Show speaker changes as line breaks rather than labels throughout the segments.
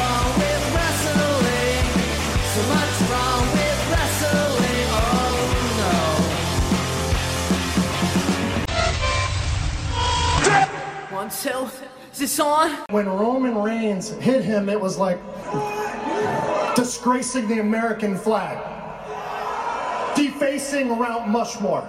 Oh, So, is this on?
When Roman Reigns hit him, it was like disgracing the American flag, defacing Mount Mushmore.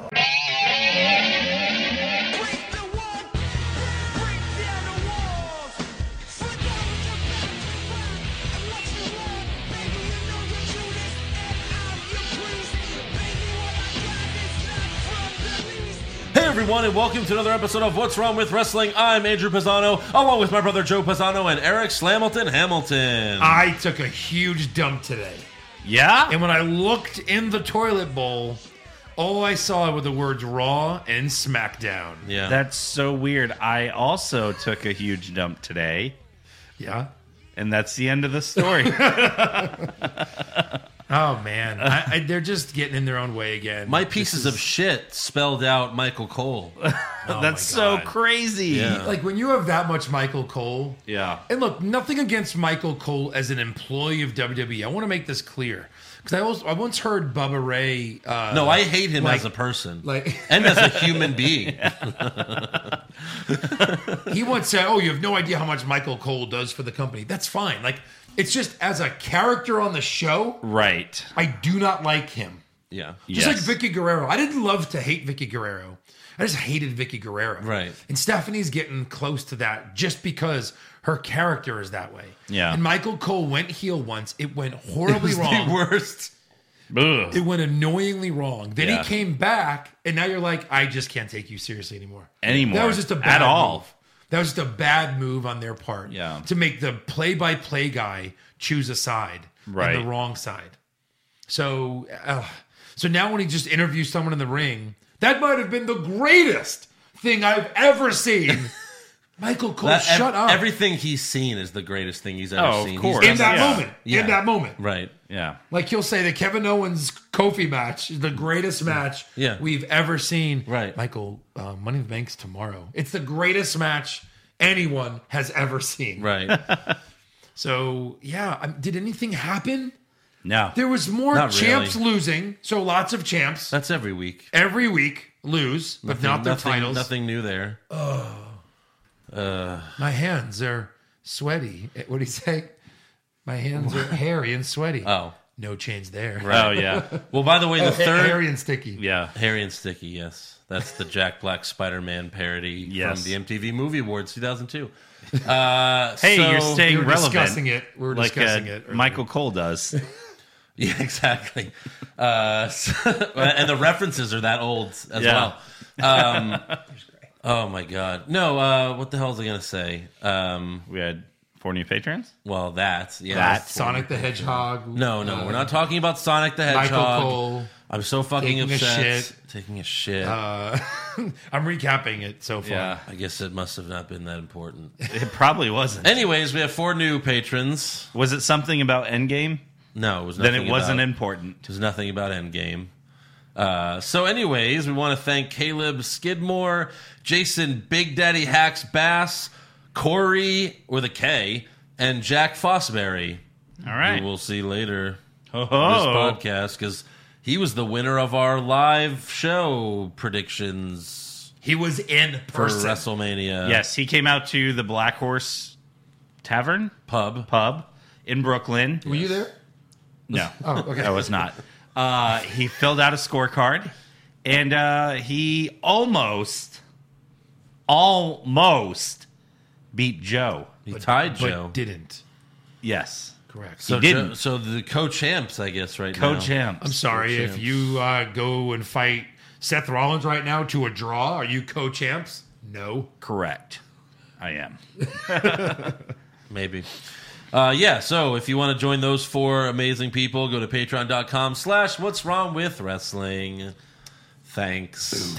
Hey everyone, and welcome to another episode of What's Wrong with Wrestling. I'm Andrew Pisano, along with my brother Joe Pisano and Eric Slamilton Hamilton.
I took a huge dump today.
yeah,
And when I looked in the toilet bowl, all I saw were the words Raw and SmackDown.
yeah.
That's so weird. I also took a huge dump today,
Yeah.
and that's the end of the story.
Oh, man. I, I, they're just getting in their own way again.
my pieces of shit spelled out Michael Cole.
Uh,
that's so crazy.
Yeah.
Like when you have that much Michael Cole.
Yeah.
And look, nothing against Michael Cole as an employee of WWE. I want to make this clear. Because I, also- I once heard Bubba Ray. Uh,
No, I hate him
Like-
as a person
Like
and as a human being.
he once said, "Oh, you have no idea how much Michael Cole does for the company." That's fine. Like it's just as a character on the show,
Right.
I do not like him.
Yeah,
Just
Yes.
like Vicky Guerrero. I didn't love to hate Vicky Guerrero. I just hated Vicky Guerrero.
Right.
And Stephanie's getting close to that just because her character is that way.
Yeah.
And Michael Cole went heel once. It went
it
horribly
was
wrong. Oh,
the worst.
Ugh.
it went annoyingly wrong. Then
Yeah.
he came back, and now you're like, I just can't take you seriously anymore.
Anymore.
That was just a
At
bad
all.
Move. That was just a bad move on their part.
Yeah.
To make the play-by-play guy choose a side,
Right.
And the wrong side. So, uh, so now when he just interviews someone in the ring, that might have been the greatest thing I've ever seen. Michael Cole,
That- ev-
shut up.
Everything he's seen is the greatest thing he's ever
Oh, of
seen. He's
course.
done
in that
Yeah.
moment,
Yeah.
in that moment,
Right.
Yeah.
Like he'll say the Kevin Owens Kofi match is the greatest match
Yeah.
we've ever seen.
Right.
Michael, uh, Money in the Bank's tomorrow. It's the greatest match anyone has ever seen.
Right.
So yeah, um, did anything happen?
No.
There was more
Not
champs
really.
losing. So lots of champs
That's every week.
every week lose, but not their
nothing,
titles.
Nothing new there.
My hands are sweaty. What do you say? My hands are hairy and sweaty.
Oh.
No change there.
oh yeah.
Well, by the way, the third
Hairy and sticky.
Yeah.
Harry and Sticky, yes. That's the Jack Black Spider Man parody
Yes.
from the MTV Movie Awards 2002. Uh,
Hey,
so-
you're staying
we were
relevant.
discussing it. We were
like
discussing
uh,
it. earlier.
Michael Cole does.
Yeah, exactly. Uh, so- and the references are that old as
Yeah.
well. Um, oh, my God. No, uh, what the hell was I going to say? Um,
We had four new patrons.
well, that. Yeah,
That.
Sonic the Hedgehog.
No, no,
uh,
we're not talking about Sonic the
Michael
Hedgehog.
Cole.
I'm so fucking
Taking a
upset.
shit.
Taking a shit.
Uh, I'm recapping it so far.
I guess it must have not been that important.
It probably wasn't.
Anyways, we have four new patrons.
Was it something about Endgame?
No, it was nothing
Then it wasn't
about,
important.
It was nothing about Endgame. Uh, so, anyways, we want to thank Caleb Skidmore, Jason Big Daddy Hacks Bass, Corey with a K, and Jack Fosberry.
All right.
Who we'll see later
Ho,
on this
ho.
podcast because he was the winner of our live show predictions
He was in
for
person.
WrestleMania
Yes, he came out to the Black Horse Tavern
Pub.
pub in Brooklyn.
Were you there?
No,
Oh, okay.
I was not. Uh, he filled out a scorecard, and uh, he almost, almost beat Joe.
He tied
but
Joe.
didn't.
Yes,
Correct.
so,
didn't.
Joe- so the co-champs, I guess, right now.
co-champs.
I'm sorry if you uh, go and fight Seth Rollins right now to a draw. Are you co-champs? No.
Correct. I am.
maybe uh, yeah so if you want to join those four amazing people go to patreon.com slash what's wrong with wrestling thanks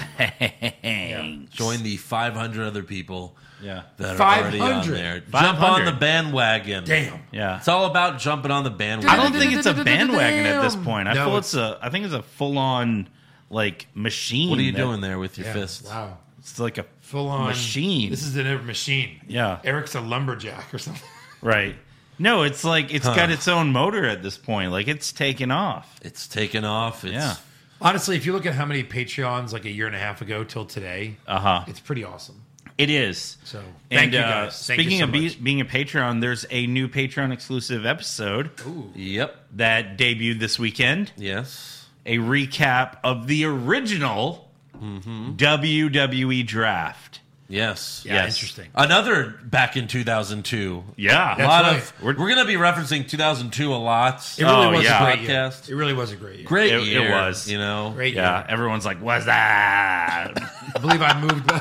join the 500 other people
Yeah.
that are already on
500.
there jump on
500.
the bandwagon
Damn.
Yeah.
it's all about jumping on the
I
bandwagon
don't think it's a bandwagon at this point. I
No,
feel it's a. I think it's a full-on like machine.
what are you
that-
doing there with your
Yeah.
fists
Wow.
It's like a
Full on
Machine.
This is a machine.
Yeah.
Eric's a lumberjack or something.
Right. No, it's like it's got its own motor at this point. Like it's taken off.
it's taking off it's
Yeah.
Oh.
Honestly, if you look at how many Patreons like a year and a half ago till today,
Uh huh.
it's pretty awesome.
It is.
Uh-huh. So,
and
thank you
uh,
guys. Thank you
speaking
so
of be-
much.
being a Patreon, there's a new Patreon exclusive episode
Yep.
that debuted this weekend.
Yes.
A recap of the original
Mm-hmm.
WWE draft.
Yes.
Yeah,
Yes.
interesting.
Another back in 2002.
Yeah,
A lot
right.
of we're, we're gonna be referencing 2002 a lot.
It really
Oh,
was
yeah.
a great year.
Podcast.
It really was a great year.
Great
It- it
year.
was.
You know.
Great year.
yeah. Everyone's like, "What's that?"
I believe I moved.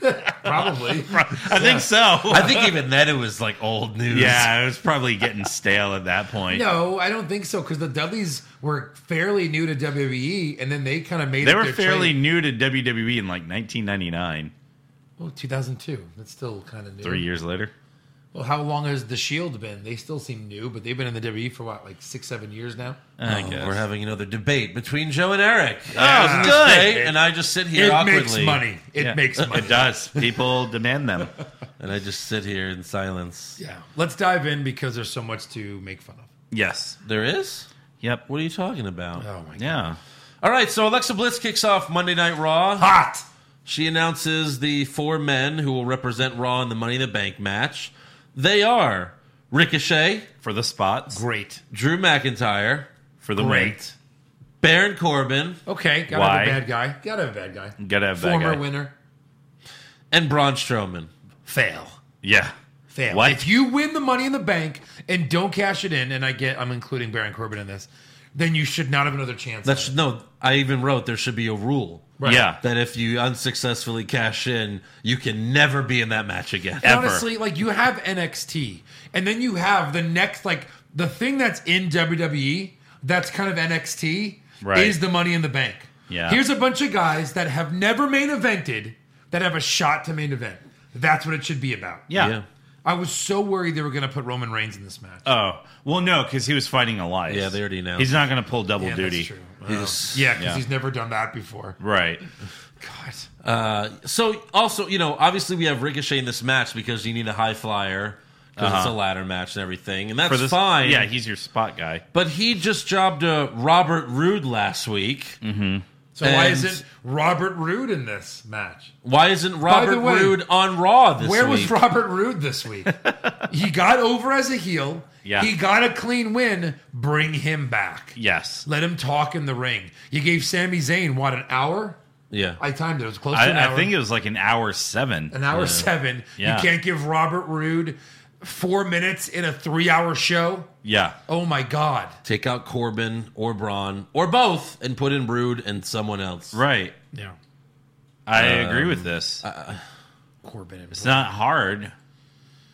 Probably.
I think so.
I think even then it was like old news.
yeah, it was probably getting stale at that point.
No, I don't think so because the Dudleys were fairly new to WWE, and then they kind of made
They
it
were
their
fairly
trade.
new to WWE in like 1999,
Well, 2002. That's still kind of new.
three years later.
Well, how long has the Shield been? They still seem new, but they've been in the WWE for what, like six, seven years now.
I
Oh,
guess.
We're having another debate between Joe and Eric.
oh,
Today,
good.
and I just sit here
it
awkwardly.
makes money. It
Yeah.
makes money.
It does. People demand them.
And I just sit here in silence.
Yeah. Let's dive in because there's so much to make fun of.
Yes.
There is?
Yep.
What are you talking about?
Oh my god.
Yeah.
All right, so Alexa Bliss kicks off Monday Night Raw.
Hot.
She announces the four men who will represent Raw in the Money in the Bank match. They are Ricochet,
For the spots.
Great.
Drew McIntyre,
For the
Great.
Baron Corbin,
Okay. Gotta
Why?
have a bad guy. Gotta have a bad guy.
win. Gotta have that
Former
guy.
winner.
and Braun Strowman.
Fail.
Yeah.
Fail.
What?
If you win the money in the bank and don't cash it in, and I get I'm including Baron Corbin in this, then you should not have another chance.
That
at
should, no, I even wrote there should be a rule
Right.
Yeah.
that if you unsuccessfully cash in, you can never be in that match again.
it.
ever.
honestly, like you have NXT, and then you have the next like the thing that's in WWE that's kind of NXT
Right.
is the money in the bank.
Yeah.
Here's a bunch of guys that have never main evented that have a shot to main event. That's what it should be about.
yeah.
I was so worried they were gonna put Roman Reigns in this match.
Oh. Well, no, because he was fighting Elias.
Yeah, they already announced.
He's not going to pull double
Yeah,
duty.
That's true. Wow.
just-
yeah, because
yeah.
he's never done that before.
Right.
God.
Uh, so also, you know, obviously we have Ricochet in this match because you need a high flyer because it's a ladder match and everything, and that's
Uh-huh. For this,
fine.
Yeah, he's your spot guy.
but he just jobbed a Robert Roode last week.
Mm.
So why
And-
isn't Robert Roode in this match?
Why isn't Robert
way,
Roode on Raw this
Where
week?
was Robert Roode this week? he got over as a heel.
Yeah.
He got a clean win. Bring him back.
Yes.
Let him talk in the ring. You gave Sami Zayn what an hour?
Yeah,
I timed it. It was close to an
I,
hour.
I think it was like an hour seven.
an hour seven.
Yeah.
You can't give Robert Roode four minutes in a three-hour show.
yeah.
Oh my God!
take out Corbin or Braun or both, and put in Roode and someone else.
Right.
Yeah,
I agree with this.
Corbin. And
it's not hard.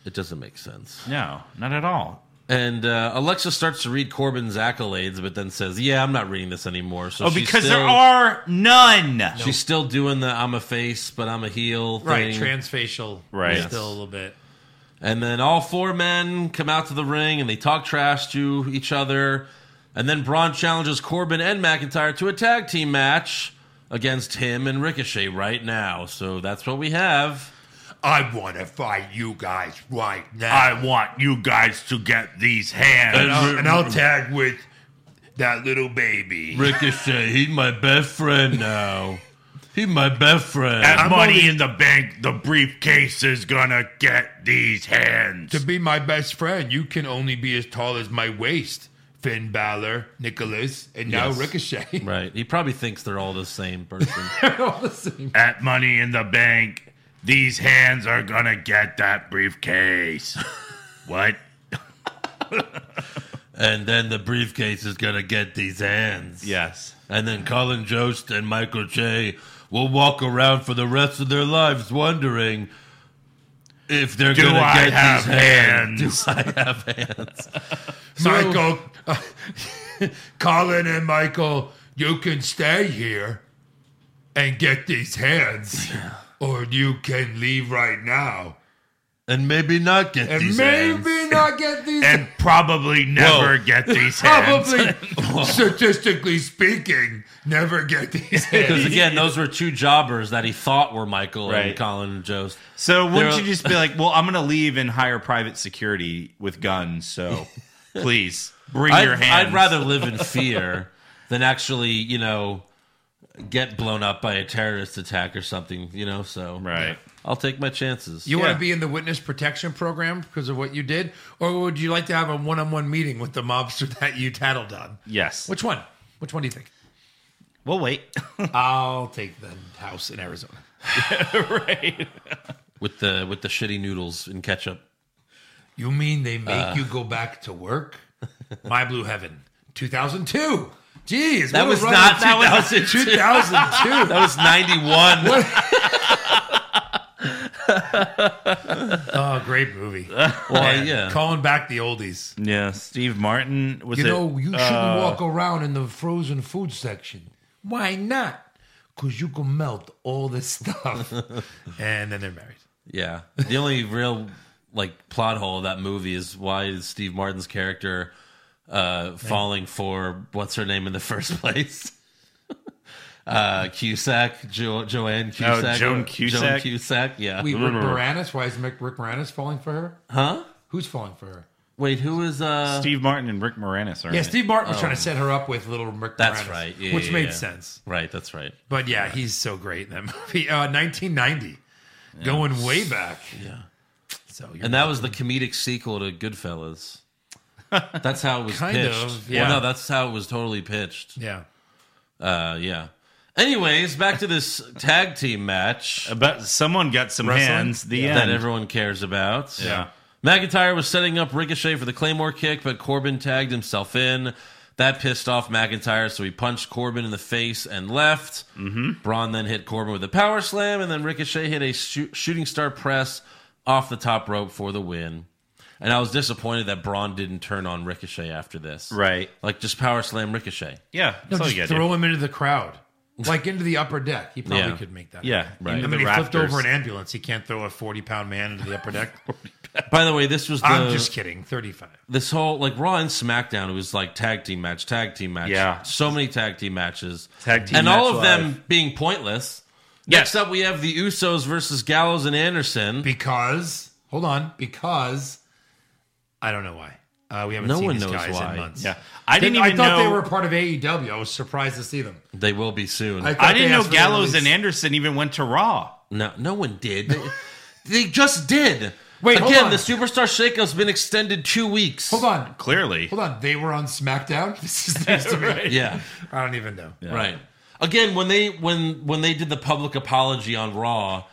It doesn't make sense.
No, not at all.
And uh, Alexa starts to read Corbin's accolades, but then says, "Yeah, I'm not reading this anymore." So
Oh,
she's
because there
still-
are none.
She's still doing the "I'm a face, but I'm a heel"
right.
thing.
Transfacial.
Right.
Still a little bit.
And then all four men come out to the ring and they talk trash to each other. And then Braun challenges Corbin and McIntyre to a tag team match against him and Ricochet right now. So that's what we have.
I want to fight you guys right now.
I want you guys to get these
and,
hands.
I'll, and I'll tag with that little baby.
Ricochet, he's my best friend now. He's my best friend.
At
I'm Money only-
in the Bank, the briefcase is gonna get these hands.
To be my best friend, you can only be as tall as my waist. Finn Balor, Nicholas, and now
Yes.
Ricochet.
Right. He probably thinks they're all the same person.
They're all the same.
At Money in the Bank, these hands are gonna get that briefcase. what?
and then the briefcase is going to get these hands.
Yes.
And then Colin Jost and Michael Che will walk around for the rest of their lives wondering if they're going to
I
get
have
these hands.
hands?
Do I have hands?
Michael, Colin, and Michael, you can stay here and get these hands, or you can leave right now
And maybe not get
and
these
maybe
hands.
not get these.
And probably never get these hands.
Probably, statistically speaking, never get these
Because
hands.
again, those were two jobbers that he thought were Michael and
Right.
Colin Jost.
So wouldn't
They're-
you just be like, well, I'm gonna leave and hire private security with guns, so please bring
I'd,
your hands.
I'd rather live in fear than actually, you know, get blown up by a terrorist attack or something, you know, so.
Right.
I'll take my chances.
You want
Yeah.
to be in the witness protection program because of what you did, or would you like to have a one-on-one meeting with the mobster that you tattled on?
Yes.
Which one? Which one do you think?
We'll wait.
I'll take the house in Arizona.
right.
with the with the shitty noodles and ketchup.
You mean they make you go back to work? My Blue Heaven, 2002. Jeez,
That
we were
was
running
not- that
2000
was-
2002.
That was ninety one.
oh, great movie.
well,
Man,
yeah.
calling back the oldies.
Yeah. Steve Martin was
You
it?
know, you shouldn't
uh,
walk around in the frozen food section. Why not? Because you can melt all this stuff. and then they're married.
Yeah. The only real like plot hole of that movie is why is Steve Martin's character uh falling for what's her name in the first place? uh Cusack, jo- Joanne Cusack. Joan
Joan Cusack?
Cusack, yeah.
Wait, Rick Moranis? Why is Mick- Rick Moranis falling for her?
Mm. huh?
Who's falling for her?
Wait, who is uh
Steve Martin and Rick Moranis are. in
Yeah,
it.
Steve Martin was trying to set her up with little Rick
Oh. That's
Moranis,
right. Yeah,
which
yeah,
made
yeah.
sense.
Right, that's right.
But yeah, he's so great in that movie. Uh, 1990, going way back. Yeah. So you're
And that was the comedic sequel to Goodfellas. That's how it was
Kind
pitched.
of,
Well,
yeah.
no, that's how it was totally pitched.
yeah.
Uh, yeah. Anyways, back to this tag team match
About someone got some
Wrestling?
hands. The
that
end.
everyone cares about.
Yeah.
McIntyre was setting up Ricochet for the Claymore kick, but Corbin tagged himself in. That pissed off McIntyre, so he punched Corbin in the face and left. Mm-hmm. Braun then hit Corbin with a power slam, and then Ricochet hit a shoo- shooting star press off the top rope for the win. And I was disappointed that Braun didn't turn on Ricochet after this.
Right.
Like just power slam Ricochet.
Yeah.
No,
That's all you
just
gotta do.
throw him into the crowd, like into the upper deck. He probably
Yeah.
could make that.
Yeah.
happen.
Right.
into
I mean,
the
he flipped
rafters.
over an ambulance. He can't throw a 40 pound man into the upper deck.
By the way, this was the
I'm just kidding. 35.
this whole like Raw and SmackDown, it was like tag team match, tag team match.
Yeah.
so many tag team matches,
Tag team
and all
match
of them being pointless. Next
Yes.
up, we have the Usos versus Gallows and Anderson.
Because, hold on, because I don't know why. Uh, we haven't
No
seen
one
these
knows
guys
why.
in months.
Yeah. I didn't
I
even
thought
know.
they were part of AEW. I was surprised to see them.
they will be soon.
thought
I
they
didn't know
asked for the
Gallows
release.
and Anderson even went to Raw.
no, no one did. They, they just did.
Wait, hold
again,
on.
the Superstar Shakeup's been extended two weeks.
Hold on.
Clearly.
Hold on, they were on SmackDown. This is news to me.
Yeah,
I don't even know.
right. Again, when they when when they did the public apology on Raw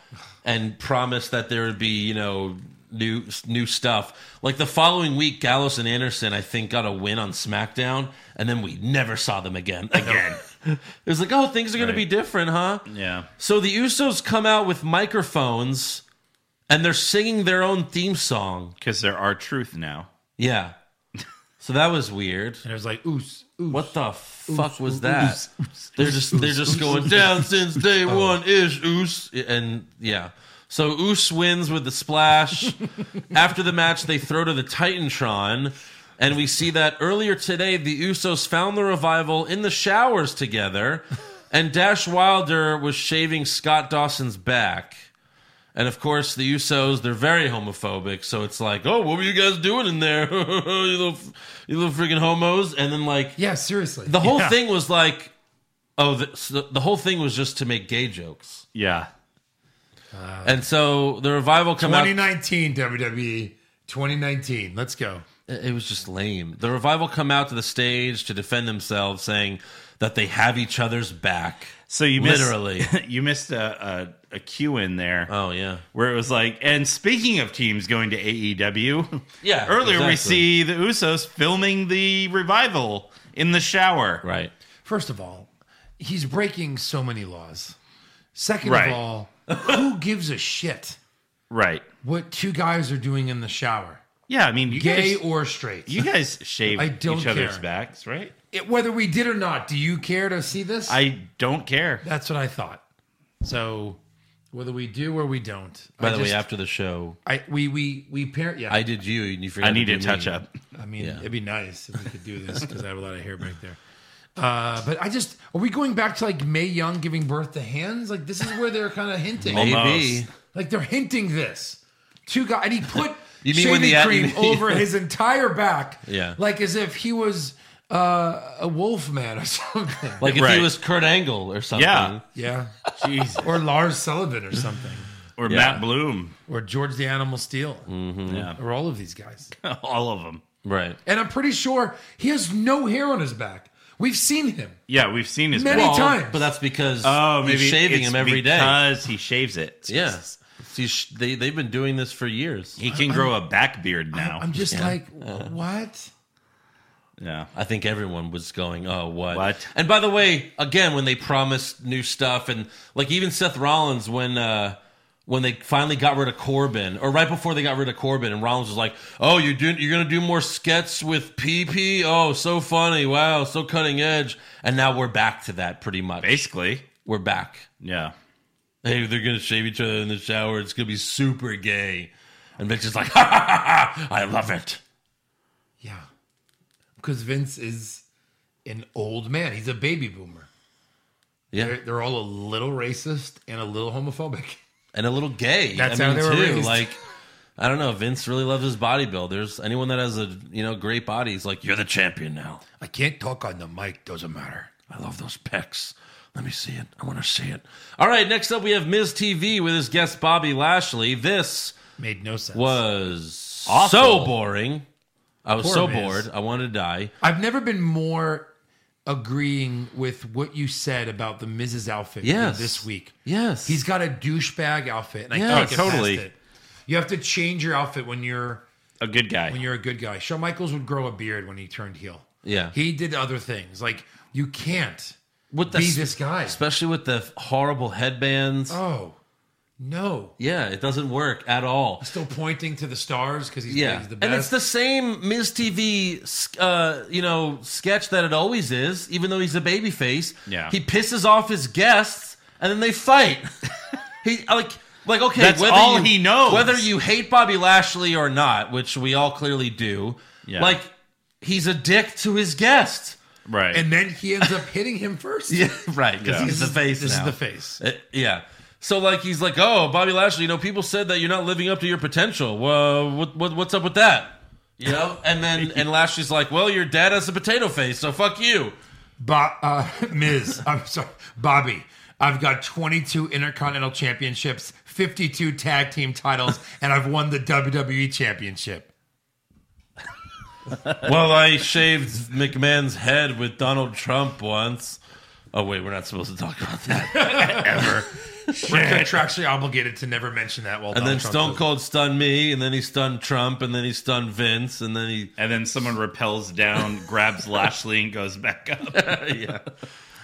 and promised that there would be you know new new stuff, like the following week, Gallows and Anderson I think got a win on SmackDown, and then we never saw them again. Again, it was like, oh, things are going
Right.
to be different, huh?
Yeah.
So the Usos come out with microphones and they're singing their own theme song.
Because there are truth now.
Yeah. So that was weird.
And it was like, oos, oos.
What the fuck was that? They're just they're just going down since day one ish oos and yeah. So Oos wins with the splash. After the match, they throw to the Titantron, and we see that earlier today the Usos found the revival in the showers together, and Dash Wilder was shaving Scott Dawson's back. And of course, the Usos, they're very homophobic. So it's like, oh, what were you guys doing in there? you, little, you little freaking homos. And then, like,
Yeah, seriously.
the whole thing was like, oh, the, so the whole thing was just to make gay jokes.
Yeah. Uh.
And so the revival come out.
2019 WWE. 2019. E. Let's go.
It was just lame. The revival come out to the stage to defend themselves, saying that they have each other's back.
So you missed,
Literally.
you missed a, a a cue in there
Uh.
Oh yeah,
where it was like, and speaking of teams going to AEW,
Yeah,
Earlier
exactly.
we see the Usos filming the revival in the shower.
right.
First of all, he's breaking so many laws. Second
Right.
of all, who gives a shit
Right.
what two guys are doing in the shower,
Yeah. I mean, you
gay
guys,
or straight?
you guys shave
I don't
each other's
care.
backs, right?
It- whether we did or not, do you care to see this?
I don't care.
That's what I thought. So whether we do or we don't.
By
I
the
just-
way, after the show,
I we we we pair. Yeah,
I did you, and you forgot.
I need
to
a
do
touch
me.
up.
I mean, it'd be nice if we could do this because I have a lot of hair back there. Uh, but I just are we going back to like May Young giving birth to hands? Like this is where they're kind of hinting.
Maybe.
Like they're hinting this. Two guys, and he put
You mean
shaving
when the ad-
cream over his entire back.
Yeah.
like as if he was uh, a wolf man or something.
Like if
Right.
he was Kurt Angle or something.
Yeah.
yeah,
Jesus.
or Lars Sullivan or something.
Or
Yeah.
Matt Bloom.
or George the Animal Steel,
Mm-hmm.
Yeah.
or all of these guys.
All of them.
Right.
And I'm pretty sure he has no hair on his back. We've seen him.
Yeah, we've seen his
Many
bald-
times.
But that's because
Oh, maybe
he's shaving
it's
him every day.
because he shaves it.
Yeah. See, sh- they they've been doing this for years.
He can grow a back beard now.
I'm just like,
Uh-huh.
what?
yeah.
I think everyone was going, "Oh, what?"
What?
And by the way, again, when they promised new stuff, and like even Seth Rollins, when uh, when they finally got rid of Corbin, or right before they got rid of Corbin, and Rollins was like, "Oh, you're doing, you're gonna do more skets with PP? Oh, so funny! Wow, so cutting edge!" And now we're back to that, pretty much.
Basically.
We're back.
Yeah.
Hey, they're gonna shave each other in the shower. It's gonna be super gay. And Vince is like, "Ha ha ha! ha, I love it."
Yeah. Because Vince is an old man. He's a baby boomer.
Yeah,
They're, they're all a little racist and a little homophobic.
and a little gay.
That's
I
how
mean,
they were
too.
raised.
Like, I don't know. Vince really loves his bodybuilders. Anyone that has a you know great body, he's like, you're the champion now.
I can't talk on the mic. Doesn't matter.
I love those pecs. Let me see it. I want to see it. All right. Next up, we have Ms. TV with his guest Bobby Lashley. This
Made no sense.
was so
Awful.
boring. I was
Poor
so
Miz.
bored. I wanted to die.
I've never been more agreeing with what you said about the Mrs. outfit
Yes.
this week.
Yes.
He's got a douchebag outfit, and I
Yeah,
can't get
totally.
past it. You have to change your outfit when you're
A good guy.
when you're a good guy. Shawn Michaels would grow a beard when he turned heel.
Yeah.
He did other things. Like you can't
with the
be this guy.
especially with the horrible headbands.
oh no.
Yeah, it doesn't work at all.
Still pointing to the stars because he's,
Yeah,
he's the best.
and it's the same Ms. TV, uh, you know, sketch that it always is. Even though he's a babyface,
Yeah.
he pisses off his guests, and then they fight. he like. Like okay,
That's
whether
all
you,
he knows.
Whether you hate Bobby Lashley or not, which we all clearly do,
Yeah.
like he's a dick to his guest.
right.
and then he ends up hitting him first.
right. Because
Yeah.
he's the face.
This
now.
is the face.
Uh, yeah. So like he's like, oh, Bobby Lashley, you know, people said that you're not living up to your potential. Well, what, what what's up with that? You know, and then and Lashley's like, well, your dad has a potato face, so fuck you.
Bo- uh, Ms. I'm sorry, Bobby. I've got 22 Intercontinental Championships, 52 Tag Team titles, and I've won the WWE Championship.
well, I shaved McMahon's head with Donald Trump once. Oh wait, we're not supposed to talk about that.
We're contractually obligated to never mention that. While
And then
Donald Trump
Stone
does
Cold stunned me, and then he stunned Trump, and then he stunned Vince, and then he
And then someone repels down, grabs Lashley, and goes back up.
it.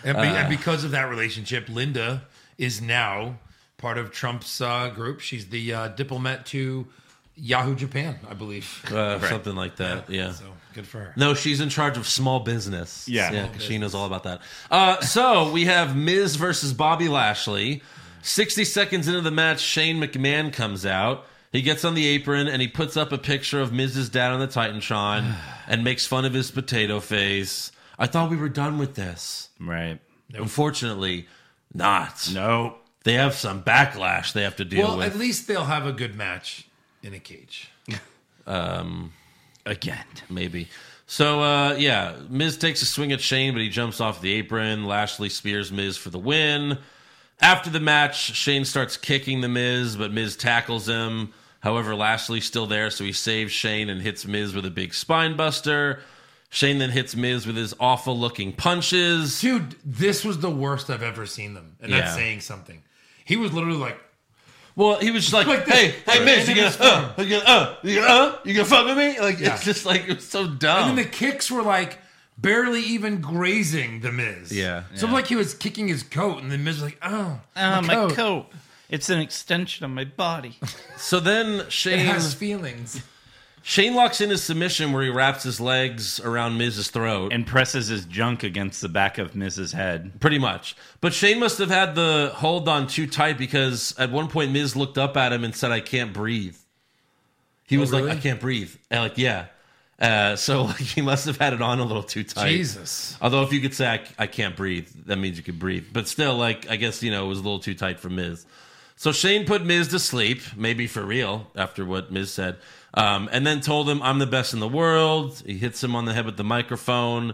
and, be,
Uh.
and because of that relationship, Linda is now part of Trump's uh, group. She's the uh, diplomat to Yahoo Japan, I believe.
uh, something like that. Yeah.
So good for her.
No, she's in charge of small business.
Yeah.
yeah,
Small
'cause she knows all about that. Uh, so we have Miz versus Bobby Lashley. Sixty seconds into the match, Shane McMahon comes out. He gets on the apron and he puts up a picture of Miz's dad on the Titantron and makes fun of his potato face. I thought we were done with this.
Right.
Unfortunately, not.
No.
They have some backlash they have to deal
Well,
with.
at least they'll have a good match in a cage.
Again.
maybe. So uh, yeah, Miz takes a swing at Shane, but he jumps off the apron. Lashley spears Miz for the win. After the match, Shane starts kicking the Miz, but Miz tackles him. However, Lashley's still there, so he saves Shane and hits Miz with a big spine buster. Shane then hits Miz with his awful looking punches.
dude, this was the worst I've ever seen them, and
Yeah.
that's saying something. He was literally like,
Well, he was just like,
Like this.
hey, hey,
Right.
Miz, you
And
gonna,
it's
uh, you gonna, uh, you gonna, uh, you gonna fuck with me? Like,
Yeah.
it's just like, it was so dumb.
and the kicks were like barely even grazing the Miz.
Yeah.
so like he was kicking his coat, and the Miz was like, oh,
Ah, my coat. It's an extension of my body.
so then Shane.
it has feelings.
Shane locks in his submission where he wraps his legs around Miz's throat,
And presses his junk against the back of Miz's head.
pretty much. But Shane must have had the hold on too tight because at one point Miz looked up at him and said, "I can't breathe." He was
Oh, really?
like, "I can't breathe," and like, yeah. Uh, so like, he must have had it on a little too tight.
Jesus,
Although if you could say I, I can't breathe, that means you could breathe. But still, like I guess you know it was a little too tight for Miz. So Shane put Miz to sleep, maybe for real, after what Miz said, um, and then told him, "I'm the best in the world." He hits him on the head with the microphone.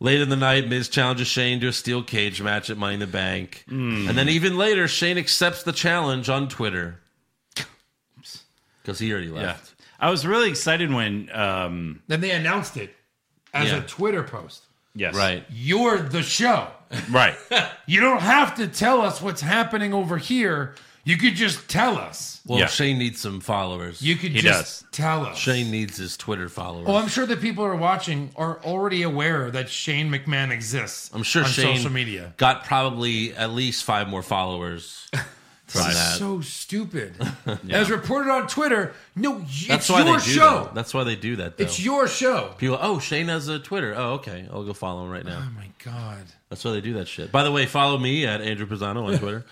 Late in the night, Miz challenges Shane to a steel cage match at Money in the Bank, and then even later, Shane accepts the challenge on Twitter. because he already
Yeah.
left.
I was really excited when, um,
Then they announced it as
Yeah.
a Twitter post.
yes.
Right.
You're the show.
Right.
You don't have to tell us what's happening over here. You could just tell us.
Well,
Yeah.
Shane needs some followers.
You could
He
just tell us.
Shane needs his Twitter followers.
Well, I'm sure the people who are watching are already aware that Shane McMahon exists.
I'm sure
on
Shane
social media.
got probably at least five more followers from that.
So stupid. As reported on Twitter, no, y-
That's
it's
why
your
they do
show.
That. That's why they do that. Though.
It's your show.
People, oh, Shane has a Twitter. Oh, okay. I'll go follow him right now.
Oh my god.
That's why they do that shit. By the way, follow me at Andrew Pisano on Twitter.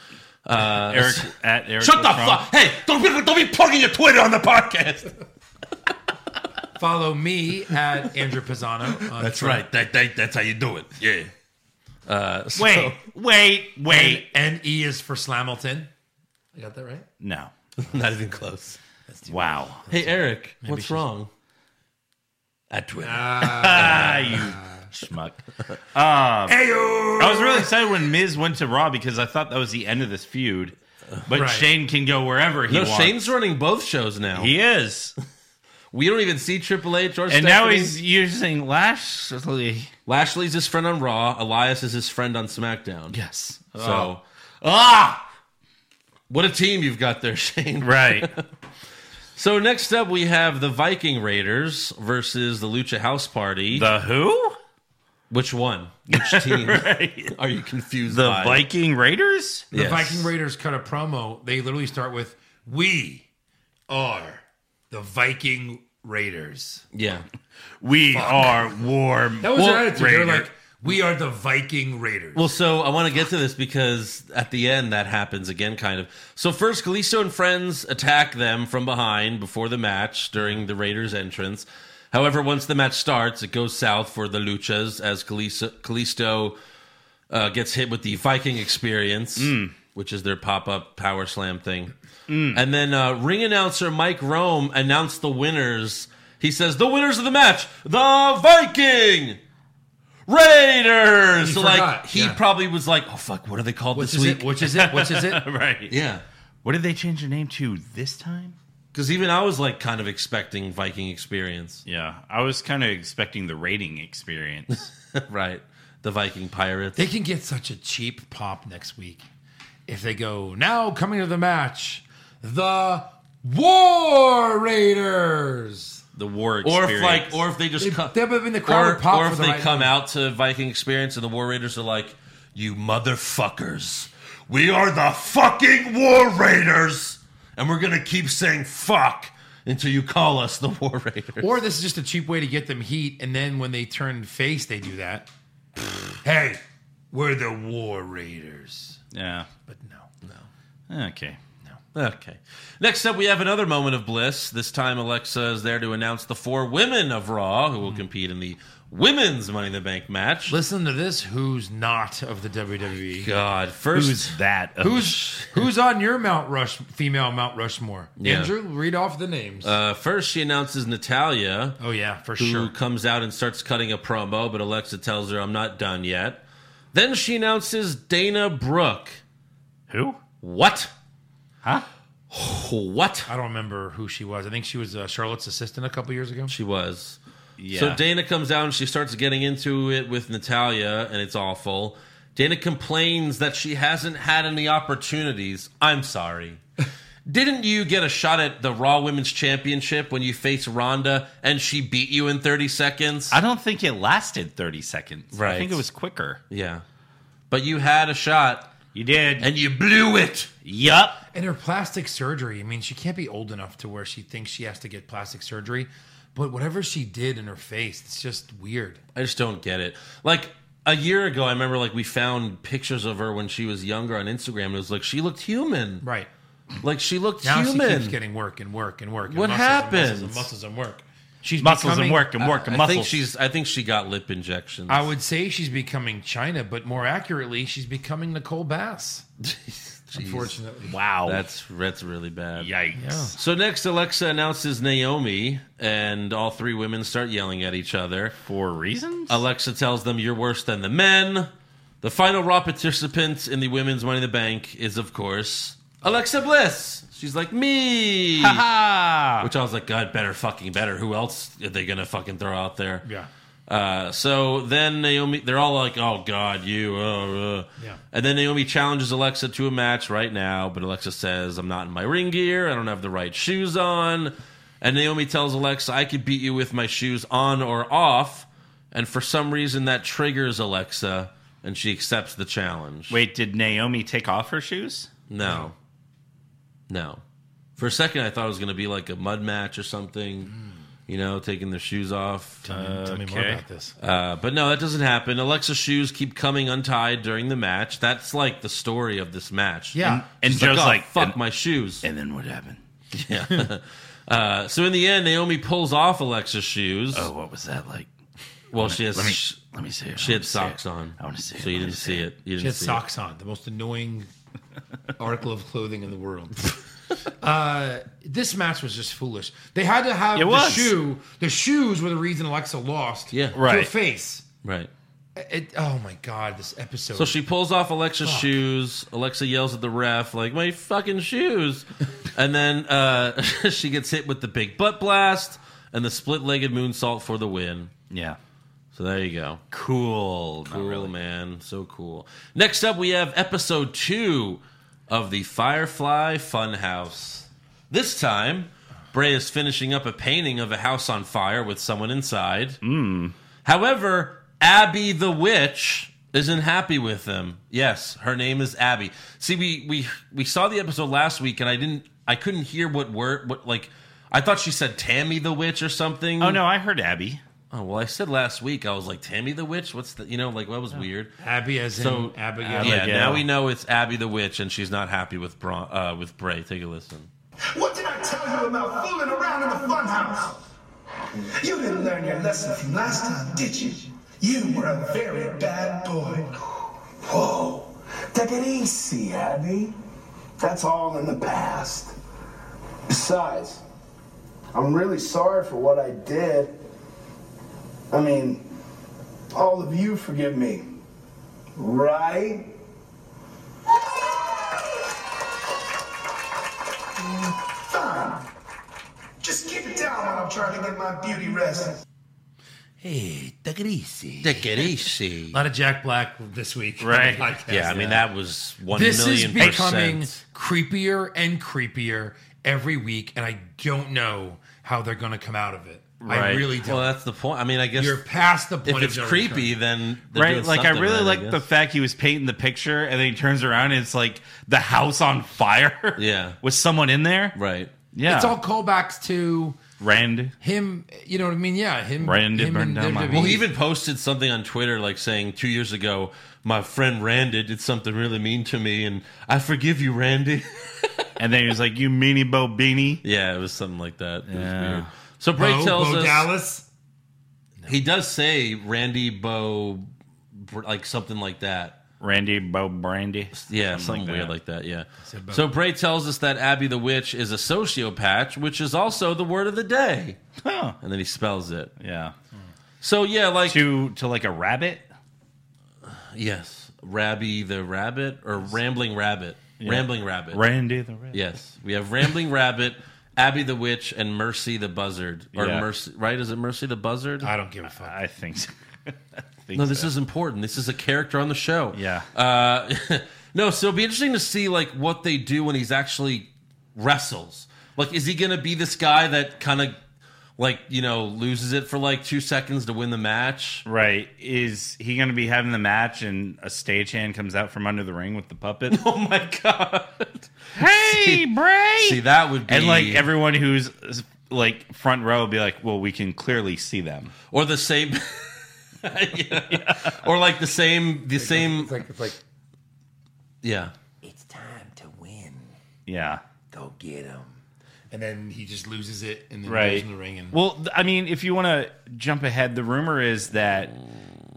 Uh,
Eric at Eric.
Shut the
Lefranc.
fuck! Hey, don't be, don't be plugging your Twitter on the podcast.
Follow me at Andrew Pisano. on
That's
Twitter.
right. That, that, that's how you do it. Yeah. Uh, so-
Wait, wait,
And
wait.
N E is for Slamilton. I got that right.
No.
not even close.
Wow.
Hey, Eric, what's wrong? At Twitter.
Ah, you schmuck. Um, I was really excited when Miz went to Raw because I thought that was the end of this feud. But
Right.
Shane can go wherever he
no,
wants.
Shane's running both shows now.
he is,
we don't even see Triple H or
and now he's using Lashley.
Lashley's his friend on Raw. Elias is his friend on SmackDown.
Yes.
So,
Ah,
what a team you've got there, Shane.
right.
So next up, we have the Viking Raiders versus the Lucha House Party.
the who?
Which one? Which team are you confused
The
by?
Viking Raiders?
The
Yes.
Viking Raiders cut a promo. They literally start with, "We are the Viking Raiders."
Yeah.
We are warm.
That was
Well,
their attitude. They're
Raider.
like, "We are the Viking Raiders."
Well, so I want to get to this because at the end that happens again, kind of. So first, Kalisto and friends attack them from behind before the match during the Raiders' entrance. However, once the match starts, it goes south for the Luchas as Kalisto, Kalisto uh, gets hit with the Viking Experience, which is their pop-up power slam thing.
Hmm.
And then uh, ring announcer Mike Rome announced the winners. He says, "The winners of the match, the Viking." Raiders.
He
so like
forgot,
he
yeah.
probably was like, "Oh fuck, what are they called
which
this
is
week?"
it? Which is it? Which is it?
Right.
Yeah,
What did they change the name to this time?
because even I was like kind of expecting Viking experience,
Yeah, I was kind of expecting the rating experience.
right? The Viking pirates.
they can get such a cheap pop next week if they go now. Coming to the match, the War Raiders.
the war
or
experience.
if like, or if they just
They,
come,
they've been the crowd
or,
would pop
or
for
if
the
they
right
come
now.
out to Viking experience and the War Raiders are like, "You motherfuckers,
We are the fucking
War
war raiders.
Raiders," and we're gonna keep saying "fuck" until you call us the War Raiders.
Or this is just a cheap way to get them heat, and then when they turn face, they do that. hey, we're the War Raiders.
yeah.
But no, no.
Okay.
Okay. Next up, we have another moment of bliss. This time, Alexa is there to announce the four women of Raw who will compete in the women's Money in the Bank match.
Hmm. Listen to this. Who's not of the WWE?
God, first,
Who's that? of
Who's who's on your Mount Rush female Mount Rushmore?
Yeah.
Andrew, read off the names.
uh, first she announces Natalia,
oh yeah, for
who
sure.
comes out and starts cutting a promo, but Alexa tells her, "I'm not done yet." Then she announces Dana Brooke.
who?
What?
Huh?
What?
I don't remember who she was. I think she was uh, Charlotte's assistant a couple years ago.
She was.
Yeah.
So Dana comes out and she starts getting into it with Natalia, and it's awful. Dana complains that she hasn't had any opportunities. I'm sorry. Didn't you get a shot at the Raw Women's Championship when you faced Ronda and she beat you in 30 seconds?
I don't think it lasted 30 seconds. I
Right.
think it was quicker.
yeah. But you had a shot
You did.
and you blew it.
yup.
And her plastic surgery. I mean, she can't be old enough to where she thinks she has to get plastic surgery. But whatever she did in her face, it's just weird.
I just don't get it. Like a year ago, I remember like we found pictures of her when she was younger on Instagram. It was like she looked human.
Right.
Like she looked
Now
human.
she keeps getting work and work and work. And
What
muscles And muscles and
happens?
muscles and work. She's
Muscles
becoming-
and work and work and
I
muscles.
think she's. I think she got lip injections.
I would say she's becoming China, but more accurately, she's becoming Nicole Bass. Unfortunately.
wow.
that's that's really bad.
yikes.
So next, Alexa announces Naomi, and all three women start yelling at each other.
For reasons?
Alexa tells them, "You're worse than the men." The final Raw participant in the Women's Money in the Bank is, of course, Alexa Bliss. She's like me.
Ah.
Which I was like, God, better fucking better. Who else are they gonna fucking throw out there?
Yeah.
Uh, so then Naomi, they're all like, "Oh God, you!" Uh, uh.
Yeah.
And then Naomi challenges Alexa to a match right now, but Alexa says, "I'm not in my ring gear. I don't have the right shoes on." And Naomi tells Alexa, "I could beat you with my shoes on or off." And for some reason, that triggers Alexa, and she accepts the challenge.
Wait, did Naomi take off her shoes?
No. No. For a second, I thought it was going to be like a mud match or something, you know, taking their shoes off.
Tell me more
Okay.
about this.
Uh, but no, that doesn't happen. Alexa's shoes keep coming untied during the match. That's like the story of this match.
yeah.
And
She's
Joe's
"Oh,
like,
fuck
and,
my shoes.
and then what happened?
Uh, so in the end, Naomi pulls off Alexa's shoes.
Oh, what was that like?
well, she has
Let me
sh-
let me see. it.
she had socks on.
I want to see. it.
So you
Let me
didn't see it. You didn't
she had
see It.
socks on, the most annoying article of clothing in the world. Uh, this match was just foolish. They had to have
It
the
was.
shoe. The shoes were the reason Alexa lost.
Yeah.
To her
Right.
face.
Right.
It, oh my god, this episode.
So she pulls off Alexa's shoes. Alexa yells at the ref, like, my fucking shoes. and then uh, she gets hit with the big butt blast and the split legged moonsault for the win.
Yeah.
So there you go.
Cool. Not
Cool,
really.
man. So cool. Next up, we have episode two of the Firefly Funhouse. This time, Bray is finishing up a painting of a house on fire with someone inside.
Hmm.
However, Abby the witch isn't happy with them. Yes, her name is Abby. See, we we we saw the episode last week, and I didn't, I couldn't hear what word, what like, I thought she said Tammy the witch or something.
Oh no, I heard Abby.
Oh well, I said last week I was like Tammy the witch. What's the you know like what was weird.
Abby as in
So-
Abigail.
Yeah,
Abigail.
now we know it's Abby the witch, and she's not happy with Bron- uh, with Bray. Take a listen.
What did I tell you about fooling around in the funhouse? You didn't learn your lesson from last time, did you? You were a very bad boy. Whoa. Take it easy, Abby. That's all in the past. Besides, I'm really sorry for what I did. I mean, all of you forgive me. Right? Fine. Just get down while I'm trying to get my beauty rest.
Hey, take it easy.
Take it easy.
A lot of Jack Black this week. on the
Right.
podcast.
Yeah, I mean that was one million
This is becoming
percent.
creepier and creepier every week, and I don't know how they're going to come out of it. I
Right.
really don't.
Well, that's the point. I mean, I guess
You're past the
if
point.
it's
of no
creepy,
return.
then they're
Right,
doing
like I
something
really
right,
like the
guess.
fact he was painting the picture, and then he turns around and it's like the house on fire.
Yeah.
with someone in there.
right.
Yeah,
it's all callbacks to
Rand.
him. You know what I mean? Yeah, him.
Rand did
him
burn
and
down my
WWE.
Well, he even posted something on Twitter, like saying two years ago, my friend Randy did something really mean to me, and I forgive you, Randy.
And then he was like, "You meanie bo beanie."
yeah, it was something like that. It was
Yeah.
weird. So Bray
Bo,
tells
Bo
us
Dallas.
he does say Randy Bo, like something like that.
Randy Bo Brandy.
Yeah, something,
like
weird
that.
like that. Yeah. So Bray tells us that Abby the witch is a sociopath, which is also the word of the day,
Huh.
and then he spells it.
Yeah.
So yeah, like
To to like a rabbit.
yes, Rabby the rabbit or rambling rabbit, rambling rabbit.
Randy the rabbit.
Yes, we have rambling rabbit, Abby the witch, and Mercy the buzzard. Or
Yeah.
Mercy, right? Is it Mercy the buzzard?
I don't give a fuck.
I think. So.
no, this is important. This is a character on the show.
Yeah.
Uh, no, so it'll be interesting to see like what they do when he's actually wrestles. Like, is he gonna be this guy that kind of like you know loses it for like two seconds to win the match?
Right. Is he going to be having the match and a stagehand comes out from under the ring with the puppet?
Oh my god!
hey, Bray!
See, that would be
and like everyone who's like front row will be like, well, we can clearly see them.
or the same. Yeah. Or like the same, the same,
It's like it's like
yeah.
it's time to win.
Yeah.
Go get 'em.
And then he just loses it, and then goes
Right.
in the ring. And
Well, th- I mean, if you want to jump ahead, the rumor is that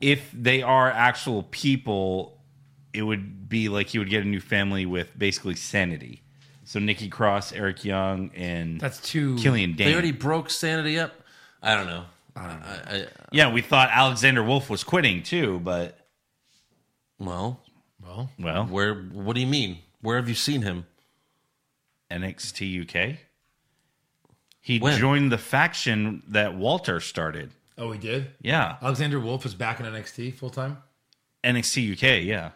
if they are actual people, it would be like you would get a new family with basically sanity. So Nikki Cross, Eric Young, and
that's too
Killian Dane.
They already broke sanity up. I don't know. I, I,
yeah, we thought Alexander Wolf was quitting too, but
well,
Well,
well,
where? What do you mean? Where have you seen him?
NXT UK. He
When?
joined the faction that Walter started.
Oh, he did.
Yeah.
Alexander Wolf is back in NXT full time.
NXT UK, yeah.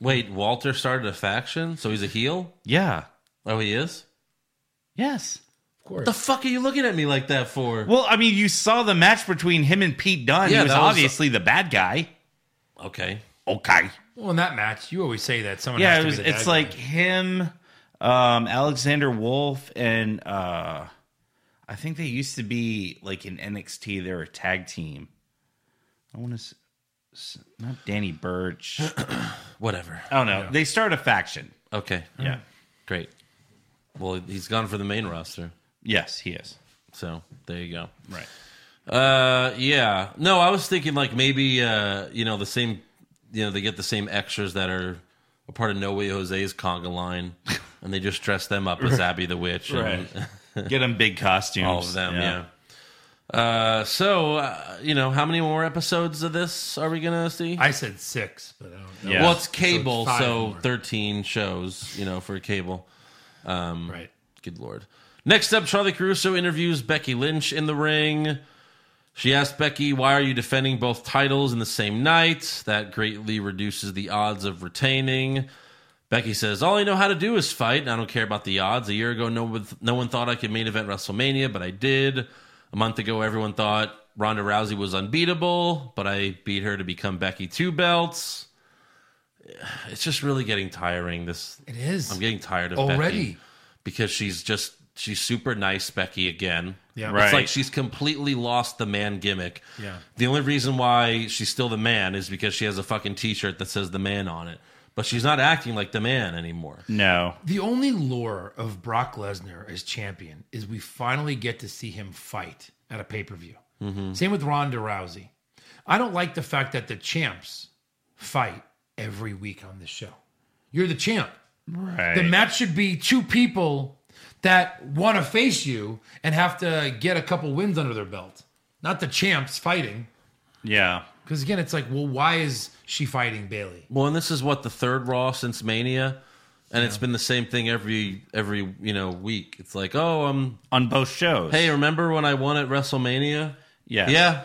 Wait, Walter started a faction, so he's a heel.
Yeah.
Oh, he is.
Yes.
Of course.
The fuck are you looking at me like that for?
Well, I mean, you saw the match between him and Pete Dunne.
Yeah,
he was
that was-
obviously the bad guy.
Okay.
Okay.
well, in that match, you always say that someone.
Yeah,
has
it
to
was,
be the
it's
bad
like
guy.
him, um, Alexander Wolf, and uh, I think they used to be like in NXT. They were a tag team. I want to, not Danny Birch.
Whatever.
Oh no, they start a faction.
Okay.
Yeah.
Great. Well, he's gone for the main roster,
Yes, he is.
so there you go.
Right.
Uh, yeah. No, I was thinking like maybe uh, you know, the same, you know, they get the same extras that are a part of No Way Jose's conga line, and they just dress them up as Abby the Witch, and
Get them big costumes.
all of them. Yeah. Uh, so uh, you know, how many more episodes of this are we gonna see?
I said six, but I don't know.
Yeah.
well, it's cable,
So
so,
it's five more.
thirteen shows, you know, for cable. Um,
right.
Good lord. Next up, Charlie Caruso interviews Becky Lynch in the ring. She asked Becky, Why are you defending both titles in the same night? That greatly reduces the odds of retaining. Becky says, All I know how to do is fight, and I don't care about the odds. A year ago, no one, no one thought I could main event WrestleMania, but I did. A month ago, everyone thought Ronda Rousey was unbeatable, but I beat her to become Becky Two Belts. It's just really getting tiring. This
It is.
I'm getting tired of
Already.
Becky because she's just she's super nice Becky again.
Yeah.
It's
Right.
like she's completely lost the man gimmick.
Yeah.
The only reason why she's still the man is because she has a fucking t-shirt that says the man on it. But she's not acting like the man anymore.
No.
The only lure of Brock Lesnar as champion is we finally get to see him fight at a pay per view. Same with Ronda Rousey. I don't like the fact that the champs fight every week on this show. You're the champ.
Right.
The match should be two people that want to face you and have to get a couple wins under their belt, not the champs fighting.
yeah.
Because again, it's like, well, why is she fighting Bailey?
Well, and this is what the third Raw since Mania and it's been the same thing every every, you know, week. It's like, "Oh, um
On both shows.
hey, remember when I won at WrestleMania?"
Yeah.
Yeah.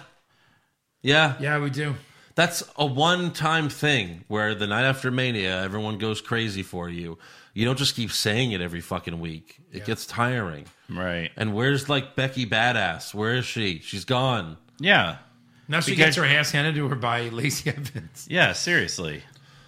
Yeah.
Yeah, we do.
That's a one time thing where the night after Mania, everyone goes crazy for you. You don't just keep saying it every fucking week, it gets tiring.
Right.
And where's like Becky Badass? Where is she? She's gone.
Yeah.
Now she
Because-
gets her ass handed to her by Lacey Evans.
Yeah. Seriously.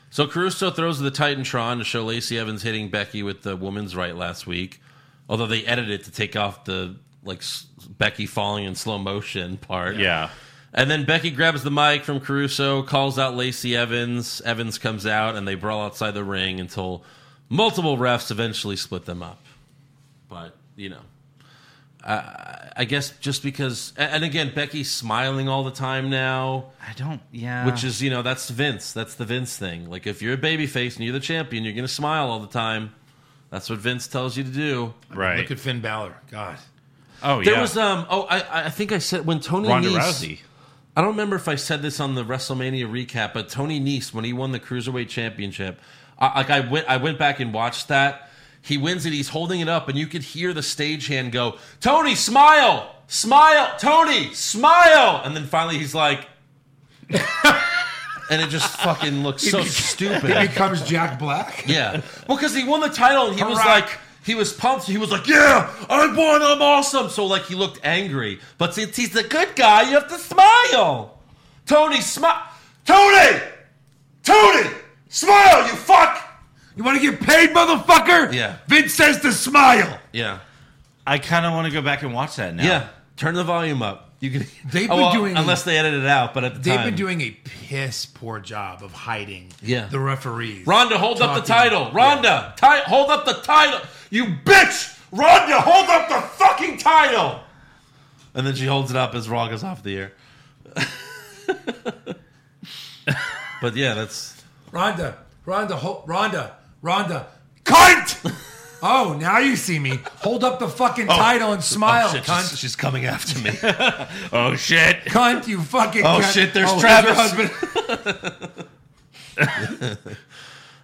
So Caruso throws the Titantron to show Lacey Evans hitting Becky with the woman's right last week, although they edited it to take off the like s- Becky falling in slow motion part.
Yeah.
And then Becky grabs the mic from Caruso, calls out Lacey Evans. Evans comes out, and they brawl outside the ring until multiple refs eventually split them up. But, you know, I, I guess just because. a- And again, Becky's smiling all the time now,
I don't.
Ah.
Yeah.
which is, you know, that's Vince. That's the Vince thing. Like, if you're a babyface and you're the champion, you're going to smile all the time. That's what Vince tells you to do.
right.
Look at Finn Balor. God.
oh yeah.
There was, um, oh, I, I think I said when Tony
Ronda
Nese-
Rousey.
I don't remember if I said this on the WrestleMania recap, but Tony Nese, when he won the Cruiserweight Championship, I, like I went, I went back and watched that. He wins it. He's holding it up, and you could hear the stagehand go, "Tony, smile, smile, Tony, smile!" And then finally, he's like, and it just fucking looks so
He
stupid.
becomes Jack Black.
Yeah, well, because he won the title, and he was
Hurrah.
like. He was pumped. He was like, "Yeah, I won. I'm awesome." So like, he looked angry. But since he's the good guy, you have to smile. Tony, smile.
Tony! Tony! Smile, you fuck!
You want to get paid, motherfucker?
Yeah.
Vince says to smile!
Yeah.
I kind of want to go back and watch that now.
Yeah. Turn the volume up. You can.
They've
Oh,
been
well,
doing-
unless they edit it out, but at the
They've
time.
been doing a piss poor job of hiding
Yeah.
the referees.
Ronda, hold up the
Talking.
title. Ronda, ti- hold up the title. You bitch. Ronda, hold up the fucking title. And then she holds it up as Raw goes off the air. but yeah, that's
Ronda, Ronda, ho- Ronda, Ronda.
Cunt!
Oh, now you see me. Hold up the fucking title and smile,
shit,
Oh, cunt.
She's, she's coming after me.
Oh shit.
Cunt, you fucking
Oh
cunt.
shit. There's
Oh,
Travis.
there's your husband.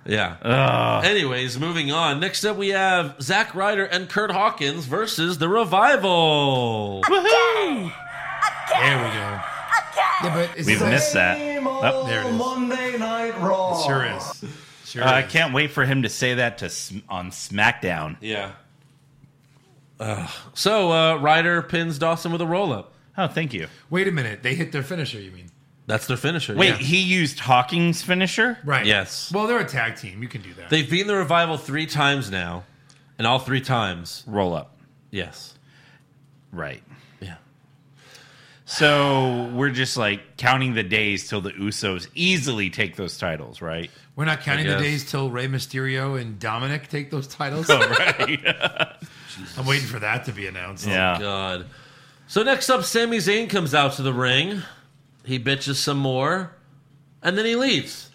Yeah. Anyways, moving on. Next up, we have Zack Ryder and Kurt Hawkins versus The Revival.
There we go. Yeah, but it's
We've
like-
missed that. Oh,
there it is.
Monday Night Raw.
Sure is. Sure.
I
is.
can't wait for him to say that to Sm- on SmackDown.
Yeah. so uh, Ryder pins Dawson with a roll up.
Oh, thank you.
Wait a minute. They hit their finisher. You mean?
That's their finisher.
Wait,
yeah.
he used Hawking's finisher?
Right.
Yes.
Well, they're a tag team. You can do that.
They've beaten the revival three times now, and all three times,
Roll up.
yes.
Right.
Yeah.
So we're just like counting the days till the Usos easily take those titles, right?
We're not counting the
guess.
days till Rey Mysterio and Dominic take those titles.
Oh,
I'm waiting for that to be announced.
yeah.
God. So next up, Sami Zayn comes out to the ring. He bitches some more, and then he leaves.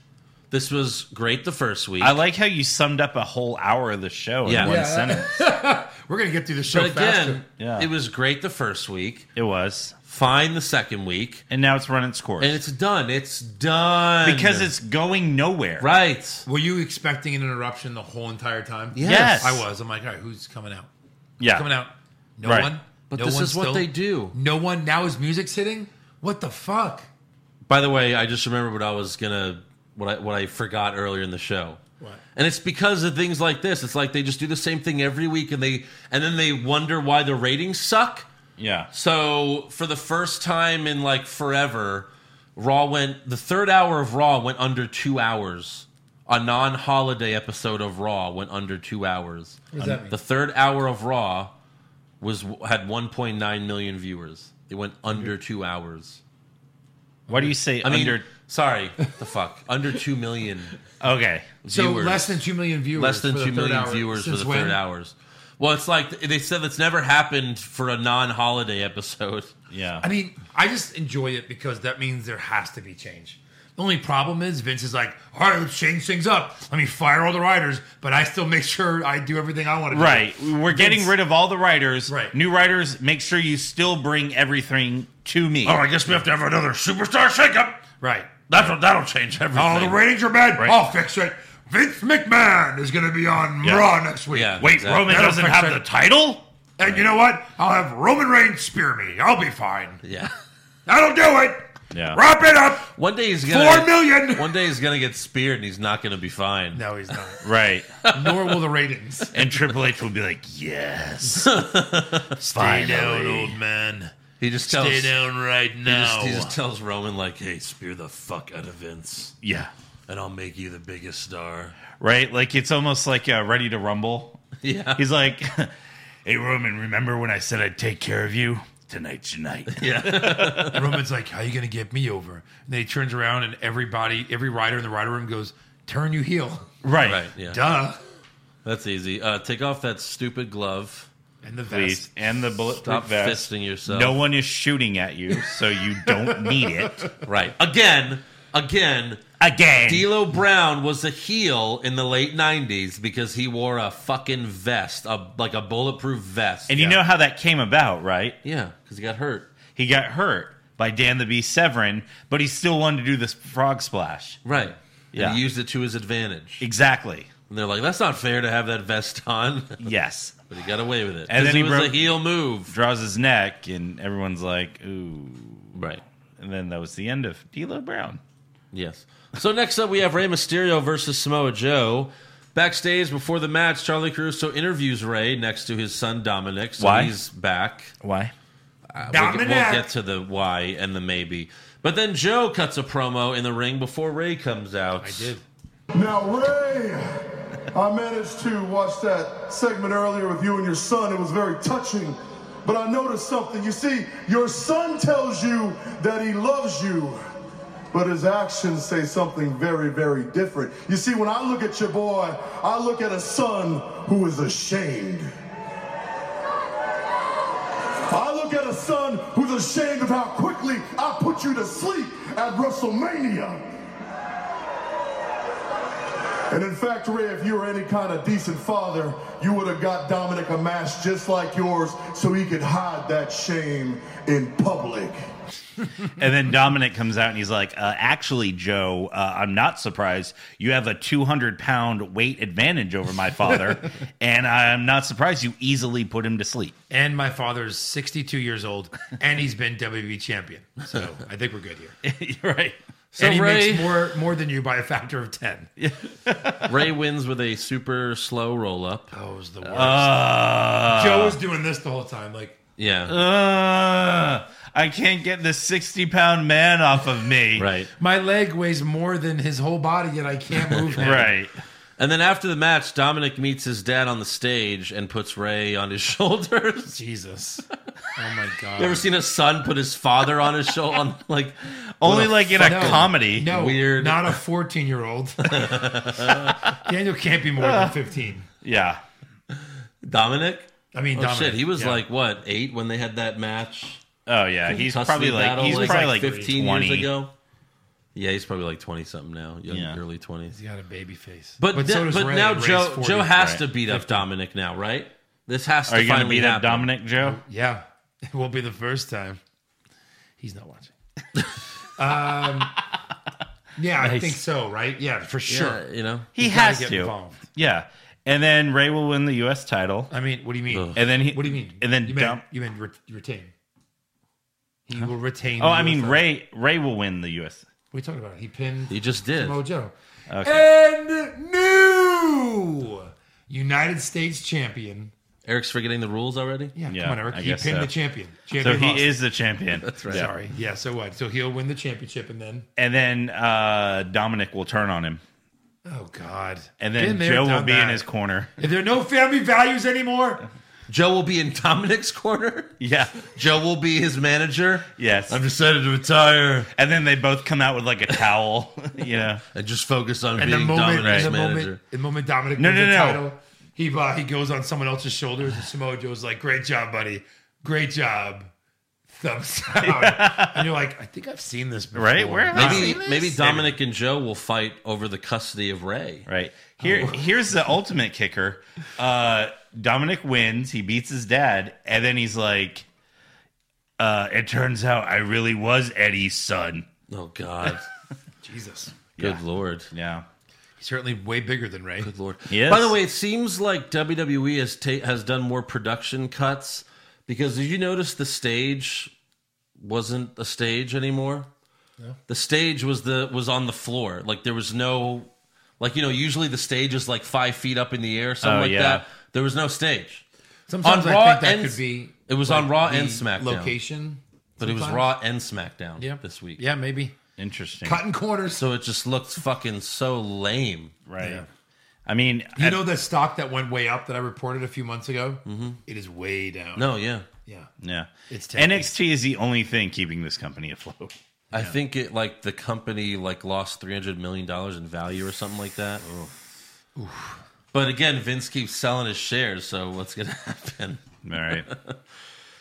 This was great the first week.
I like how you summed up a whole hour of the show in
Yeah.
one
Yeah.
sentence.
We're gonna get through the show
but again,
faster.
Yeah.
it was great the first week.
It was.
Fine the second week,
And now it's run its course.
and it's done. It's done
because it's going nowhere.
right.
Were you expecting an interruption the whole entire time?
Yes.
I was. I'm like, all right, who's coming out?
Yeah.
Coming out. No
Right.
one.
But
no
this
one
is what
still-
they do.
No one. Now his music's hitting. What the fuck?
By the way, I just remembered what I was gonna what I what I forgot earlier in the show.
What?
And it's because of things like this. It's like they just do the same thing every week and they and then they wonder why the ratings suck.
Yeah.
So for the first time in like forever, Raw went the third hour of Raw went under two hours. A non-holiday episode of Raw went under two hours.
What does that mean?
The third hour of Raw was had 1.9 million viewers. It went under two hours.
Why do you say
I mean,
under?
sorry, the fuck, under two million
Okay.
So
viewers.
less than two million viewers.
less than
for the
two
third
million
hour.
viewers for
Since
the
when?
third hours. Well, it's like they said that's never happened for a non-holiday episode.
Yeah.
I mean, I just enjoy it because that means there has to be change. The only problem is Vince is like, all right, let's change things up. Let me fire all the writers, but I still make sure I do everything I want to do.
Right. We're getting
Vince-
rid of all the writers.
Right.
New writers, make sure you still bring everything to me.
Oh, I guess we have to have another superstar shakeup.
Right.
That's what that'll change everything.
Oh, the ratings are bad. I'll fix it. Vince McMahon is going to be on Raw next week.
Yeah,
Wait,
exactly.
Roman
That'll
doesn't
fix
have
it.
the title?
And you know what? I'll have Roman Reigns spear me. I'll be fine.
Yeah.
That'll do it.
Yeah.
Wrap it up.
One day he's gonna
Four million.
One day he's gonna get speared and he's not gonna be fine.
No, he's not.
Right.
Nor will the ratings.
And Triple H will be like, yes.
Stay down, old man.
He just tells he
down right
just, he just tells Roman like, "Hey, spear the fuck out of Vince,
yeah.
and I'll make you the biggest star."
Right. Like it's almost like uh, ready to rumble.
Yeah.
He's like,
hey, Roman, remember when I said I'd take care of you? Tonight's your night.
Roman's like, "How you gonna get me over?" And then he turns around, and everybody, every rider in the rider room goes, "Turn you heel,
right.
Right. Yeah.
duh."
That's easy. Uh, take off that stupid glove.
And the
Please.
vest.
And the bulletproof
Stop
vest.
fisting yourself.
No one is shooting at you, so you don't need it.
Right. Again, again,
Again.
D'Lo Brown was a heel in the late '90s because he wore a fucking vest, a like a bulletproof vest.
and you know how that came about, right?
yeah, because he got hurt.
He got hurt by Dan the Beast Severin, but he still wanted to do this frog splash.
Right.
Yeah.
And he used it to his advantage.
Exactly.
And they're like, "That's not fair to have that vest on,"
Yes.
but he got away with it.
And then
it
he
was a
broke-
heel move.
Draws his neck, and everyone's like, ooh.
Right.
And then that was the end of D'Lo Brown.
Yes. So next up, we have Rey Mysterio versus Samoa Joe. Backstage before the match, Charlie Caruso interviews Ray next to his son Dominic. So
Why?
he's back.
Why?
We'll get, we'll get to the why and the maybe. But then Joe cuts a promo in the ring before Ray comes out. I
did.
Now, Ray, I managed to watch that segment earlier with you and your son. It was very touching. But I noticed something. You see, your son tells you that he loves you, but his actions say something very, very different. You see, when I look at your boy, I look at a son who is ashamed. I look at a son who's ashamed of how quickly I put you to sleep at WrestleMania. And in fact, Ray, if you were any kind of decent father, you would have got Dominic a mask just like yours so he could hide that shame in public.
And then Dominic comes out and he's like, uh, "Actually, Joe, uh, I'm not surprised. You have a 200 pound weight advantage over my father, and I'm not surprised you easily put him to sleep."
And my father's 62 years old, and he's been WWE champion. So I think we're good here.
You're right.
So
and he
Ray,
makes more more than you by a factor of 10.
Ray wins with a super slow roll up.
That was the worst.
Uh,
Joe was doing this the whole time. Like,
Yeah,
uh, I can't get this 60 pound man off of me.
right.
my leg weighs more than his whole body, yet I can't move him.
Right.
And then after the match, Dominic meets his dad on the stage and puts Ray on his shoulders.
Jesus. Oh my God.
you ever seen a son put his father on his shoulder? On like,
Only like in a
No.
comedy.
No,
Weird.
Not a 14 year old. Daniel can't be more
Ah.
than 15.
Yeah.
Dominic.
I mean,
Oh
Dominic,
shit, he was
yeah.
like what eight when they had that match?
Oh yeah, he's
Custody
probably like
battle,
he's probably like,
fifteen
20.
years ago. Yeah, he's probably like twenty something now, young,
Yeah.
early twenties.
He's got a baby face.
But
so
th-
does
but
Ray.
now
Ray's
Joe
40.
Joe has
Right.
to beat up Dominic now, right? This has
Are
to
you going to
finally
beat up
happen.
Dominic Joe?
Yeah. It won't be the first time. He's not watching. um, yeah, I think so, right? Yeah, for sure.
Yeah, you know.
He
He's gotta
has
get
to.
involved.
Yeah, and then Ray will win the U.S. title,
I mean, what do you mean?
and then he.
What do you mean?
And then
you
Dom-
mean, you mean re- retain. He will retain.
oh,
the
I mean
UFO.
Ray. Ray will win the U.S.
What are you talking about? He pinned
He just did.
Samoa Joe.
Okay.
And new United States champion.
Eric's forgetting the rules already.
Yeah,
Yeah,
come on, Eric.
I
He pinned
guess so.
the champion.
So
champion
he
lost.
is the champion. That's right.
Sorry. Yeah, so what? So he'll win the championship and then.
And then uh, Dominic will turn on him,
Oh, God.
and then
Been there,
Joe will
done
be in
that.
his corner.
If there are no family values anymore,
Joe will be in Dominic's corner.
Yeah.
Joe will be his manager.
Yes.
I've decided to retire
and then they both come out with like a towel. you know.
and just focus on
and
being
the moment,
Dominic's
the
manager.
moment, the moment Dominic
No,
wins
no,
the
no.
title, he uh, he goes on someone else's shoulders, and Samoa Joe's like, "Great job, buddy. Great job." Thumbs down. and you're like, I think I've seen this before.
Right? Where have I
Maybe maybe Dominic and Joe will fight over the custody of Ray.
Right. Here,
Oh.
here's the ultimate kicker. Uh, Dominic wins. He beats his dad, and then he's like, uh, "It turns out I really was Eddie's son."
Oh God.
Jesus.
Good lord.
Yeah.
He's certainly way bigger than Ray.
Good lord.
Yes.
By the way, it seems like WWE has ta- has done more production cuts because did you notice the stage wasn't a stage anymore? The stage was the was on the floor. Like there was no like you know, usually the stage is like five feet up in the air, something
Oh,
like
yeah.
that. There was no stage.
Sometimes
On
I
Raw
think that
and-
could be.
It was on Raw
the
and SmackDown.
Location,
But it was
sometimes.
Raw and SmackDown
Yeah,
this week.
Yeah, maybe
Interesting.
cutting corners.
So it just looked fucking so lame.
Right.
Yeah.
I mean,
You
at-
know that stock that went way up that I reported a few months ago? Mm-hmm. is way down.
No, yeah.
Yeah.
yeah.
It's tacky.
NXT is the only thing keeping this company afloat.
I think it like the company like lost three hundred million dollars in value or something like that. But again, Vince keeps selling his shares, so what's gonna happen?
All right.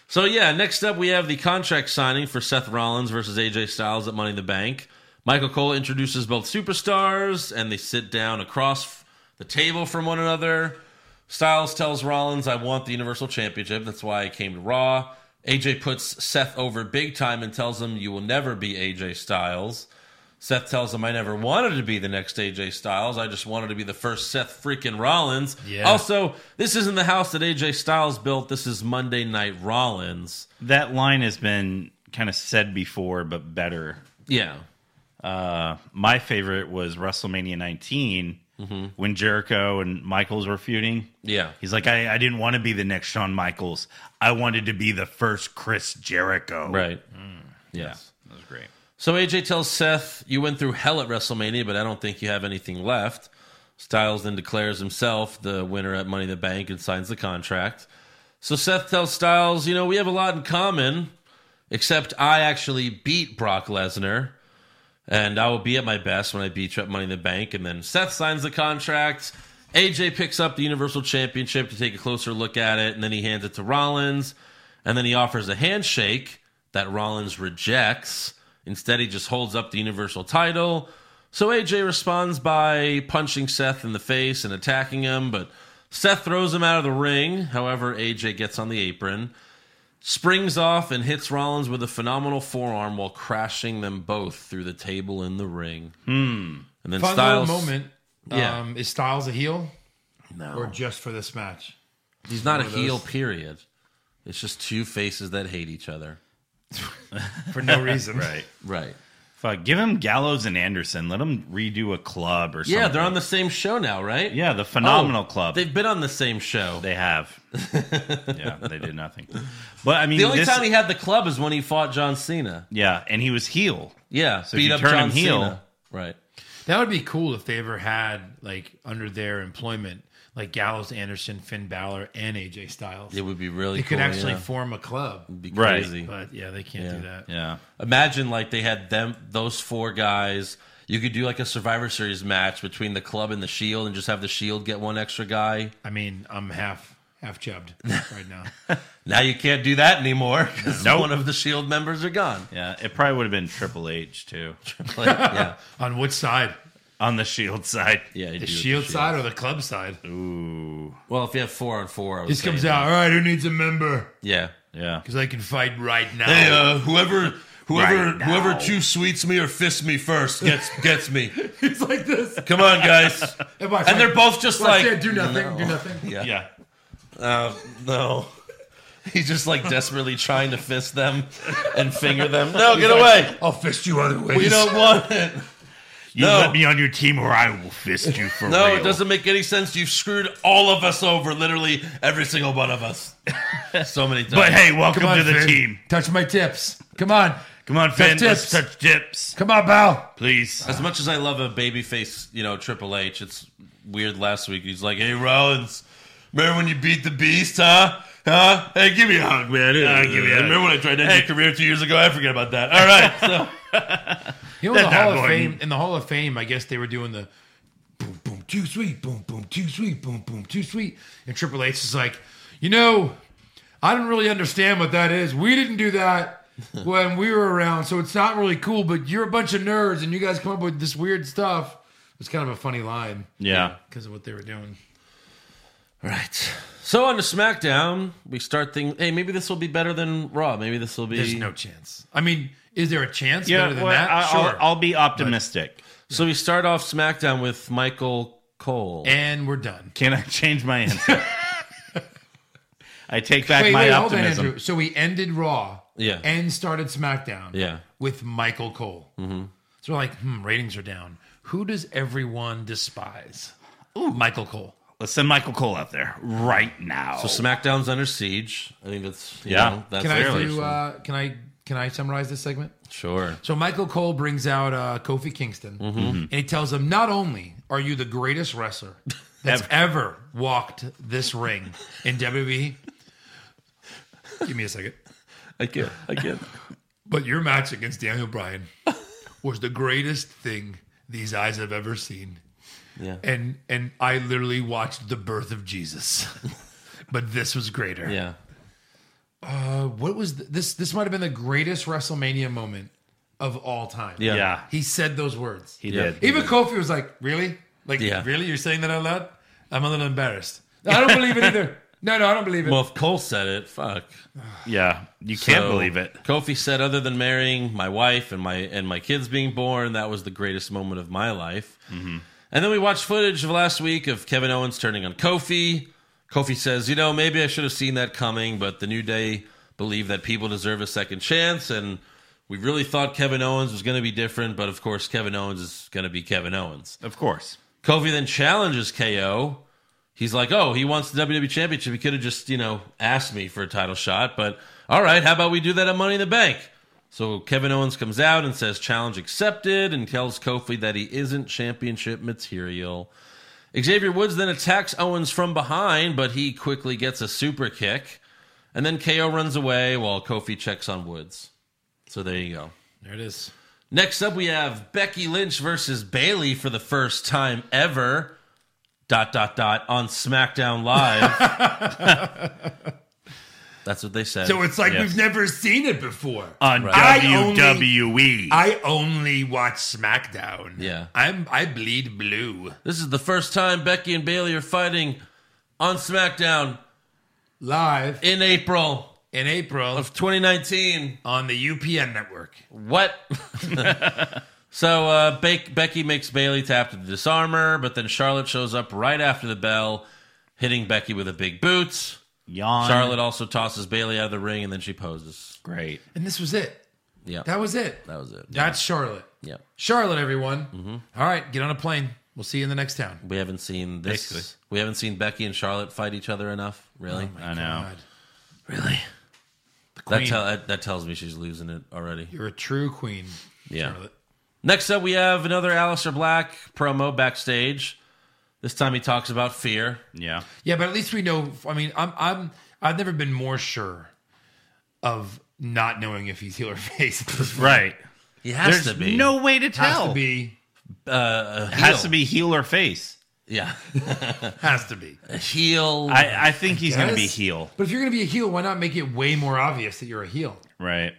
So yeah, next up we have the contract signing for Seth Rollins versus AJ Styles at Money in the Bank. Michael Cole introduces both superstars, and they sit down across the table from one another. Styles tells Rollins, "I want the Universal Championship. That's why I came to Raw." AJ puts Seth over big time and tells him, "You will never be AJ Styles." Seth tells him, "I never wanted to be the next AJ Styles. I just wanted to be the first Seth freaking Rollins."
Yeah.
Also, this isn't the house that AJ Styles built. This is Monday Night Rollins.
that line has been kind of said before, but better.
Yeah.
Uh, my favorite was WrestleMania 19
Mm-hmm.
when Jericho and Michaels were feuding.
Yeah.
He's like, I, I didn't want to be the next Shawn Michaels. I wanted to be the first Chris Jericho.
Right. Yeah.
That was great.
So AJ tells Seth, You went through hell at WrestleMania, but I don't think you have anything left. Styles then declares himself the winner at Money in the Bank and signs the contract. So Seth tells Styles, You know, we have a lot in common, except I actually beat Brock Lesnar. And I will be at my best when I beat you at Money in the Bank. And then Seth signs the contract. AJ picks up the Universal Championship to take a closer look at it. And then he hands it to Rollins. And then he offers a handshake that Rollins rejects. Instead, he just holds up the Universal title. So AJ responds by punching Seth in the face and attacking him. But Seth throws him out of the ring. However, AJ gets on the apron. springs off and hits Rollins with a phenomenal forearm while crashing them both through the table in the ring. Hmm. And then
Fun
Styles
little moment.
Yeah.
Um, is Styles a heel
No.
or just for this match?
He's not a heel, period. It's just two faces that hate each other.
For no reason.
Right.
Right.
Fuck. Give him Gallows and Anderson. Let him redo a club or something.
Yeah, they're on the same show now, right?
Yeah, the
Oh,
phenomenal club.
They've been on the same show.
They have. yeah, they did nothing. But I mean,
the only
this-
time he had the club is when he fought John Cena.
yeah, and he was heel.
Yeah,
So if you turn him heel-
Right.
That would be cool if they ever had like under their employment, like Gallows, Anderson, Finn Balor, and AJ Styles.
It would be really
they
cool.
could actually
yeah.
form a club,
be
Right.
crazy.
but yeah, they can't do that.
Yeah,
Imagine like they had them those four guys. You could do like a Survivor Series match between the club and the Shield, and just have the Shield get one extra guy.
I mean, I'm half half chubbed right now.
Now you can't do that anymore because one of the Shield members are gone.
yeah. It probably would have been Triple H too
Like, yeah,
On which side?
on the Shield side.
yeah. you do
The
it
Shield side or the Club side?
Ooh,
Well, if you have four on four, I would
This
say
comes
that.
out. All right, who needs a member?
Yeah.
yeah.
Because I can fight right now.
Hey, uh, whoever, whoever,
Right now.
whoever two sweets me or fists me first gets gets me.
it's like this.
Come on, guys.
And, my
And
friend-
they're both just
my
like,
friend, do nothing, do nothing.
yeah,
Yeah,
Uh, no. He's just like desperately trying to fist them and finger them. No, get away.
I'll fist you other ways.
We don't want it.
You
No.
let me on your team or I will fist you for
No,
real.
it doesn't make any sense. You've screwed all of us over, literally every single one of us. so many times.
But hey, welcome
Come on,
to the
Finn.
team.
Touch my tips. Come on,
Come on, Finn.
tips.
Let's touch dips,
come on, pal.
please.
As much as I love a babyface, you know, Triple H, it's weird last week. He's like, hey, Rollins, remember when you beat the beast, huh? Huh? Hey, give me a hug, man.
Yeah, give me a hug.
Remember when I tried to end your career two years ago? I forget about that. All right. So,
You know, in the
That's not
Hall of
going-
Fame. In the Hall of Fame, I guess they were doing the boom, boom, too sweet, boom, boom, too sweet, boom, boom, too sweet. And Triple H is like, you know, I don't really understand what that is. We didn't do that when we were around, so it's not really cool. But you're a bunch of nerds, and you guys come up with this weird stuff. It's kind of a funny line
yeah.
because of what they were doing.
right. So on to SmackDown, we start things. Hey, maybe this will be better than Raw. Maybe this will be.
There's no chance. I mean, is there a chance
Yeah,
better than
well,
that?
I,
sure.
will I'll be optimistic.
So we start off SmackDown with Michael Cole.
and we're done.
Can I change my answer? I take back
Wait,
my
wait, hold on,
optimism.
Andrew. So we ended Raw,
Yeah.
and started SmackDown,
Yeah.
with Michael Cole. Mm-hmm. So we're like, hmm, ratings are down. Who does everyone despise? Michael Cole.
Let's send Michael Cole out there right now.
so SmackDown's under siege. I think that's you
Yeah.
Know, that's
Can I
clearly-
do? Uh, can I? Can I summarize this segment?
sure.
So Michael Cole brings out uh, Kofi Kingston, and he tells him, "Not only are you the greatest wrestler that's ever walked this ring in WWE, give me a second,
I get. I get.
But your match against Daniel Bryan was the greatest thing these eyes have ever seen.
Yeah.
And and I literally watched the birth of Jesus. but this was greater.
Yeah.
Uh, what was th- this this might have been the greatest WrestleMania moment of all time.
Yeah.
yeah,
He said those words.
he
Yeah.
did.
Even Kofi was like, "Really? Like
Yeah.
really you're saying that out loud? I'm a little embarrassed. I don't believe it either. No, no, I don't believe it."
Well, if Cole said it, fuck.
yeah, you can't
So,
believe it.
Kofi said, other than marrying my wife and my and my kids being born, that was the greatest moment of my life.
Mm-hmm.
And then we watched footage of last week of Kevin Owens turning on Kofi. Kofi says, you know, maybe I should have seen that coming, but the New Day believe that people deserve a second chance, and we really thought Kevin Owens was going to be different, but of course, Kevin Owens is going to be Kevin Owens.
Of course.
Kofi then challenges KO. He's like, oh, he wants the WWE Championship. He could have just, you know, asked me for a title shot, but all right, how about we do that at Money in the Bank? So Kevin Owens comes out and says, challenge accepted, and tells Kofi that he isn't championship material. Xavier Woods then attacks Owens from behind, but he quickly gets a super kick. And then KO runs away while Kofi checks on Woods. So there you go.
there it is.
Next up, we have Becky Lynch versus Bailey for the first time ever. Dot dot dot on SmackDown Live. That's what they said.
So it's like we've never seen it before.
On
I only-
E.
WWE.
Uh, I only watch SmackDown.
Yeah.
I'm I bleed blue.
this is the first time Becky and Bailey are fighting on SmackDown
Live
in April.
in April
of 2019.
on the UPN network.
What? so uh, Be- Becky makes Bailey tap to disarm her, but then Charlotte shows up right after the bell, hitting Becky with a big boot.
Yawn.
Charlotte also tosses Bailey out of the ring, and then she poses.
Great.
And this was it.
Yeah,
That was it.
that was it.
That's Charlotte.
Yeah, Mm-hmm.
Charlotte, everyone. All right, get on a plane. We'll see you in the next town.
we haven't seen this.
Basically.
We haven't seen Becky and Charlotte fight each other enough. Really,
I know.
Oh God,
really.
queen.
That, tell that, that tells me she's losing it already.
you're a true queen.
Yeah.
Charlotte.
Next up, we have another Alistair Black promo backstage. This time he talks about fear.
Yeah.
Yeah, but at least we know. I mean, I'm, I'm, I've never been more sure of not knowing if he's heel or face. It
Right.
He has
There's
to be.
no way to
has
tell.
to be.
uh,
It has to be heel or face.
Yeah.
Has to be.
Heel.
I, I think he's going to be
guess.
heel.
But if you're gonna be a heel, why not make it way more obvious that you're a heel?
Right.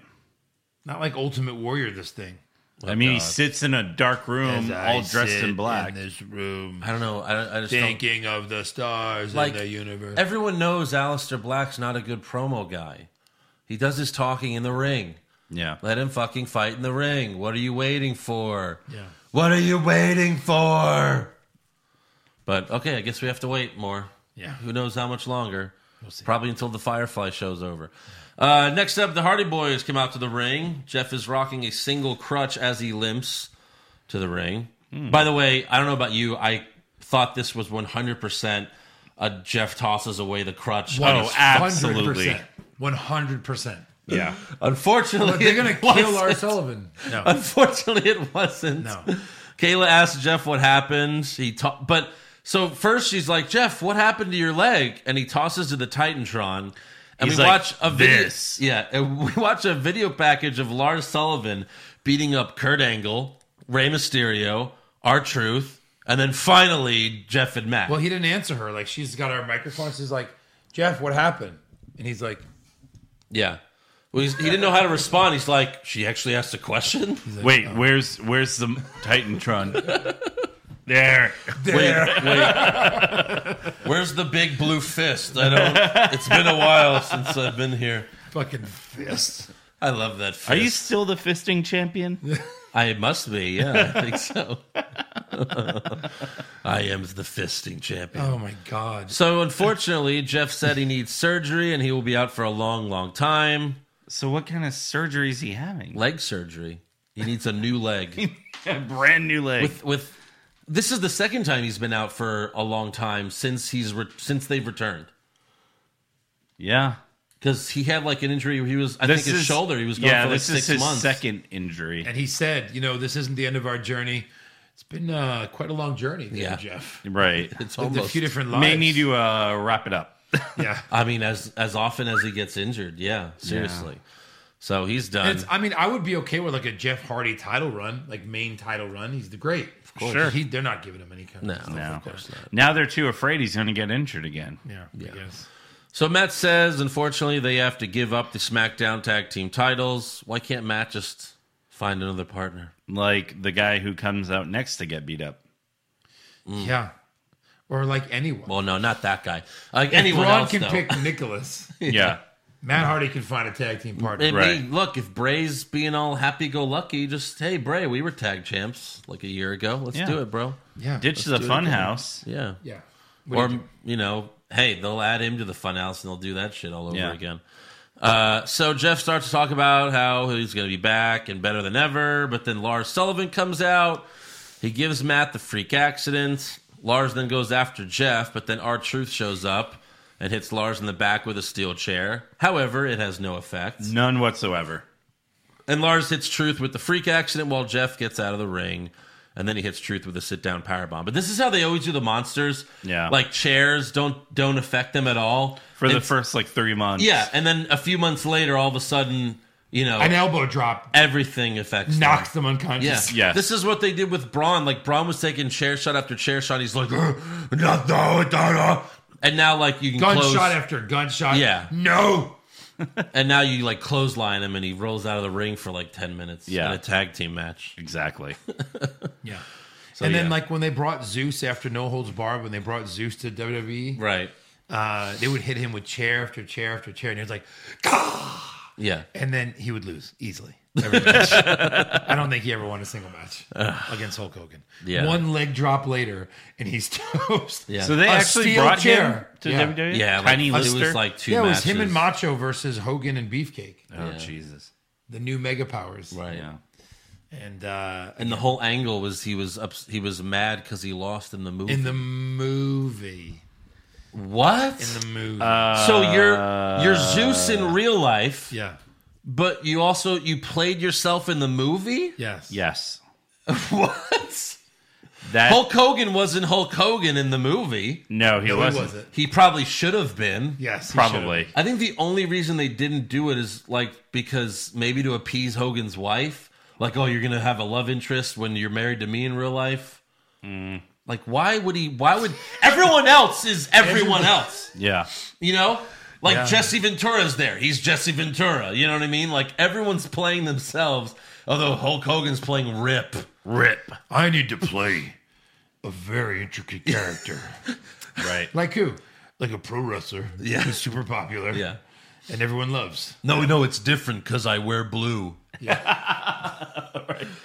Not like Ultimate Warrior. This thing.
Oh,
I mean, he sits in a dark
Um,
room, all dressed in black.
this room,
I don't know. I, don't, I just don't.
thinking of the stars
Like,
and the universe.
Everyone knows Alistair Black's not a good promo guy. He does his talking in the ring.
yeah.
Let him fucking fight in the ring. What are you waiting for?
Yeah.
What are you waiting for? But okay, I guess we have to wait more.
Yeah.
Who knows how much longer? Probably until the Firefly show's over. Uh, next up, the Hardy Boys come out to the ring. Jeff is rocking a single crutch as he limps to the ring.
Hmm.
By the way, I don't know about you. I thought this was 100% a Jeff tosses away the crutch.
Oh, absolutely.
one hundred percent.
Yeah.
Unfortunately,
But they're gonna
it wasn't.
kill R. Sullivan. No,
Unfortunately, it wasn't.
No.
Kayla asked Jeff what happened. He ta- but so first she's like, Jeff, what happened to your leg? And he tosses to the Titantron. And
He's
we
like,
watch a video.
"This."
Yeah, and we watch a video package of Lars Sullivan beating up Kurt Angle, Rey Mysterio, R Truth, and then finally Jeff and Matt.
well, he didn't answer her. Like she's got her microphone. She's like, Jeff, what happened? And he's like,
yeah. Well, he's, he didn't know how to respond. He's like, she actually asked a question.
Wait, where's where's the Titantron?
There.
Where's the big blue fist? I don't. It's been a while since I've been here.
fucking fist.
I love that fist.
Are you still the fisting champion?
I must be. Yeah, I think so. I am the fisting champion.
Oh my god.
So unfortunately, Jeff said he needs surgery and he will be out for a long, long time.
So what kind of surgery is he having?
Leg surgery. He needs a new leg.
A brand new leg.
with with this is the second time he's been out for a long time since he's re- since they've returned.
yeah.
Because he had like an injury where he was, I think his shoulder, he was going
yeah,
for like
this
six
is his
months.
second injury.
And he said, you know, this isn't the end of our journey. It's been uh, quite a long journey, there,
Yeah.
Jeff.
Right.
It's
Lived a
almost
few different lives.
May need to uh, wrap it up.
Yeah.
I mean, as as often as he gets injured, yeah, seriously. So he's done.
It's, I mean, I would be okay with like a Jeff Hardy title run, like main title run. He's the great. Of course.
Sure.
He, they're not giving him any kind
no,
of
No.
of course not.
Now they're too afraid he's going to get injured again.
Yeah, I guess.
So Matt says, unfortunately, they have to give up the SmackDown tag team titles. Why can't Matt just find another partner?
Like the guy who comes out next to get beat up.
Yeah. Or like anyone.
Well, no, not that guy. Like anyone
Braun
else,
can
though.
pick Nicholas.
Yeah.
Matt Hardy can find a tag team partner.
It may-
Right.
look, if Bray's being all happy-go-lucky, just hey, Bray, we were tag champs like a year ago. Let's
Yeah.
do it, bro.
yeah.
Ditch the fun house.
Yeah.
yeah.
or you know, hey, they'll add him to the funhouse and they'll do that shit all over
Yeah.
again. Uh, so Jeff starts to talk about how he's going to be back and better than ever, but then Lars Sullivan comes out. He gives Matt the freak accident. Lars then goes after Jeff, but then R Truth shows up and hits Lars in the back with a steel chair. However, it has no effect.
None whatsoever.
And Lars hits Truth with the freak accident while Jeff gets out of the ring. And then he hits Truth with a sit down power bomb. But this is how they always do the monsters.
Yeah.
Like chairs don't don't affect them at all.
For the
And-
first like three months.
Yeah. And then a few months later, all of a sudden, you know,
An elbow drop
everything affects
knocks
them.
them
Yeah.
unconscious.
Yes.
This is what they did with Braun. Like Braun was taking chair shot after chair shot. He's like, "Ugh."
No, no, no, no.
and now like you can
Gunshot
close
after gunshot.
Yeah.
No.
and now you like clothesline him and he rolls out of the ring for like ten minutes
Yeah.
in a tag team match.
Exactly.
Yeah. and then
yeah.
like when they brought Zeus after No Holds Barred, when they brought Zeus to WWE,
Right.
Uh, they would hit him with chair after chair after chair, and he was like, "Gah!"
Yeah.
and then he would lose easily. Every match. I don't think he ever won a single match against Hulk Hogan.
Yeah.
One leg drop later, and he's toast.
Yeah.
So they
A
actually
steel
brought
chair.
him to
Yeah.
WWE.
Yeah. like,
Tiny
it was
Lister.
like two
yeah, it was
matches.
him and Macho versus Hogan and Beefcake,
oh Jesus.
the new Mega Powers.
Right.
Yeah.
And uh,
And the whole angle was he was up, he was mad because he lost in the movie.
in the movie,
what?
in the movie,
so
uh,
you're you're Zeus in real life,
yeah,
but you also you played yourself in the movie.
yes,
Yes.
What?
That
Hulk Hogan wasn't Hulk Hogan in the movie.
no, he
No, it
wasn't.
wasn't.
He probably should have been.
Yes, he
Probably.
I think the only reason they didn't do it is like because maybe to appease Hogan's wife, like oh you're gonna have a love interest when you're married to me in real life.
Mm.
Like why would he? Why would everyone else is everyone else?
Yeah.
You know, like
Yeah.
Jesse Ventura's there. He's Jesse Ventura. You know what I mean? Like everyone's playing themselves. Although Hulk Hogan's playing Rip.
Rip, I need to play a very intricate character,
Right.
like who?
like a pro wrestler.
Yeah.
who's super popular.
Yeah.
And everyone loves.
No, no, it's different because I wear blue.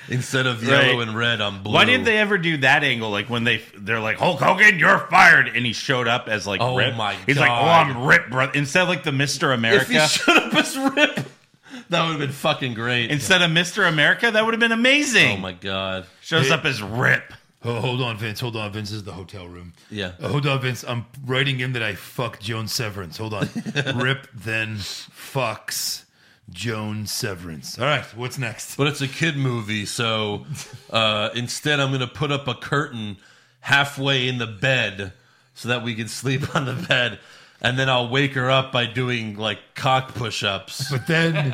Instead of yellow
Right.
and red, I'm blue.
Why didn't they ever do that angle? Like when they they're like Hulk Hogan, you're fired, and he showed up as like
Oh
Rip.
my
He's like, oh,
God.
I'm Rip, bro. Instead of like the Mister
If he
America,
showed up as Rip, that would have been fucking great.
instead of Mister America, that would have been amazing.
oh my god.
Shows up as Rip.
Oh, hold on, Vince. Hold on. Vince This is the hotel room.
Yeah.
Uh, hold on, Vince. I'm writing in that I fuck Joan Severance. Hold on. Rip then fucks Joan Severance. All right. What's next?
But it's a kid movie, so uh, instead I'm gonna put up a curtain halfway in the bed so that we can sleep on the bed, and then I'll wake her up by doing like cock push-ups.
But then,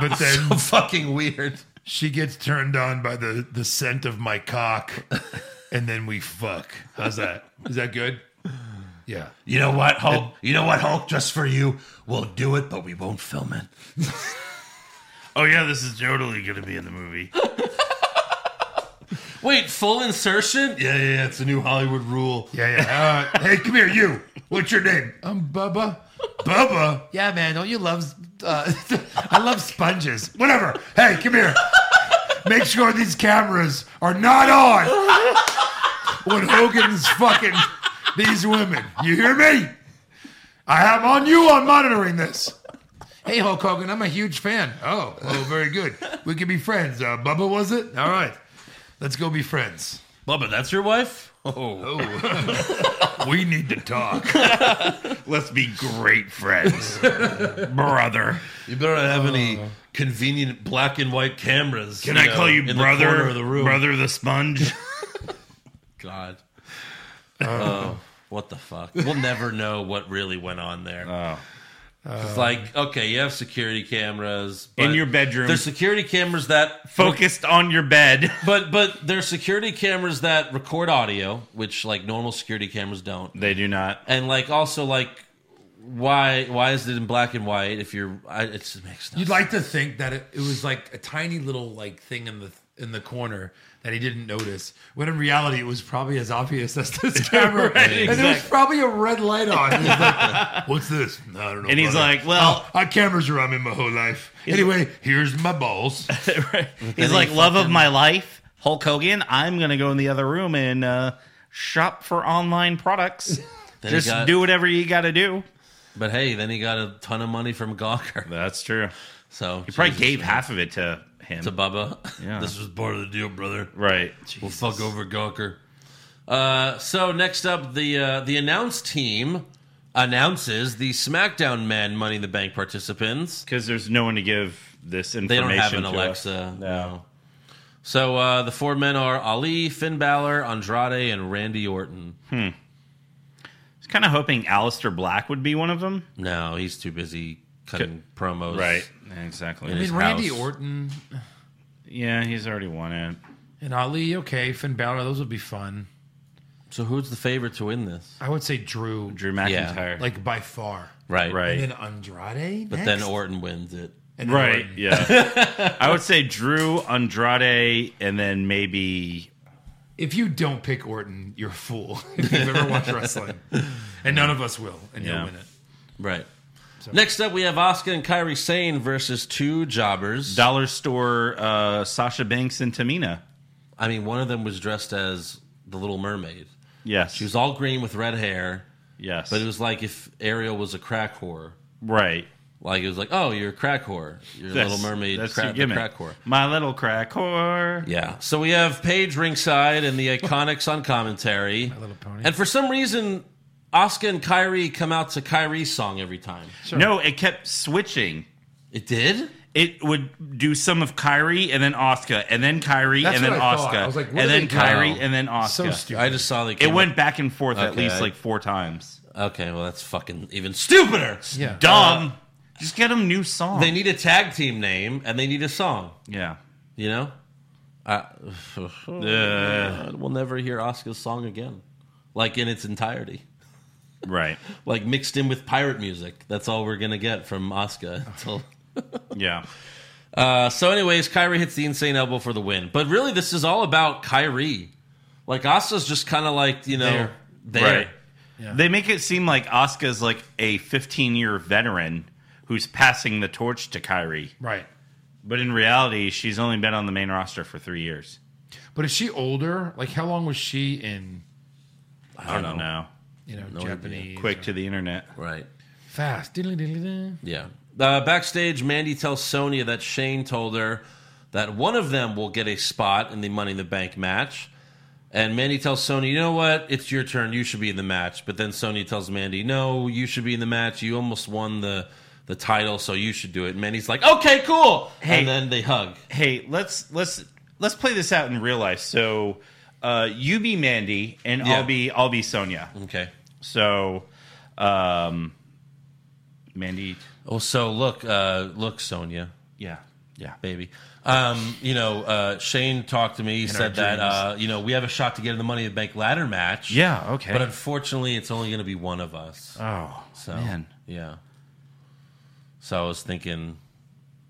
but then
fucking weird.
she gets turned on by the the scent of my cock, and then we fuck. How's that? Is that good? Yeah.
You know what, Hulk? You know what, Hulk? Just for you, we'll do it, but we won't film it.
Oh yeah, this is totally gonna be in the movie.
Wait, full insertion? Yeah, yeah, yeah, it's a new Hollywood rule.
Yeah. Yeah. Uh, hey, come here, you. What's your name? I'm Bubba. Bubba. Yeah, man. Don't you love? Uh, I love sponges. Whatever. Hey, come here. Make sure these cameras are not on when Hogan's fucking these women. You hear me? I have on you on monitoring this. Hey, Hulk Hogan, I'm a huge fan. Oh, well, very good. We can be friends. Uh, Bubba, was it? All right. Let's go be friends.
Bubba, that's your wife?
We need to talk.
Let's be great friends, brother.
You better not have any convenient black and white cameras.
Can
you
I
know,
call you
in the corner
brother?
of the room.
Brother the sponge.
God. Oh, what the fuck? We'll never know what really went on there.
Oh.
It's like, okay, you have security cameras
In
but
your bedroom.
There's security cameras that
Focused on your bed.
but but there's security cameras that record audio, which like normal security cameras don't.
They do not.
and like also like why why is it in black and white if you're I, it just makes no
You'd like to think that it, it was like a tiny little like thing in the in the corner that he didn't notice, when in reality it was probably as obvious as this camera, and there was probably a red light on. And he's like, "What's this?" I don't know.
And he's
brother.
like, well,
"Our cameras are on me my whole life." Anyway, here's my balls.
he's like, love of my life, Hulk Hogan. I'm gonna go in the other room and uh, shop for online products.
he
Just
got-
do whatever you got to do.
but hey then he got a ton of money from Gawker
That's true.
so
You probably gave half of it to him.
to Bubba
Yeah.
this was part of the deal brother
right.
we'll fuck over Gawker uh so next up the uh the announce team announces the SmackDown men Money in the Bank participants
Because there's no one to give this
they
information
don't have an
to us.
Alexa
No.
so uh the four men are Ali Finn Balor Andrade and Randy Orton
I was kind of hoping Alistair Black would be one of them.
no he's too busy cutting promos
Exactly.
his
Randy
house.
Orton
Yeah, he's already won it.
and Ali, okay, Finn Balor, those would be fun.
So who's the favorite to win this?
I would say Drew,
Drew McIntyre.
like by far,
Right.
right.
and then Andrade,
But
next?
then Orton wins it.
And
right.
Orton.
Yeah. I would say Drew, Andrade, and then maybe
If you don't pick Orton, you're a fool. If you've ever watched wrestling, and none of us will, and
Yeah.
you'll win it.
Right. Next up, we have Oscar and Kyrie Sane versus two jobbers.
Dollar store uh, Sasha Banks and Tamina.
I mean, one of them was dressed as the Little Mermaid.
Yes.
She was all green with red hair,
yes.
but it was like if Ariel was a crack whore.
right.
Like it was like, oh, you're a crack whore. You're a Little Mermaid crack, the
your gimmick.
crack whore.
My little crack whore.
Yeah. So we have Paige ringside and the Iconics on commentary.
Little Pony.
And for some reason, Oscar and Kyrie come out to Kyrie's song every time.
No, it kept switching.
It did.
It would do some of Kyrie and then Oscar and then Kyrie
That's
and then
what I thought.
Oscar
I was like, what
and
are
then
they
Kyrie
doing?
and then
So
Oscar.
stupid.
I just saw they.
it
came
went
up-
back and forth at
Okay.
least like four times.
Okay, well that's fucking even stupider.
yeah.
Dumb. Uh, Just get them new songs.
They need a tag team name and they need a song.
yeah.
You know. I,
Uh,
God, we'll never hear Oscar's song again, like in its entirety,
Right.
like mixed in with pirate music. That's all we're gonna get from Oscar until.
Yeah.
Uh, so, anyways, Kyrie hits the insane elbow for the win. But really, this is all about Kyrie. Like Oscar's just kind of like you know there.
There.
Right. They make it seem like Asuka's like a 15 year veteran who's passing the torch to Kyrie.
Right.
But in reality, she's only been on the main roster for three years.
But is she older? Like, how long was she in,
I don't know.
you know,
idea.
Japanese?
Quick
or-
to the internet.
Right.
Fast. Diddly-diddly-diddly.
Yeah. Uh, backstage, Mandy tells Sonia that Shane told her that one of them will get a spot in the Money in the Bank match. And Mandy tells Sonya, you know what? It's your turn. You should be in the match. But then Sonya tells Mandy, no, you should be in the match. You almost won the, the title, so you should do it. And Mandy's like, okay, cool.
Hey.
And then they hug.
Hey, let's let's let's play this out in real life. So uh, you be Mandy, and
Yeah.
I'll be I'll be Sonia.
Okay.
So, um, Mandy,
Oh, so look, uh, look, Sonya,
yeah, yeah,
baby. Um, you know, uh, Shane talked to me. He said that, uh, you know, we have a shot to get in the Money in the Bank ladder match.
yeah. Okay.
But unfortunately, it's only going to be one of us.
oh
So
man,
yeah. So I was thinking,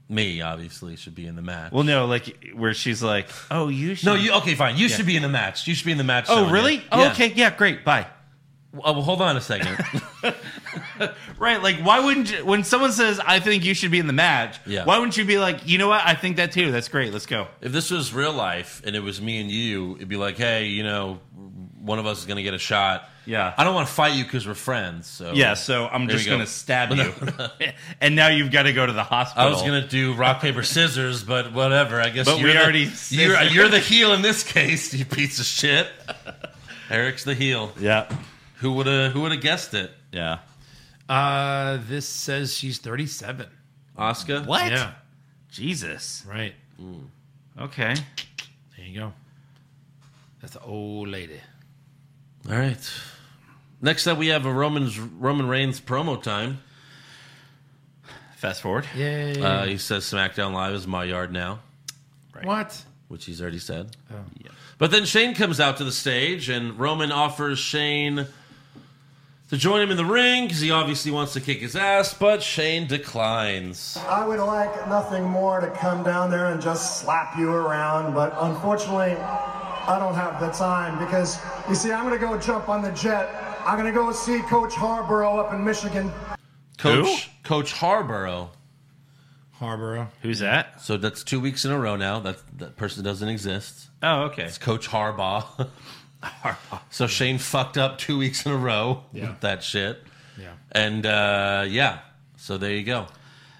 me obviously should be in the match.
Well, no, like where she's like, "Oh, you should."
no, you okay? Fine, you should be in the match. You should be in the match.
Oh,
Sonya.
really? Oh,
Yeah.
okay, yeah, great. Bye.
Well, well, hold on a second.
Right? Like, why wouldn't you, when someone says, "I think you should be in the match,"
Yeah.
why wouldn't you be like, "You know what? I think that too. That's great. Let's go."
if this was real life and it was me and you, it'd be like, hey, you know, one of us is going to get a shot.
Yeah.
I don't want to fight you because we're friends. So
Yeah. So I'm
There
just
we go.
gonna stab you, and now you've got to go to the hospital.
I was gonna do rock paper scissors, but whatever. I guess.
But
you're
we
the,
already
you're,
scissored.
you're the heel in this case. You piece of shit. Eric's the heel.
Yeah.
Who would have? Who would have guessed it?
Yeah.
Uh, this says she's 37.
Oscar.
What?
Yeah.
Jesus.
Right.
Okay.
There you go. That's the old lady.
All right. Next up, we have a Roman's Roman Reigns promo time.
Fast forward.
Yay.
Uh, he says SmackDown Live is my yard now,
What?
which he's already said.
Oh.
But then Shane comes out to the stage, and Roman offers Shane to join him in the ring because he obviously wants to kick his ass, but Shane declines.
I would like nothing more to come down there and just slap you around, but unfortunately, I don't have the time because, you see, I'm going to go jump on the jet. I'm going to go see Coach Harborough up in Michigan.
Coach Coach Harborough.
Harborough.
Who's that?
So that's two weeks in a row now. That that person doesn't exist.
Oh, okay.
It's Coach Harbaugh. So Shane fucked up two weeks in a row
Yeah.
with that shit.
Yeah.
And uh, yeah, so there you go.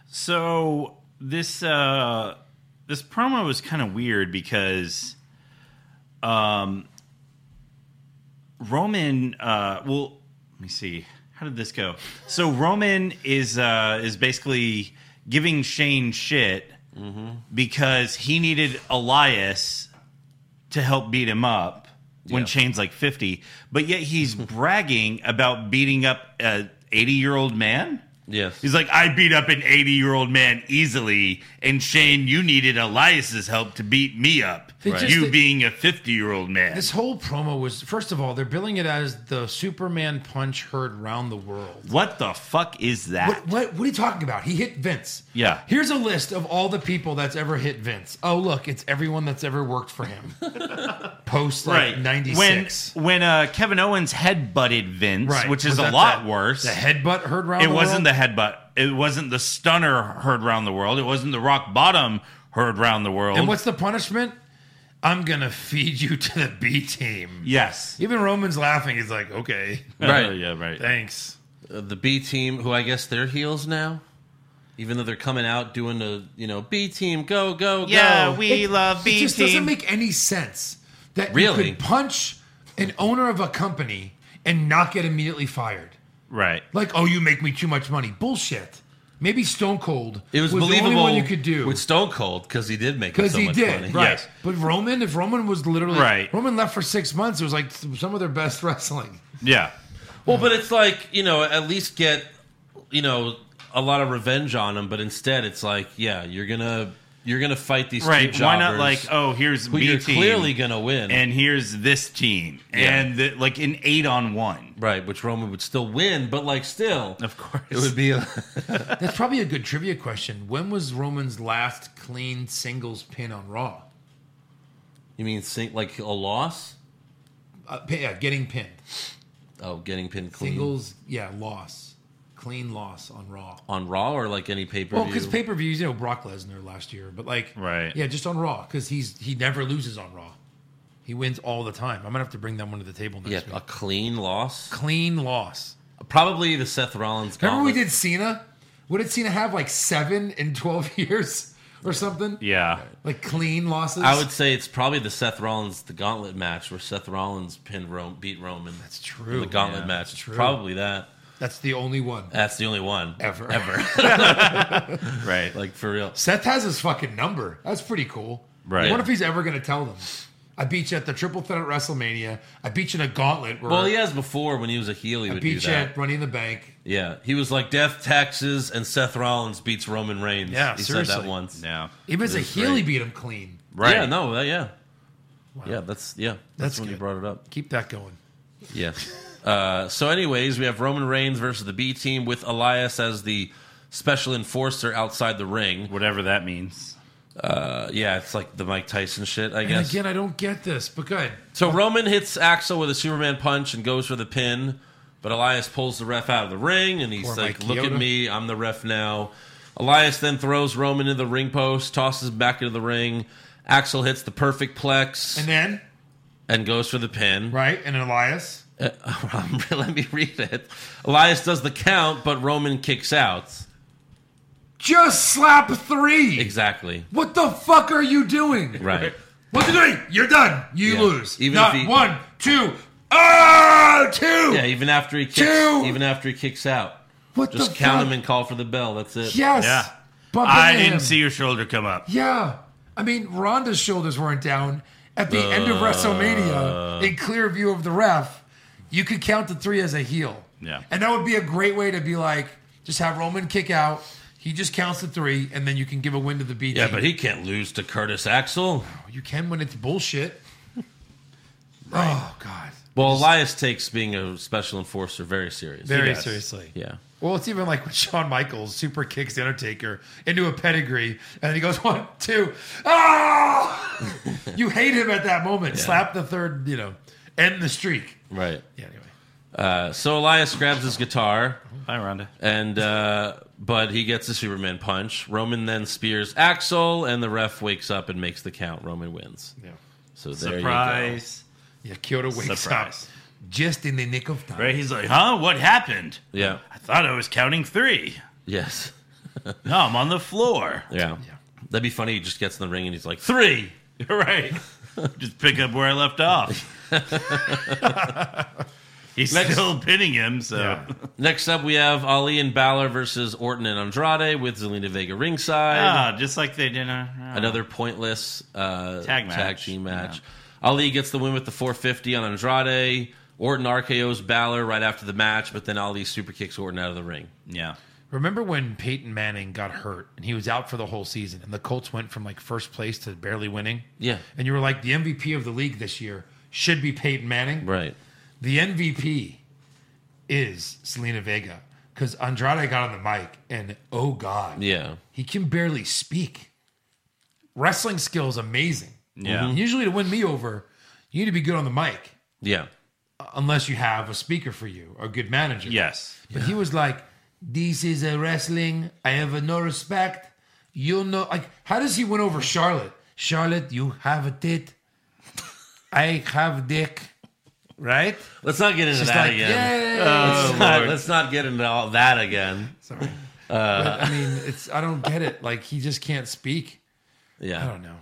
So this uh, this promo was kind of weird because um, Roman. Uh, well, let me see. How did this go? So Roman is uh, is basically giving Shane shit because he needed Elias to help beat him up when
Yeah.
Shane's like fifty, but yet he's bragging about beating up a eighty year old man.
Yes.
He's like, I beat up an 80 year old man easily, and Shane, you needed Elias's help to beat me up.
They just-
You being a 50 year old man.
This whole promo was, first of all, they're billing it as the Superman punch heard round the world.
what the fuck is that?
What, what, what are you talking about? He hit Vince.
Yeah.
Here's a list of all the people that's ever hit Vince. Oh, look, it's everyone that's ever worked for him. post like '96.
When when uh, Kevin Owens headbutted Vince,
Right,
which
Was
is a
that
lot
the-
worse.
The headbutt heard round.
it
the
wasn't
world?
the headbutt. It wasn't the stunner heard round the world. It wasn't the rock bottom heard round the world.
And what's the punishment? I'm gonna feed you to the B team.
yes,
Even Roman's laughing. He's like, okay,
Right.
yeah, right.
thanks.
Uh, the B team, who I guess they're heels now, even though they're coming out doing the you know B team go go go.
Yeah, we love
It
B
just doesn't
team.
make any sense that
Really?
you could punch an owner of a company and not get immediately fired.
Right.
Like, oh, you make me too much money. Bullshit. Maybe Stone Cold.
It was,
the
believable
only one you could do
with Stone Cold because he did make him
because
so
he
much
did.
money.
Right.
Yes.
But Roman, if Roman was literally
Right.
Roman left for six months, it was like some of their best wrestling.
Yeah.
Well, but it's like you know, at least get you know a lot of revenge on him. But instead, it's like, yeah, you're gonna you're gonna fight these
Right.
Two
Why not
jobbers
like oh here's
who
B
you're
team
clearly gonna win,
and here's this team
Yeah.
and the, like an eight on one.
right? Which Roman would still win, but like still,
Of course.
it would be a,
That's probably a good trivia question. When was Roman's last clean singles pin on Raw?
you mean sing, like a loss?
Uh, pin- yeah, getting pinned.
Oh, getting pinned clean
Singles, yeah, loss. Clean loss on Raw.
on Raw or like any pay per
Well,
view?
because pay per views, you know, Brock Lesnar last year, but like,
Right.
Yeah, just on Raw because he's he never loses on Raw. He wins all the time. I'm gonna have to bring that one to the table
yeah,
next
a
week.
clean loss.
Clean loss.
Probably the Seth Rollins.
Remember we
gauntlet.
did Cena? What did Cena have like seven in twelve years or something?
Yeah.
Like clean losses.
I would say it's probably the Seth Rollins the Gauntlet match where Seth Rollins pinned Rome, beat Roman.
That's true.
The Gauntlet
Yeah,
match.
that's
It's
true.
Probably that.
That's the only one
That's the only one.
ever. E-, Ever.
Right.
Like for real.
Seth has his fucking number. That's pretty cool.
Right.
I wonder if he's ever gonna tell them. I beat you at the triple threat at WrestleMania. I beat you in a gauntlet. Where
Well, he has before when he was a heel, he
I
would do
beat you
that.
at running the bank.
Yeah, he was like death taxes and Seth Rollins beats Roman Reigns.
Yeah,
he said
seriously.
that once.
yeah.
Even as a
That's
heel, he
great.
beat him clean.
Right.
Yeah, no, that, yeah, yeah. That's yeah. That's,
That's
when you
good.
brought it up.
Keep that going.
Yeah. Uh, so, anyways, we have Roman Reigns versus the B Team with Elias as the special enforcer outside the ring.
Whatever that means.
Uh, yeah, it's like the Mike Tyson shit, I
And
guess.
again, I don't get this, but good.
So Roman hits Axel with a Superman punch and goes for the pin, but Elias pulls the ref out of the ring and he's
Poor
like,
Mike
"Look at
Chioda.
me, I'm the ref now." Elias then throws Roman into the ring post, tosses him back into the ring. Axel hits the perfect plex
And
and,
then,
goes for the pin.
right? And Elias.
Uh, let me read it. Elias does the count, but Roman kicks out.
Just slap three.
Exactly.
What the fuck are you doing?
Right.
One, two, three. You're done. You
Yeah.
lose.
Even
Not
if he-
one, two. Ah, two.
Yeah, even after he kicks,
Two.
even after he kicks out,
what
just
the
count
fuck?
him and call for the bell. That's it.
Yes.
Yeah.
Bump
I
into him.
didn't see your shoulder come up.
Yeah. I mean, Ronda's shoulders weren't down at the end of
Uh.
WrestleMania in clear view of the ref. You could count to three as a heel.
Yeah.
And that would be a great way to be like, just have Roman kick out. He just counts to three, and then you can give a win to the B
Yeah,
team.
but he can't lose to Curtis Axel.
you can when it's bullshit. Oh God.
Well, Elias takes being a special enforcer very serious.
Very
Yes.
seriously.
yeah.
Well, it's even like when Shawn Michaels super kicks the Undertaker into a pedigree, and he goes one, two, ah! you hate him at that moment. Slap the third, you know, end the streak.
Right.
Yeah, anyway.
Uh, so Elias grabs his guitar,
Hi, Rhonda.
and uh, but he gets a Superman punch. Roman then spears Axel, and the ref wakes up and makes the count. Roman wins.
Yeah.
So there
Surprise.
Yeah, Kyoto wakes
Surprise.
up just in the nick of time.
Right? He's like, huh? What happened?
you go. Yeah.
I thought I was counting three.
Yes.
No, I'm on the floor.
Yeah. That'd be funny. He just gets in the ring and he's like three.
right. Just pick up where I left off. He's still pinning him, so
Next up, we have Ali and Balor versus Orton and Andrade with Zelina Vega ringside.
ah, just like they did. Uh,
another pointless uh, tag,
Tag match.
team match. Ali gets the win with the 450 on Andrade. Orton RKO's Balor right after the match, but then Ali super kicks Orton out of the ring.
yeah,
Remember when Peyton Manning got hurt and he was out for the whole season, and the Colts went from like first place to barely winning?
Yeah.
And you were like, the MVP of the league this year should be Peyton Manning.
Right.
The MVP is Selena Vega because Andrade got on the mic and oh god,
Yeah.
he can barely speak. Wrestling skill is amazing.
yeah. Mm-hmm.
Usually to win me over, You need to be good on the mic,
Yeah.
unless you have a speaker for you, or a good manager.
Yes.
But he was like, "This is a wrestling. I have no respect. You know, like, how does he win over Charlotte? Charlotte, you have a tit. I have dick, right?
Let's not get into
She's
that
like,
again. Oh.
yay.
Let's, not, let's not get into all that again.
Sorry, but, I mean, it's I don't get it. Like, he just can't speak. I
Yeah.
don't know.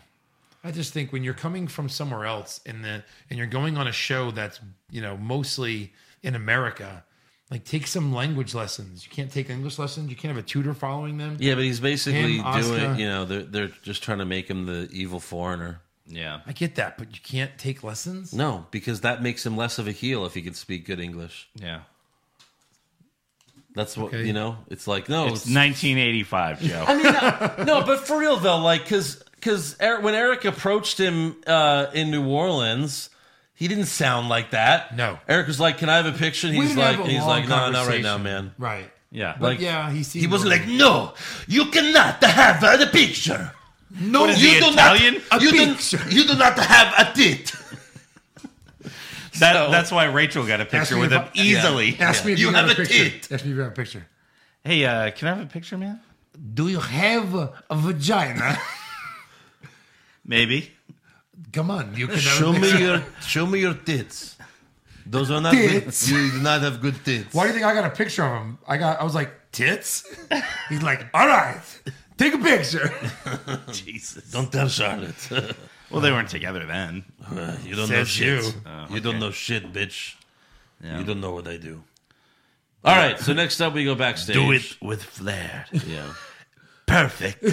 I just think when you're coming from somewhere else in the and you're going on a show that's you know mostly in America, like take some language lessons. You can't take English lessons. You can't have a tutor following them.
Yeah, but he's basically
Him, Asuka.
doing, you know, they're, they're just trying to make him the evil foreigner.
Yeah.
I get that, but you can't take lessons.
No, because that makes him less of a heel if he can speak good English.
Yeah.
That's what,
Okay.
you know, it's like, no,
It's 1985, Joe.
no, but for real though, like, cause, cause Eric, when Eric approached him uh, in New Orleans, he didn't sound like that.
No.
Eric was like, "Can I have a picture?" And
We
he's
didn't
like,
have a
and "He's
long
like, no, not right now,
conversation.
man."
Right.
Yeah.
Like,
Yeah, he seemed
he wasn't
normal.
like, "No, you cannot have the picture."
no.
is
you
he,
do
Italian?
Not,
A
you, do,
picture.
you do not have a tit.
That,
So-
that's why Rachel got a
Ask
picture
me
with him
if I-
easily.
Ask me if
You
you, have,
have
a
a
picture.
tit.
Ask me if you have a picture.
Hey, uh, can I have a picture, man?
Do you have a vagina?
Maybe.
Come on, you can have
Show
a picture.
me your, show me your tits. Those are not
Tits.
good. You do not have good tits.
Why do you think I got a picture of him? I got. I was like tits. He's like, all right, take a picture.
Jesus.
Don't tell Charlotte.
Well, they weren't together then.
you don't know
Says
shit. You,
you.
don't know shit, bitch. You don't know what I do. All right. So next up, we go backstage.
Do it with flair.
Yeah.
Perfect.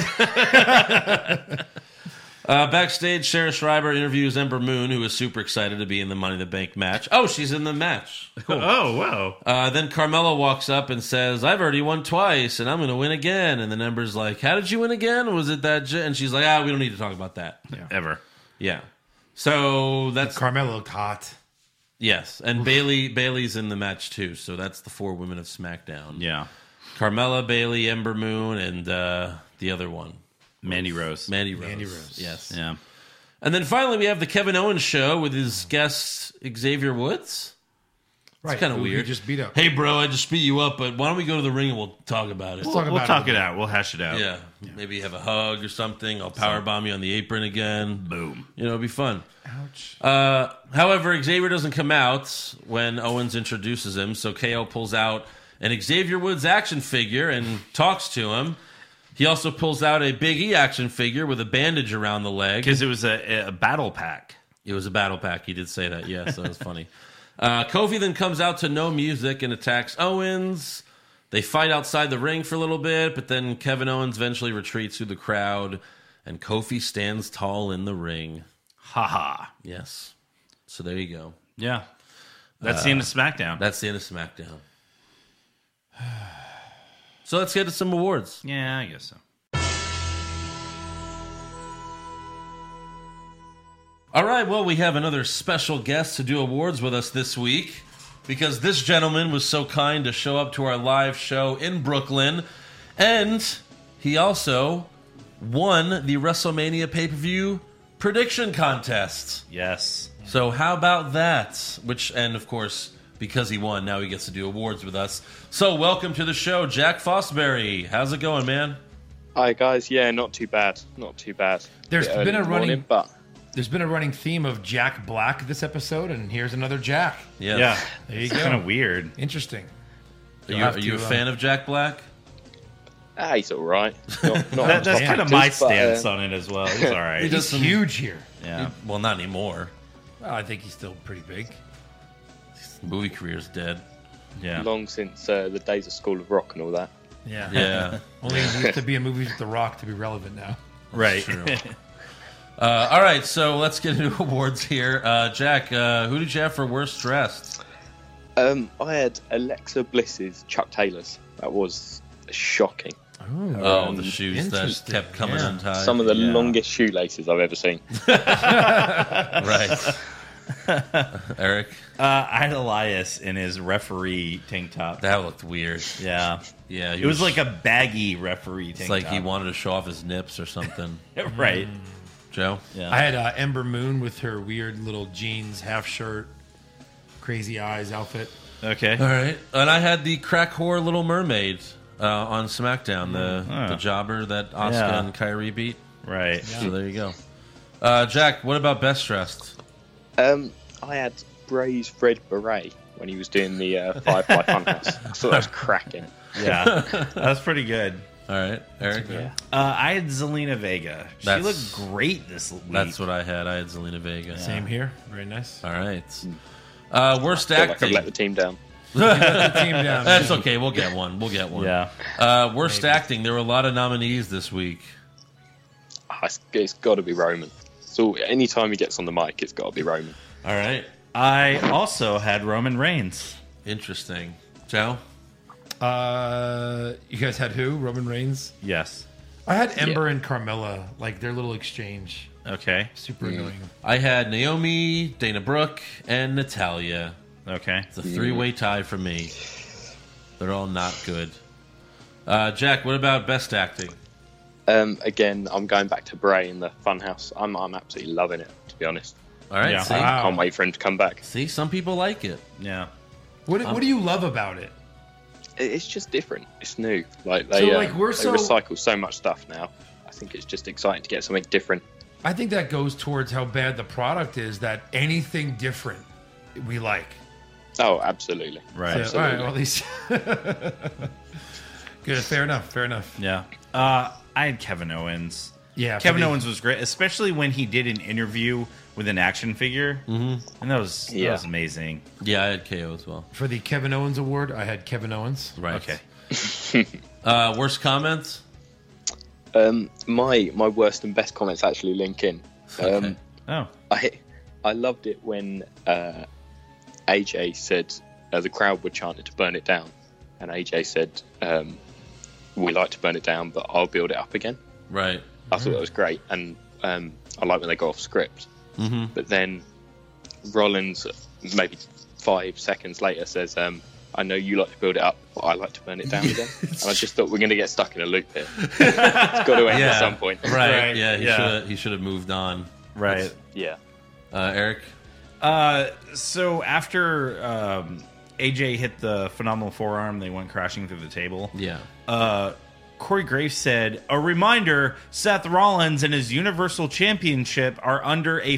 Uh, backstage, Sarah Schreiber interviews Ember Moon, who is super excited to be in the Money in the Bank match. Oh, she's in the match.
Oh, wow.
Uh, then Carmella walks up and says, I've already won twice and I'm going to win again. And the number's like, How did you win again? Was it that? J-? And she's like, Ah, we don't need to talk about that.
Ever.
Yeah. So that's
Carmelo looked hot.
yes, and Bailey Bailey's in the match too. So that's the four women of SmackDown:
Yeah.
Carmella, Bailey, Ember Moon, and uh, the other one,
Mandy Rose.
Mandy Rose.
Mandy Rose.
Yes.
Yeah.
And then finally, we have the Kevin Owens show with his guest Xavier Woods.
Right,
It's kind of
who he
weird.
just beat up.
Hey, bro, I just beat you up, but why don't we go to the ring and we'll talk about it?
Let's talk
We'll
about
talk
it.
it out. We'll hash it out.
yeah. Maybe have a hug or something. I'll power bomb you on the apron again.
Boom.
You know, it'd be fun.
Ouch.
Uh, however, Xavier doesn't come out when Owens introduces him, so KO pulls out an Xavier Woods action figure and talks to him. He also pulls out a Big E action figure with a bandage around the leg.
Because it was a, a battle pack.
It was a battle pack. He did say that. Yes, that was funny. Uh, Kofi then comes out to no music and attacks Owens. They fight outside the ring for a little bit, but then Kevin Owens eventually retreats through the crowd, and Kofi stands tall in the ring.
Ha ha.
Yes. So there you go.
Yeah. Uh, That's the end of SmackDown.
That's the end of SmackDown. So let's get to some awards.
yeah, I guess so.
All right, well, we have another special guest to do awards with us this week because this gentleman was so kind to show up to our live show in Brooklyn. And he also won the WrestleMania pay per view prediction contest.
Yes.
So, how about that? Which, and of course, because he won, now he gets to do awards with us. So, welcome to the show, Jack Fosbury. How's it going, man?
Hi guys, yeah, not too bad, not too bad.
There's
Bit early
been a
in the
running-
morning, but
There's been a running theme of Jack Black this episode, and here's another Jack.
Yes.
Yeah.
There you
It's
go.
kind of weird.
Interesting.
Are you,
have
are you a
to, uh,
fan of Jack Black?
ah, he's all right. Not, not
That, that's
much
kind of
practice,
my
but, uh,
stance on it as well. It's all right.
He's huge here.
yeah.
Well, not anymore.
Well, I think he's still pretty big.
His movie career's dead.
Yeah.
long since uh, the days of School of Rock and all that.
Yeah.
Yeah.
Only he needs to be in movies with The Rock to be relevant now.
Right.
Uh, all right, so let's get into awards here. Uh, Jack, uh, who did you have for worst dressed?
Um, I had Alexa Bliss's Chuck Taylor's. That was shocking.
oh, the shoes that
interesting.
kept coming
Oh, Yeah.
untied.
Some of the longest shoelaces I've ever seen.
right. Eric,
Uh, I had Elias in his referee tank top.
that looked weird.
yeah.
Yeah, he
It was like a baggy referee tank
It's like Mm.
top.
he wanted to show off his nips or something.
right.
Joe.
I had uh, Ember Moon with her weird little jeans, half shirt, crazy eyes outfit.
Okay. All right. And I had the crack whore Little Mermaid uh, on SmackDown, the,
Mm.
the jobber that Asuka
Yeah.
and Kyrie beat.
Right.
So there you go. Uh, Jack, what about best dressed?
Um, I had Bray's red beret when he was doing the uh, five by funhouse. I thought that was cracking.
Yeah, that was pretty good.
All right, Eric.
Yeah. Uh, I had Zelina Vega. She looked great this week.
That's what I had. I had Zelina Vega.
Same here. Very nice.
All right. Uh, worst
Hmm. I feel like
acting.
I've let the team down.
let the team down.
That's okay. We'll get one. We'll get one.
Yeah.
Uh, worst acting. There were a lot of nominees this week.
Ah, it's- it's got to be Roman. So anytime he gets on the mic, it's got to be Roman.
All right.
I also had Roman Reigns.
Interesting. Joe?
Uh, you guys had who? Roman Reigns.
Yes.
I had Ember and Carmella, like their little exchange.
Okay.
Super annoying.
I had Naomi, Dana Brooke, and Natalia.
Okay.
It's a three way tie for me. They're all not good. Uh, Jack, what about best acting?
Um, again, I'm going back to Bray in the funhouse. I'm I'm absolutely loving it to be honest.
All right. See?
Oh.
I can't wait for him to come back.
see, some people like it.
Yeah.
What, what do you love about it?
It- It's just different. It's new. Like they,
So,
uh,
like, we're
they
so-
recycle so much stuff now. I think it's just exciting to get something different.
I think that goes towards how bad the product is. That anything different, we like.
Oh, absolutely.
Right.
So, all right. Well, at least. Good. Fair enough. Fair enough.
Yeah. Uh, I had Kevin Owens.
Yeah,
Kevin
for the-
Owens was great, especially when he did an interview with an action figure, mm-hmm. and that was that
Yeah.
was amazing.
Yeah, I had KO as well.
For the Kevin Owens Award, I had Kevin Owens.
Right. uh, worst comments?
Um, my my worst and best comments actually link in. Um,
Oh.
I I loved it when uh, AJ said uh, the crowd were chanting to burn it down, and AJ said, um, "We like to burn it down, but I'll build it up again."
Right.
I
Mm.
thought that was great, and um, I like when they go off script.
Mm-hmm.
But then Rollins, maybe five seconds later, says, um, "I know you like to build it up, but I like to burn it down again." and I just thought we're going to get stuck in a loop here. it's got to end at some point,
Right. Yeah, he should he should have moved on.
Right.
Yeah.
Uh, Eric.
Uh, so after um, AJ hit the phenomenal forearm, they went crashing through the table.
Yeah.
Uh, Corey Graves said, "A reminder: Seth Rollins and his Universal Championship are under a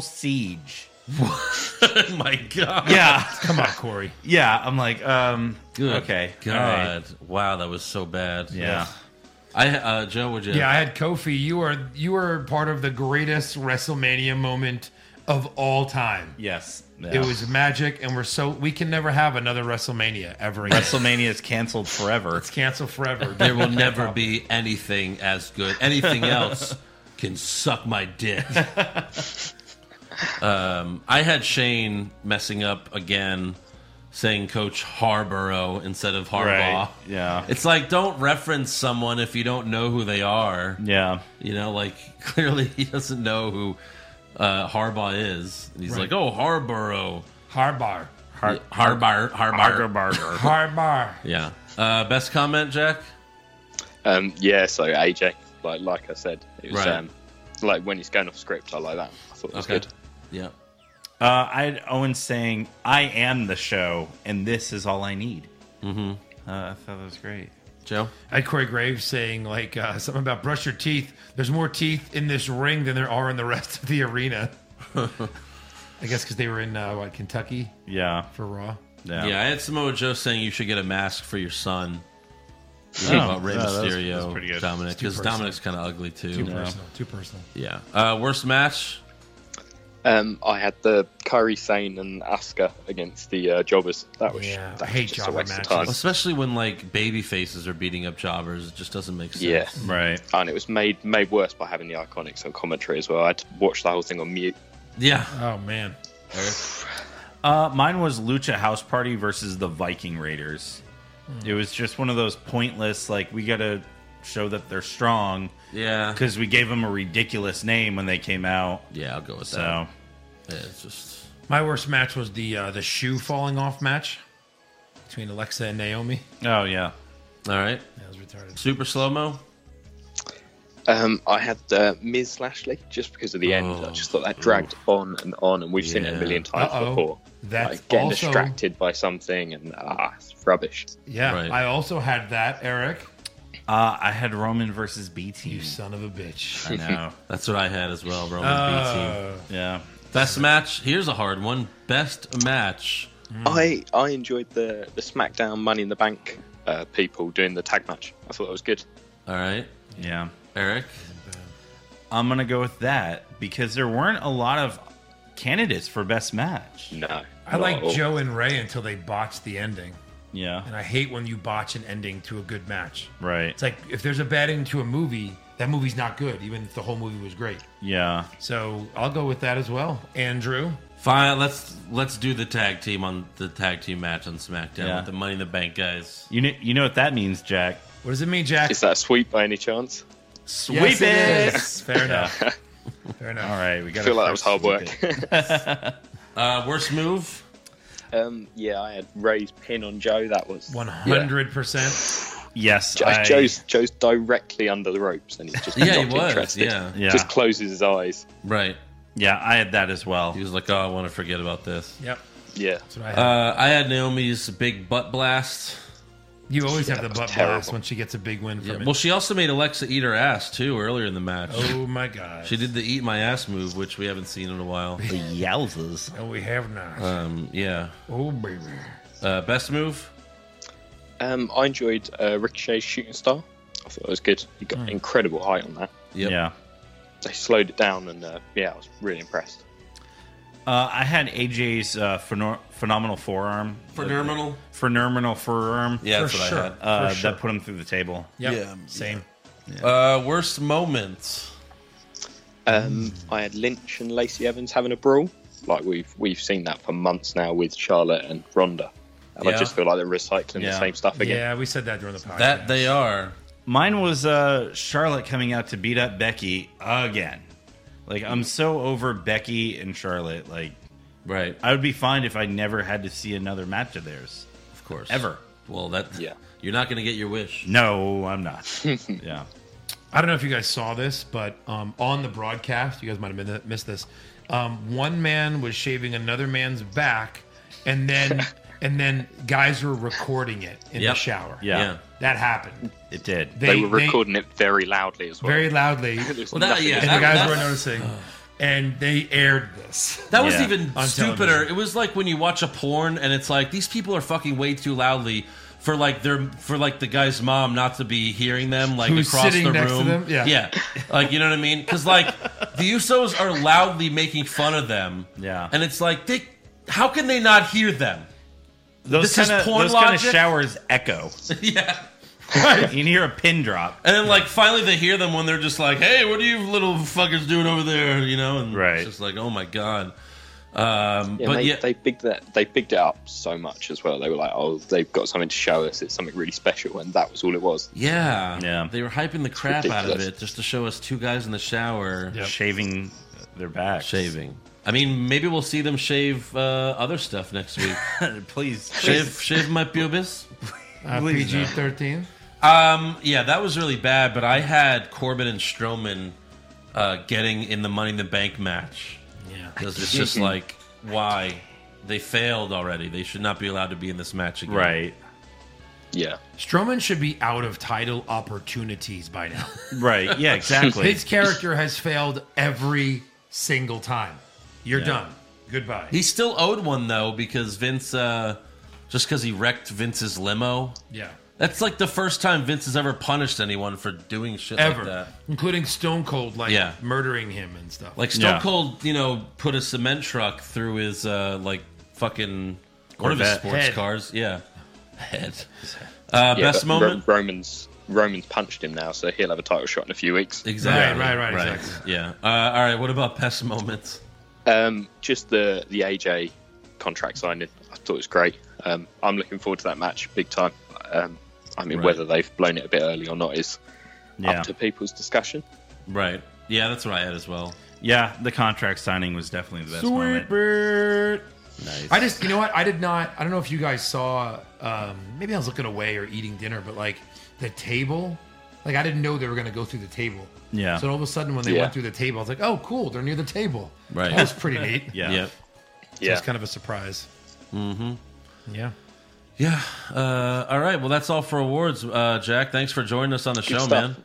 siege."
My God.
Yeah.
Come on, Corey.
Yeah, I'm like, um, okay, all right.
God. Wow, that was so bad.
Yeah.
I uh, Joe, would you?
Yeah, I had Kofi. You are you are part of the greatest WrestleMania moment of all time.
Yes,
It was magic, and we're so we can never have another WrestleMania ever again.
WrestleMania is canceled forever.
It's canceled forever.
There will never be anything as good. Anything else can suck my dick. um, I had Shane messing up again, saying Coach Harborough instead of Harbaugh.
Right, yeah.
It's like don't reference someone if you don't know who they are.
Yeah.
You know, like clearly he doesn't know who uh, Harbaugh is. And he's
Right.
like, oh, Harborough.
Harbar.
Har-
Harbar. Harbar.
Harbar.
Yeah. Uh, best comment, Jack?
Um, yeah, so AJ, like like I said, it was
Right.
um, like when he's going off script, I like that. I thought it was
Okay.
good.
Yeah.
Uh, I had Owen saying, "I am the show, and this is all I need." Mm-hmm. Uh, I thought that was great.
Joe?
I had Corey Graves saying like uh, something about brush your teeth. There's more teeth in this ring than there are in the rest of the arena. I guess because they were in uh, what Kentucky
Yeah,
for Raw.
yeah,
Yeah, I had Samoa Joe saying you should get a mask for your son. You know,
Oh,
about Rey
yeah, that was-
Mysterio,
that's pretty good.
Dominic, because
personal.
Dominic's kind of ugly too.
Too
Yeah.
personal. Too personal.
Yeah. Uh, worst match?
Um, I had the Kyrie Sane and Asuka against the uh, Jobbers. That was
Yeah,
that
I
was
hate
just a
jobber
waste of time.
matches.
Especially when like baby faces are beating up jobbers, it just doesn't make sense.
Yeah,
right.
and it was made made worse by having the iconics on commentary as well. I had to watch the whole thing on mute.
Yeah.
Oh man.
Uh, mine was Lucha House Party versus the Viking Raiders. It was just one of those pointless, like we got to show that they're strong
Yeah.
because we gave them a ridiculous name when they came out.
Yeah, I'll go with that.
So
Yeah, it's just
My worst match was the uh, the shoe falling off match between Alexa and Naomi.
oh yeah,
all right.
That was retarded.
Super slow mo.
Um, I had uh, Ms. Lashley just because of the end. I just thought that dragged on and on, and we've seen it a
Oh. Yeah.
million times
Uh-oh.
before.
That's
like getting
also-
distracted by something, and ah, it's rubbish.
Yeah, I also had that, Eric.
Uh, I had Roman versus B team. You
son of a bitch. Oh.
I know.
That's what I had as well, Roman
Uh,
B team. Yeah. Best match. Here's a hard one. Best match.
I I enjoyed the the SmackDown Money in the Bank uh, people doing the tag match. I thought that was good.
All right.
Yeah.
Eric?
I'm going to go with that because there weren't a lot of candidates for best match.
No.
I like Joe and Ray until they botched the ending.
Yeah.
And I hate when you botch an ending to a good match.
Right.
It's like if there's a bad ending to a movie, that movie's not good, even if the whole movie was great.
Yeah.
So I'll go with that as well. Andrew.
Fine. Let's let's do the tag team on the tag team match on SmackDown
Yeah.
with the Money in the Bank guys.
You know, you know what that means, Jack.
What does it mean, Jack?
Is that a sweep by any chance?
Yes,
Sweep it.
it is. Fair enough. Fair enough.
All right, we
I
got.
feel like that was hard work.
uh, worst move?
Um, yeah, I had Ray's pin on Joe. That was
One hundred percent.
Yes,
Jo-
I-
Joe's Joe's directly under the ropes, and he's just
Yeah,
not
he was,
interested.
yeah.
Yeah.
just closes his eyes.
Right.
Yeah, I had that as well.
He was like, "Oh, I want to forget about this."
Yep.
Yeah.
I had.
Uh, I had Naomi's big butt blast.
You always
Yeah, that
have the
was
butt
terrible.
blast when she gets a big win from
Yeah,
it.
Well, she also made Alexa eat her ass too earlier in the match.
Oh my god.
She did the eat my ass move, which we haven't seen in a while. The
yowzers.
Oh, we have not.
Um, yeah.
Oh baby.
Uh, best move?
Um, I enjoyed uh, Ricochet's shooting star. I thought it was good. He got incredible height on that.
Yeah.
They slowed it down, and uh, yeah, I was really impressed.
Uh, I had AJ's uh, pheno- phenomenal forearm.
Phenomenal?
Phenomenal forearm.
Yeah, that's For what I sure. had.
Uh,
For sure.
That put him through the table.
Yeah. Same.
Uh, worst moments?
Um, I had Lynch and Lacey Evans having a brawl. Like we've we've seen that for months now with Charlotte and Ronda, and I
Yeah.
just feel like they're recycling
Yeah.
the same stuff again.
Yeah, we said that during the podcast.
That they are.
Mine was uh, Charlotte coming out to beat up Becky again. Like I'm so over Becky and Charlotte. Like,
right?
I would be fine if I never had to see another match of theirs.
Of course.
Ever.
Well, that yeah. You're not going to get your wish.
No, I'm not. yeah.
I don't know if you guys saw this, but um, on the broadcast, you guys might have min- missed this. Um, one man was shaving another man's back, and then and then guys were recording it in
Yep.
the shower.
Yeah. Yeah.
that happened.
It did.
They,
They-
were
they-
recording it very loudly as well.
very loudly.
There's Well, that- nothing yeah,
and
that-
the guys
that's-
were noticing, and they aired this.
That was even
On
stupider.
television.
It was like when you watch a porn and it's like these people are fucking way too loudly for like their for like the guy's mom not to be hearing them like
Who's
across
sitting
the
next to
room.
them? Yeah.
like you know what I mean? Because like the Usos are loudly making fun of them.
Yeah.
and it's like they, how can they not hear them?
Those
this
kind
is
of
porn
those kind of
logic.
showers echo.
yeah.
you can hear a pin drop.
And then, like, finally, they hear them when they're just like, "Hey, what are you little fuckers doing over there?" You know, and right. it's just like, "Oh my god." Um,
Yeah,
but
they,
yeah,
they bigged that they bigged it up so much as well. They were like, "Oh, they've got something to show us. It's something really special," and that was all it was.
Yeah. Yeah. They were hyping the crap out of
ridiculous.
it just to show us two guys in the shower
shaving their backs.
Shaving. I mean, maybe we'll see them shave uh, other stuff next week.
Please
shave shave my pubis.
Uh,
Please,
PG
no.
thirteen.
Um, yeah, that was really bad. But I had Corbin and Strowman uh, getting in the Money in the Bank match.
Yeah,
because it's just like why they failed already. They should not be allowed to be in this match again.
Right.
Yeah.
Strowman should be out of title opportunities by now.
Right. Yeah. Exactly.
His character has failed every single time. You're
Yeah.
done. Goodbye.
He still owed one though because Vince, uh, just because he wrecked Vince's limo.
Yeah.
That's like the first time Vince has ever punished anyone for doing shit like
Ever,
that.
including Stone Cold, like
Yeah.
murdering him and stuff.
Like Stone Cold, you know, put a cement truck through his uh, like fucking one of his
Corvette.
sports
Head.
cars. Yeah, head. Uh,
Yeah,
best
but Ro-
moment.
Romans Romans punched him now, so he'll have a title shot in a few weeks.
Exactly. Yeah. Uh, all right. What about best moments?
Um, just the the AJ contract signing. I thought it was great. Um, I'm looking forward to that match big time. Um, I mean,
Right.
whether they've blown it a bit early or not is
Yeah.
up to people's discussion.
Right. Yeah, that's what I had as well.
Yeah, the contract signing was definitely the best moment.
Bird.
Nice.
I just, you know what? I did not. I don't know if you guys saw. Um, maybe I was looking away or eating dinner, but like the table Like I didn't know they were going to go through the table.
Yeah.
So all of a sudden, when they
Yeah.
went through the table, I was like, "Oh, cool! They're near the table."
Right.
That was pretty neat.
Yeah.
Yep.
So It's kind of a surprise.
Mm-hmm.
Yeah.
Yeah. Uh, all right. Well, that's all for awards, uh, Jack. Thanks for joining us on the show,
stuff.
man.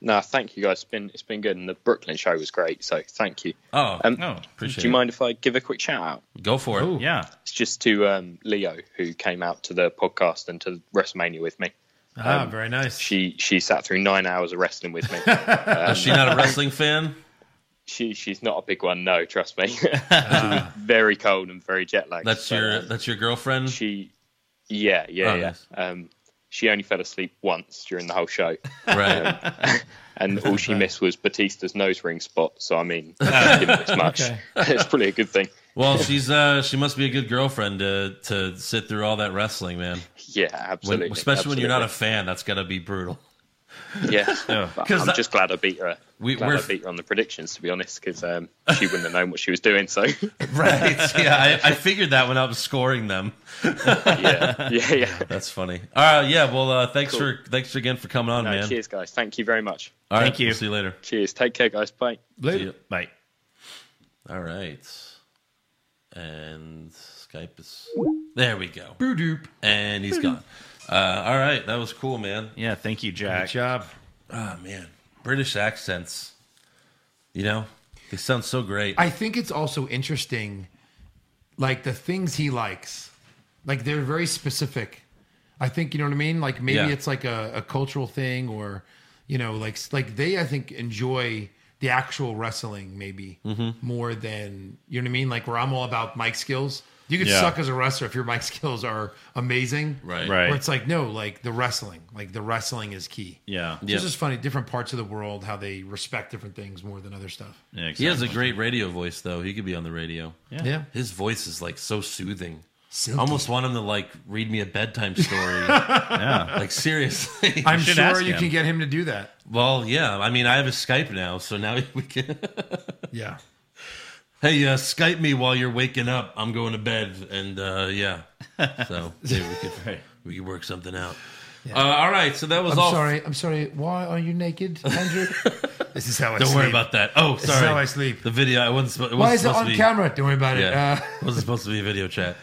No, thank you guys. It's been it's been good, and the Brooklyn show was great. So thank you.
Oh,
um,
no, appreciate
Do you
it.
mind if I give a quick shout out?
Go for it.
Yeah.
It's just to um, Leo who came out to the podcast and to WrestleMania with me.
Ah,
Um,
very nice.
She she sat through nine hours of wrestling with me. Um,
Is she not a wrestling fan?
She she's not a big one. No, trust me. She was very cold and very jet lagged.
Ah. That's your that's your girlfriend.
She, yeah, yeah,
Oh,
yeah.
nice.
Um, she only fell asleep once during the whole show.
Right.
Um, and all she missed was Batista's nose ring spot. So I mean, she didn't miss much.
Ah. Okay.
it's probably a good thing.
Well, she's uh, she must be a good girlfriend to to sit through all that wrestling, man.
Yeah, absolutely.
When, especially when you're not a
absolutely.
fan, that's gotta be brutal.
Yeah, But
'Cause
I'm
that-
just glad I beat her.
We-
glad
we're-
I beat her on the predictions, to be honest, because um, she wouldn't have known what she was doing. So
right? Yeah, I, I figured that when I was scoring them.
yeah, yeah, yeah.
That's funny. All right, yeah. Well, uh, thanks
Cool.
for thanks again for coming on,
No,
man.
Cheers, guys. Thank you very much.
All right, Thank you. we'll see you later.
Cheers. Take care, guys. Bye.
See ya.
Bye.
All right. And Skype is there. We go.
Boo-doop.
And he's
Boo-doop.
gone. Uh, all right, that was cool, man.
Yeah, thank you, Jack.
Good job.
Ah, man, British accents. You know, they sound so great.
I think it's also interesting, like the things he likes, like they're very specific. I think you know what I mean. Like maybe
Yeah.
it's like a, a cultural thing, or you know, like like they I think enjoy the actual wrestling maybe
Mhm.
more than you know what I mean. Like where I'm all about mic skills. You could
Yeah.
suck as a wrestler if your mic skills are amazing,
Right.
Right.
Where it's like no, like the wrestling, like the wrestling is key.
Yeah.
so
Yeah.
it's just funny. Different parts of the world, how they respect different things more than other stuff.
Yeah,
He has a great radio voice, though. He could be on the radio.
Yeah. Yeah.
His voice is like so soothing.
Silky.
Almost want him to like read me a bedtime story.
Yeah.
Like seriously.
I'm sure you can get him to do that.
Well, yeah. I mean, I have a Skype now, so now we can.
Yeah.
Hey, uh, Skype me while you're waking up. I'm going to bed, and uh, yeah. So maybe we could we could work something out. Uh, all right. So that was
I'm
all.
sorry. I'm sorry. Why are you naked, Andrew? this is how I
Don't worry
sleep.
about that. Oh, sorry.
This is how I sleep.
The video. I wasn't. supposed- It wasn't
Why is it
supposed
on
to be,
camera? Don't worry about it.
Yeah,
Uh,
it wasn't supposed to be a video chat.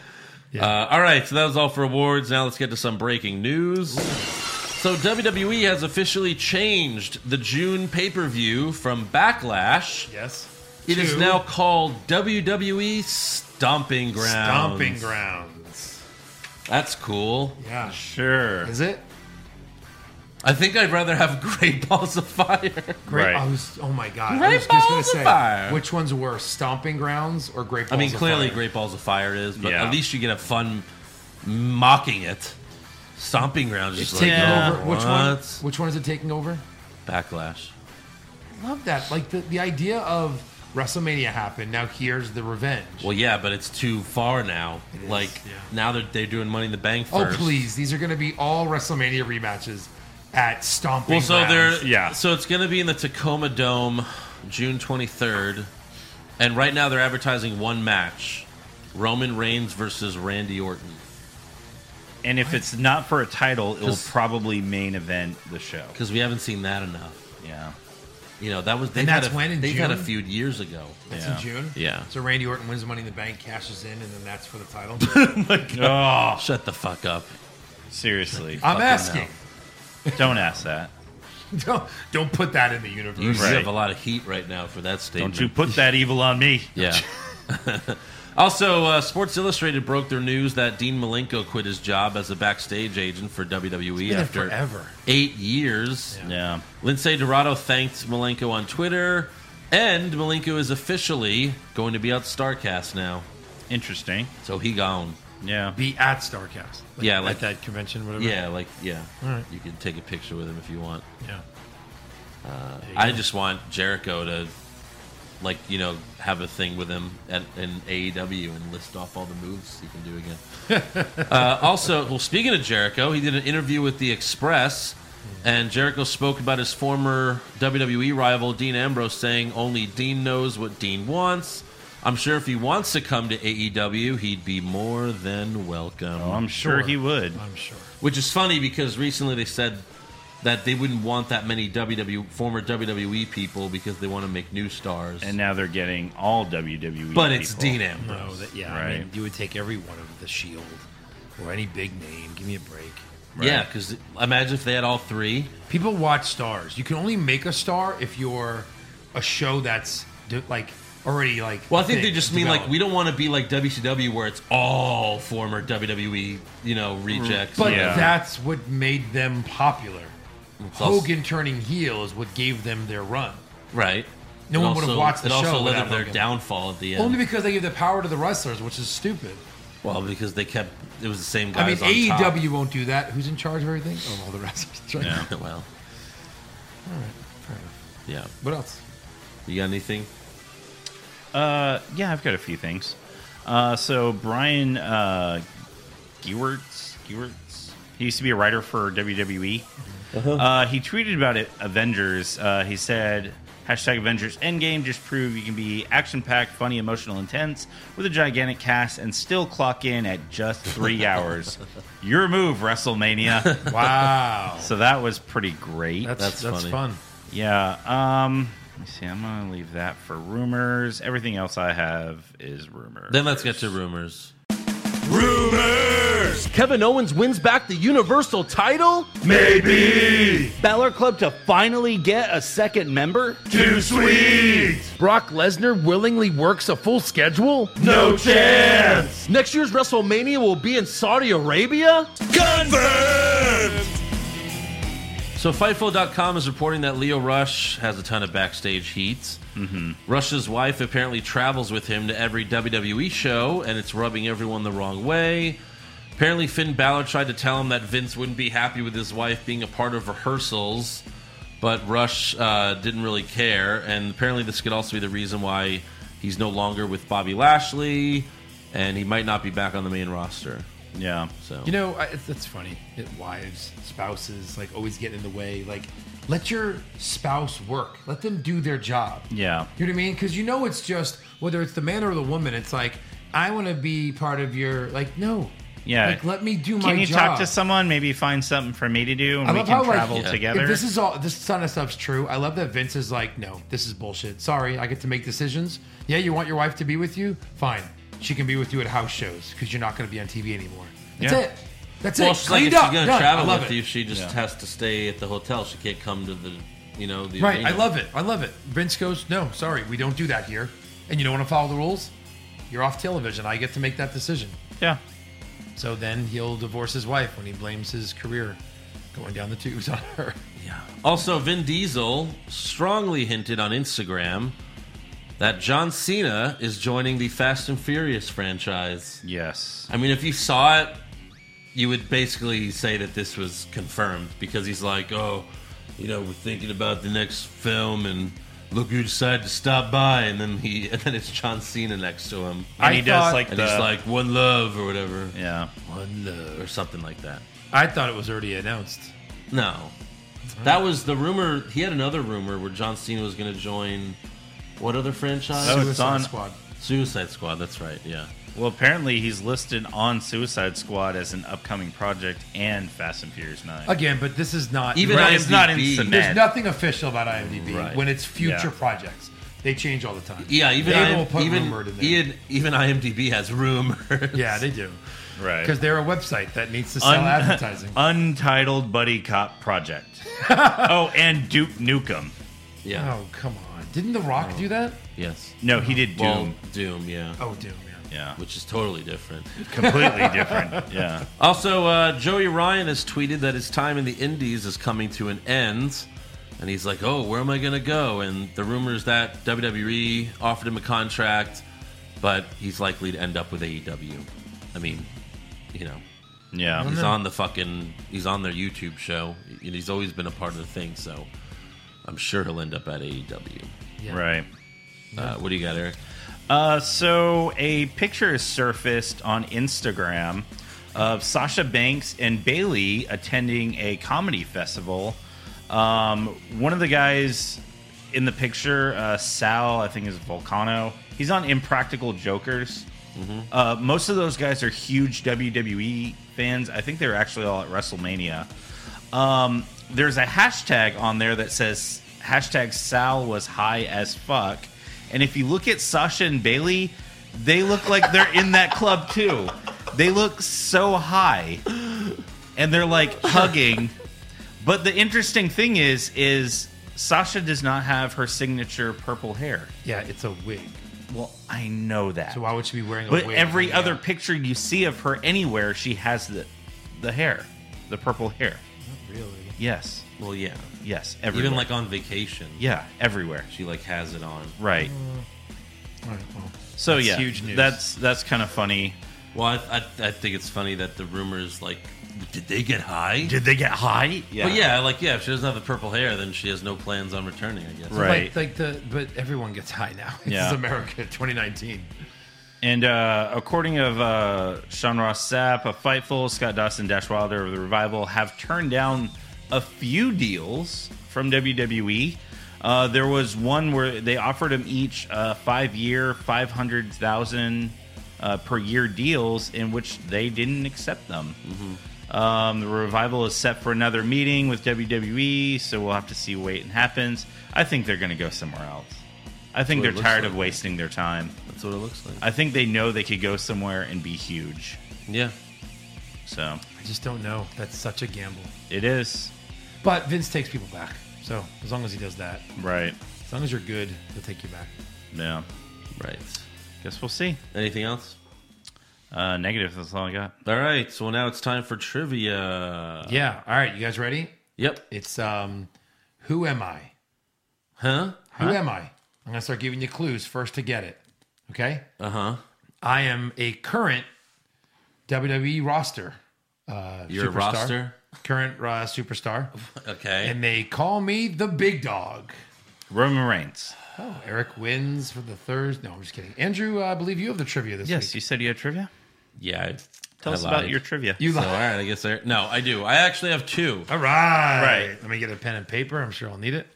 Uh, all right, so that was all for awards. Now let's get to some breaking news. So WWE has officially changed the June pay per view from Backlash.
Yes.
It is
to
now called WWE Stomping Grounds.
stomping grounds.
That's cool.
Yeah.
Sure.
Is it
I think I'd rather have Great Balls of Fire.
great? I was. Oh my god.
Great
I was just gonna
balls of
say,
fire.
Which one's worse, stomping grounds or great?
I
Balls
mean,
of
clearly,
Fire?
Great Balls of Fire is, but
Yeah.
at least you can have fun mocking it. Stomping Grounds is
It's
just like
taking
yeah,
over. Which one?
what?
Which one is it taking over?
Backlash.
Love that. Like the, the idea of WrestleMania happened. Now here's the revenge.
Well, yeah, but it's too far now. Like now they're they're doing Money in the Bank
Oh
first.
please, these are going to be all WrestleMania rematches at Stomping.
Well, so
Grounds.
they're yeah. So it's going to be in the Tacoma Dome, June twenty third, and right now they're advertising one match: Roman Reigns versus Randy Orton.
And if it's not for a title, it will
'Cause-
probably main event the show.
Because we haven't seen that enough.
Yeah.
You know that was they
And
had
that's
a,
when, in
they had a
June?
feud years ago.
That's
Yeah.
in June.
Yeah.
So Randy Orton wins Money in the Bank, cashes in, and then that's for the title.
Oh,
Shut the fuck up.
seriously.
I'm
Fucking
asking.
Don't ask that.
Don't don't put that in the universe.
You
Right.
have a lot of heat right now for that statement.
Don't you put that evil on me.
Yeah. also, uh, Sports Illustrated broke their news that Dean Malenko quit his job as a backstage agent for WWE
been there
after
forever.
eight years.
Yeah.
Lindsay Dorado thanked Malenko on Twitter, and Malenko is officially going to be at Starcast now.
Interesting.
So he gone.
Yeah.
Be at Starcast.
Yeah, like-
at that convention, whatever.
Yeah, like yeah.
All right.
You can take a picture with him if you want.
Yeah.
I just want Jericho to, like, you know, have a thing with him at in AEW and list off all the moves he can do again. uh, also, well, speaking of Jericho, he did an interview with The Express, and Jericho spoke about his former WWE rival Dean Ambrose, saying, "Only Dean knows what Dean wants." I'm sure if he wants to come to AEW, he'd be more than welcome.
Oh, I'm sure,
Sure.
he would.
I'm sure.
Which is funny because recently they said that they wouldn't want that many WWE former WWE people because they want to make new stars.
And now they're getting all WWE.
But it's
people.
Dean Ambrose.
No, that, yeah, I
Right.
mean, you would take every one of the Shield E or any big name. Give me a break.
Yeah, because imagine if they had all three.
People watch stars. You can only make a star if you're a show that's de- like already like.
Well, I think
big,
they just mean like
developed.
we don't want to be like WCW where it's all former WWE, you know, rejects.
But
Yeah.
that's what made them popular.
It's also-
Hogan turning heel is what gave them their run.
right.
No
It
one would've
also-
watched the
it
show
also led
without
to their
Hogan.
downfall at the end.
Only because they give the power to the wrestlers, which is stupid.
well, because they kept it was the same
I mean, E
guys. on top.
AEW won't do that. Who's in charge of everything? Oh, all the wrestlers. Right.
Yeah. well,
All right. Fair enough.
yeah.
What else?
You got anything?
Uh, yeah, I've got a few things. Uh, so Brian uh, Gewertz, Gewertz, he used to be a writer for WWE. uh he tweeted about it, Avengers. Uh, he said, hashtag Avengers Endgame just prove you can be action-packed, funny, emotional, intense with a gigantic cast and still clock in at just three hours. Your move, WrestleMania.
Wow.
so that was pretty great.
That's
That's
that's,
funny.
fun.
Yeah. Um. Let me see. I'm gonna leave that for rumors. Everything else I have is rumor.
Then let's get to rumors.
Kevin Owens wins back the Universal title?
Maybe
Balor Club to finally get a second member?
too sweet.
Brock Lesnar willingly works a full schedule?
No chance.
Next year's WrestleMania will be in Saudi Arabia?
So Fightful.com is reporting that Leo Rush has a ton of backstage heats. Mm-hmm. Rush's wife apparently travels with him to every WWE show, and it's rubbing everyone the wrong way. Apparently, Finn Balor tried to tell him that Vince wouldn't be happy with his wife being a part of rehearsals, but Rush uh, didn't really care. And apparently, this could also be the reason why he's no longer with Bobby Lashley, and he might not be back on the main roster.
Yeah.
So
You know, I, it's, it's funny. It, wives, spouses, like always getting in the way. Like, let your spouse work. Let them do their job.
Yeah.
You know what I mean? Because you know it's just whether it's the man or the woman. It's like I want to be part of your like no.
Yeah.
Like let me do my.
Can you
job.
talk to someone? Maybe find something for me to do, and
I
we
love
can
how, like,
travel
if
together.
If this is all this kind of stuff's true, I love that Vince is like, no, this is bullshit. Sorry, I get to make decisions. Yeah, you want your wife to be with you? Fine, she can be with you at house shows because you're not going to be on TV anymore. That's
Yeah.
it. That's
Well,
it.
she's like, if
Cleaned
she's
up.
gonna
Done. I
travel
love
with
it.
you, she just has to stay at the hotel. She can't come to the, you know, the
Right,
arena.
I love it. I love it. Vince goes, no, sorry, we don't do that here. And you don't want to follow the rules? You're off television. I get to make that decision.
yeah.
So then he'll divorce his wife when he blames his career going down the tubes on her.
Also, Vin Diesel strongly hinted on Instagram that John Cena is joining the Fast and Furious franchise.
Yes.
I mean, if you saw it, you would basically say that this was confirmed because he's like, oh, you know, we're thinking about the next film and. Look who decided to stop by, and then he, and then it's John Cena next to him,
And he does
thought- uh,
like
and
the.
he's like, "One love" or whatever,
yeah.
"One love" or something like that.
I thought it was already announced.
No. That was the rumor. He had another rumor where John Cena was going to join what other franchise?
Oh, it's on.
Squad.
Suicide Squad. That's right. Yeah.
Well, apparently he's listed on Suicide Squad as an upcoming project and Fast and Furious Nine.
Again, but this is not.
Even
Right, it's not
IMDb.
instant.
There's
Mad.
nothing official about IMDb
Right.
when it's future
Yeah.
projects. They change all the time.
Yeah. Even
they
IM,
will put
even,
rumored in there.
even even IMDb has rumors.
yeah, they do
right.
because they're a website that needs to sell
Un-
advertising.
Untitled Buddy Cop Project. oh, and Duke Nukem.
yeah.
oh come on! Didn't The Rock
Oh.
do that?
Yes.
No, he did Doom.
Well, Doom. Yeah.
Oh, dude, man.
Yeah.
Which is totally different.
Completely different. Yeah.
Also, uh, Joey Ryan has tweeted that his time in the Indies is coming to an end. And he's like, oh, where am I going to go? And the rumor is that WWE offered him a contract, but he's likely to end up with AEW. I mean, you know,
Yeah.
he's on the fucking, he's on their YouTube show. And he's always been a part of the thing, so I'm sure he'll end up at AEW.
Right.
Uh, what do you got, Eric?
Uh, so a picture has surfaced on Instagram of Sasha Banks and Bailey attending a comedy festival. Um, one of the guys in the picture, uh, Sal, I think is Volcano. He's on Impractical Jokers. Uh, E most of those guys are huge WWE fans. I think they were actually all at WrestleMania. Um, there's a hashtag on there that says hashtag Sal was high as fuck. And if you look at Sasha and Bailey, they look like they're in that club too. They look so high. And they're like hugging. But the interesting thing is, is Sasha does not have her signature purple hair.
Yeah, it's a wig.
Well, I know that.
So why would she be wearing a
But
wig?
every
hanging out?
other picture you see of her anywhere, she has the the hair, the purple hair.
Really?
Yes.
Well, yeah.
Yes, everywhere.
Even like on vacation.
Yeah, everywhere.
She like has it on.
Right.
All right, well,
So
Mm. that's
yeah,
huge news.
that's that's kind of funny.
Well, I, I, I think it's funny that the rumors like, did they get high?
Did they get high?
Yeah. But yeah, like yeah, if she doesn't have the purple hair, then she has no plans on returning. I guess.
But,
right.
Like, the but everyone gets high now. This
Yeah.
is America 2019.
And uh, according of uh, Sean Ross Sapp, of Fightful, Scott Dawson, Dash Wilder of the Revival have turned down a few deals from WWE. Uh, there was one where they offered them each uh, five-year, five hundred thousand uh, per year deals, in which they didn't accept them.
Mm-hmm.
Um, the revival is set for another meeting with WWE, so we'll have to see wait and happens. I think they're going to go somewhere else. I think
That's what it
they're
looks
tired
like.
of wasting their time.
That's what it looks like.
I think they know they could go somewhere and be huge.
yeah.
So
I just don't know. That's such a gamble.
it is
But Vince takes people back. So as long as he does that,
right.
as long as you're good, he'll take you back.
Yeah,
Right.
guess we'll see.
Anything else?
Uh, negative. That's all I got.
All right. So now it's time for trivia.
yeah. All right. You guys ready?
Yep.
It's um, who am I?
Huh?
Who am I? I'm gonna start giving you clues first to get it. Okay.
Uh huh.
I am a current WWE roster. Uh,
You're a
superstar.
roster?
Current uh, superstar,
Okay.
and they call me the Big Dog.
Roman Reigns.
Oh, Eric wins for the third. No, I'm just kidding. Andrew, uh, I believe you have the trivia this
Yes,
week.
you said you had trivia.
yeah. I-
Tell
I
us about
lied.
your trivia.
You
So, all
lie.
right, I guess there. No, I do. I actually have two.
All right.
Right.
Let me get a pen and paper. I'm sure I'll need it.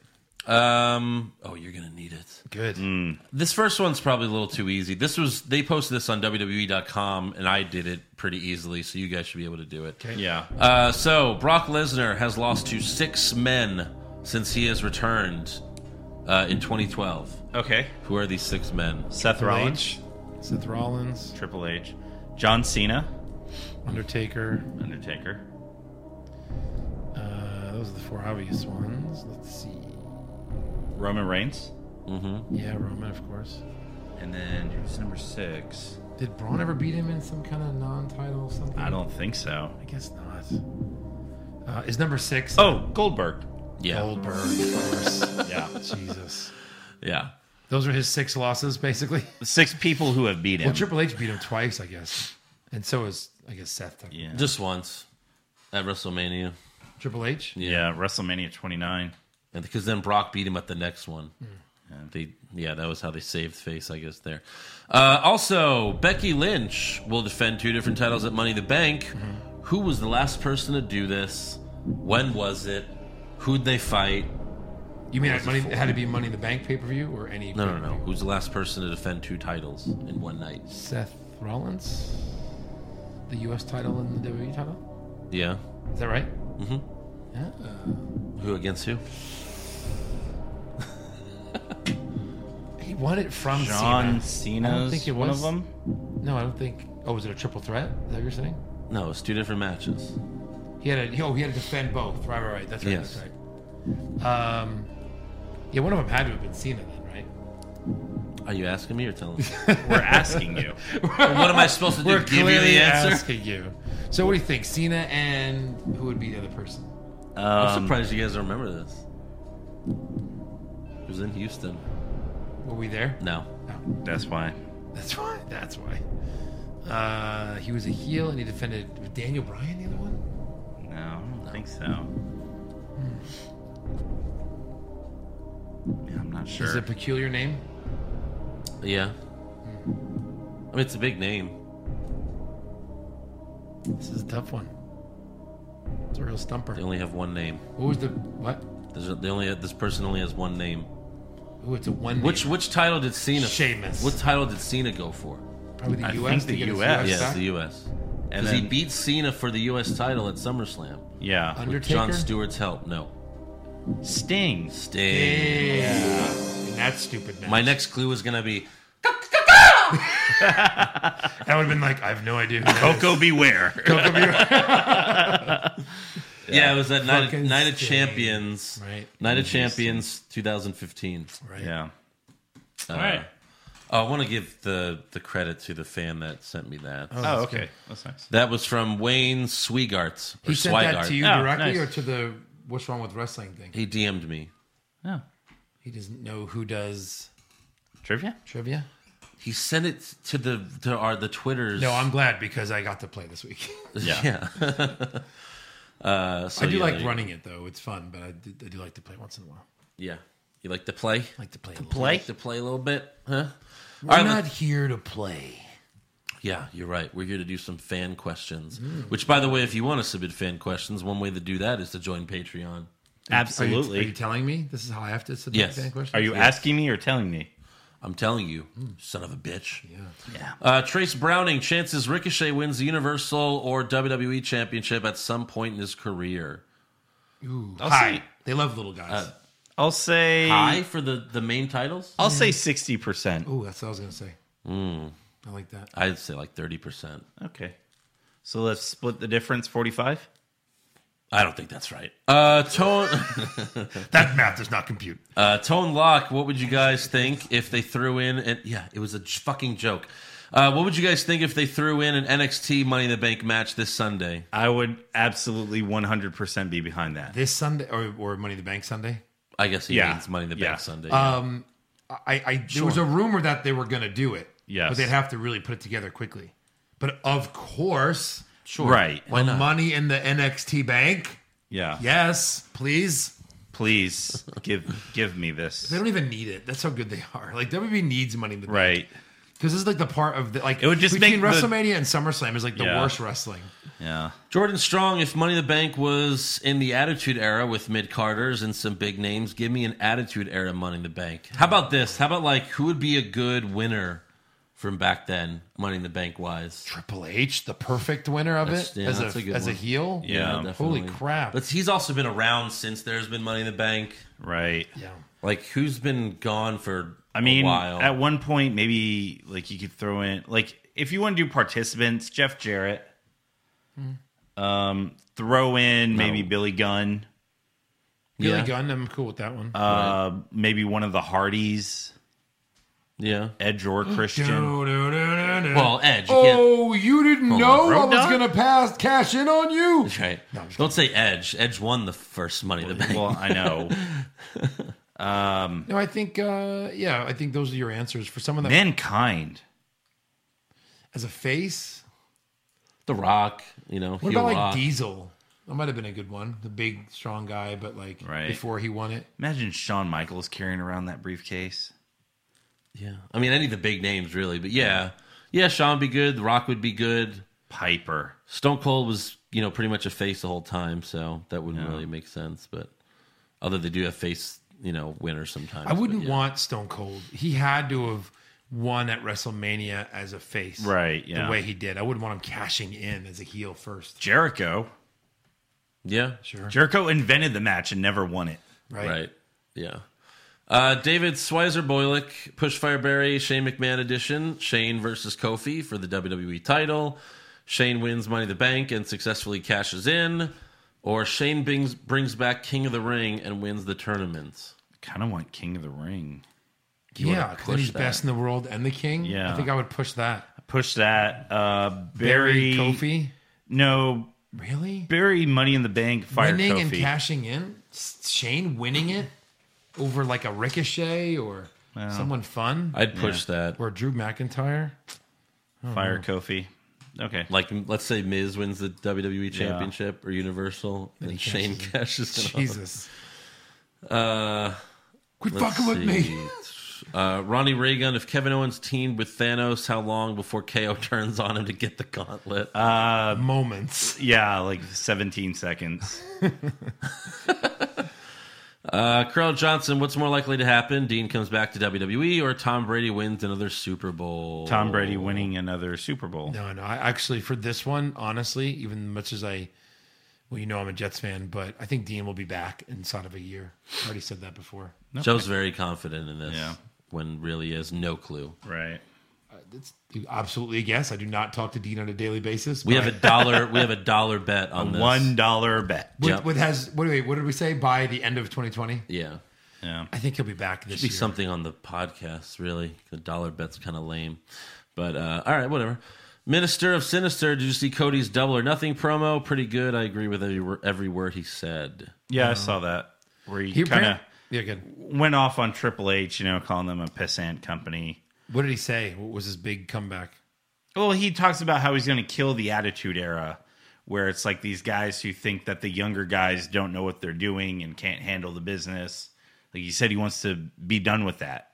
Um. Oh, you're gonna need it.
Good.
Mm. This first one's probably a little too easy. This was they posted this on WWE.com, and I did it pretty easily, so you guys should be able to do it.
Yeah.
Uh, so Brock Lesnar has lost to six men since he has returned uh, in 2012.
Okay.
Who are these six men?
Seth Rollins,
Seth Rollins,
Triple H, John Cena,
Undertaker.
Undertaker.
Uh, those are the four obvious ones. Let's see.
Roman Reigns.
Yeah, Roman, of course.
And then who's number six?
Did Braun ever beat him in some kind of non-title something?
I don't think so.
I guess not. Uh, is number six
Oh, Goldberg.
Yeah,
Goldberg? Of course.
Yeah.
Jesus.
yeah.
Those are his six losses, basically.
The six people who have beat him.
Well, Triple H beat him twice, I guess, and so is I guess Seth. technically.
yeah.
Just once at WrestleMania,
Triple H.
yeah. WrestleMania 29.
and because then Brock beat him at the next one. They, yeah, that was how they saved face, I guess. There. Uh, also, Becky Lynch will defend two different titles at Money in the Bank.
Mm-hmm.
Who was the last person to do this? When was it? Who'd they fight?
You mean it, money, it had to be Money in the Bank pay per view or any?
No, no, no.
pay-per-view?
Who's the last person to defend two titles in one night?
Seth Rollins, the U.S. title and the WWE title.
Yeah.
Is that right?
Mhm.
Yeah.
Who against who?
He won it from
John
Cena.
Cena's
I don't think it
one of
was.
them.
No, I don't think. Oh, was it a triple threat? Is that what you're saying?
No, it's two different matches.
He had a. Oh, he had to defend both. Right, right, right. That's right.
Yes.
That's right. Um, yeah, one of them had to have been Cena then, right?
Are you asking me or telling me?
We're asking you.
what am I supposed to do?
We're
Give you
clearly
the answer?
asking you. So, what do you think, Cena and who would be the other person?
I'm
Um,
surprised you guys don't remember this. It was in Houston.
Were we there?
No.
No.
that's why.
That's why. That's why. Uh, he was a heel and he defended was Daniel Bryan, the other one.
No, I don't think so. Yeah, I'm not
Is it
sure.
a peculiar name?
Yeah. I mean, it's a big name.
This is a tough one. It's a real stumper.
They only have one name.
What was the what?
There's a, they only this person only has one name.
Oh, it's a one.
Which
name.
which title did Cena?
Sheamus.
What title did Cena go for?
probably the
I
U.S.
think
to
the
get his
US.
Yes,
back?
the U.S. Because
then-
he beat Cena for the U.S. title at SummerSlam.
Yeah.
With John Stewart's help. No.
Sting.
Sting.
And that's stupid.
My next clue is going to be
That would have been like, I have no idea.
Coco beware.
Coco
beware.
Yeah, it was that night,
Fucking
night of
Sting.
champions,
Right.
Night of champions, 2015.
Right.
Yeah.
Uh, oh,
All right.
I want to give the the credit to the fan that sent me that.
Oh, that's okay. good.
That's nice.
That was from Wayne Swigart.
He sent that to you directly
nice.
or to the what's wrong with wrestling thing?
He DM'd me.
He doesn't know who does
Trivia?
trivia.
He sent it to the to our the Twitters.
No, I'm glad because I got to play this week.
Yeah. uh, so
I do
yeah, there
like
you-
running it though; it's fun. But I do, I do like to play once in a while.
Yeah. You like to play?
Like to play. a
You
little.
Like to play a little bit, huh?
We're
All right,
not
let-
here to play.
yeah, you're right. We're here to do some fan questions. Which, by the way, if you want to submit fan questions, one way to do that is to join Patreon.
Are you, are
Absolutely.
you telling me this is how I have to submit
Yes.
fan questions?
Are you asking me or telling me?
I'm telling you,
Hmm.
son of a bitch.
Yeah.
Uh, Trace Browning, chances Ricochet wins the Universal or WWE Championship at some point in his career.
Ooh,
I'll
hi.
say-
They love little guys.
Uh,
I'll say
High for the, the main titles?
I'll say 60%.
Ooh, that's what I was gonna say. I like that.
I'd say like 30%.
Okay. So let's split the difference 45.
I don't think that's right. Uh, Tone,
That math does not compute.
uh, Tone Lock, what would you guys think if they threw in, and yeah, it was a j- fucking joke. Uh, what would you guys think if they threw in an NXT Money in the Bank match this Sunday?
I would absolutely 100% be behind that.
This Sunday or, or Money in the Bank Sunday.
I guess he
Yeah.
means Money in the
Yeah. Uh,
Bank Sunday.
Um, I, I there was a rumor that they were gonna do it.
Yes.
but they'd have to really put it together quickly. But of course,
sure.
right.
Why
the
not?
money in the NXT bank.
Yeah.
Yes, please.
Please give give me this.
They don't even need it. That's how good they are. Like WWE needs money in the bank
Right.
because this is like the part of the like
It would just
between
make the-
WrestleMania and SummerSlam is like the
Yeah.
worst wrestling.
Yeah.
Jordan Strong, if Money in the Bank was in the Attitude Era with mid Carters and some big names, give me an Attitude Era Money in the Bank. How about this? How about like who would be a good winner from back then, Money in the Bank wise?
Triple H, the perfect winner of
That's-
it
yeah,
as
that's
a,
a good
as a
one.
heel.
Yeah.
Holy
definitely.
crap.
But he's also been around since there's been Money in the Bank.
Right.
yeah.
Like who's been gone for
I mean,
a while?
at one point, maybe like you could throw in like if you want to do participants, Jeff Jarrett. Um, throw in maybe Billy Gunn,
Billy
Yeah.
Gunn, I'm cool with that one.
uh, maybe one of the Hardys,
yeah.
Edge or Christian.
Do, do, do, do, do.
Well, Edge. You can't-
oh, you didn't know I
Road
was
Dogg?
gonna pass cash in on you.
That's right. Don't say Edge. Edge won the first Money in the Bank.
well, I know.
No, I think uh, yeah, I think those are your answers for someone that
Mankind.
as a face.
the Rock, you know.
What
heel
about like
Rock.
Diesel? That might have been a good one. The big, strong guy, but like
Right.
before he won it.
Imagine Shawn Michaels carrying around that briefcase.
Yeah. I mean, any of the big names, really. But yeah. Yeah, Sean would be good. The Rock would be good.
Piper.
Stone Cold was, you know, pretty much a face the whole time. So that wouldn't really make sense. But although they do have face, you know, winners sometimes.
I wouldn't
but yeah.
want Stone Cold. He had to have won at WrestleMania as a face.
Right, yeah.
The way he did. I wouldn't want him cashing in as a heel first.
Jericho.
Yeah.
Sure.
Jericho invented the match and never won it.
Right.
Right. Yeah. Uh, David Swizer Boylick, Push Fireberry, Shane McMahon edition, Shane versus Kofi for the WWE title. Shane wins Money in the Bank and successfully cashes in. Or Shane brings, brings back King of the Ring and wins the tournament.
Kind of want King of the Ring.
Yeah.
wanna
'cause then
push
he's
that.
best in the world and the king.
Yeah.
I think I would push that.
Push that. Uh, Barry,
Kofi.
No,
Really?
bury Money in the Bank, fire
winning
Kofi.
and cashing in? S- Shane winning it over like a Ricochet or someone fun?
I'd push that.
or Drew McIntyre?
fire Kofi. Okay.
Like, let's say Miz wins the WWE Championship or Universal, and Shane cashes in.
Jesus.
Uh,
Quit
let's
fucking with
see.
me.
Uh, Ronnie Reagan, if Kevin Owens teamed with Thanos, how long before KO turns on him to get the gauntlet?
Uh, Moments.
Yeah, like 17 seconds.
Uh, Carl Johnson, what's more likely to happen? Dean comes back to WWE or Tom Brady wins another Super Bowl?
Tom Brady winning another Super Bowl.
No, no. I actually for this one, honestly, even much as I, well, you know, I'm a Jets fan, but I think Dean will be back inside of a year. I already said that before.
Joe's very confident in this
Yeah.
when really is no clue.
Right.
It's absolutely a guess. I do not talk to Dean on a daily basis.
We
but-
have a dollar. we have a dollar bet on
A
this.
one dollar bet.
What, what has what, wait, what did we say by the end of 2020?
Yeah.
Yeah.
I think he'll be back
Should
this
be
year.
something on the podcast, really. The dollar bet's kind of lame. But uh, all right, whatever. Minister of Sinister, did you see Cody's Double or Nothing promo? Pretty good. I agree with every, wor- every word he said.
Yeah, I saw that. Where he,
He
kind
ran-
of
yeah, good.
went off on Triple H, you know, calling them a pissant company.
What did he say? What was his big comeback?
Well, he talks about how he's going to kill the Attitude Era, where it's like these guys who think that the younger guys don't know what they're doing and can't handle the business. Like he said, he wants to be done with that.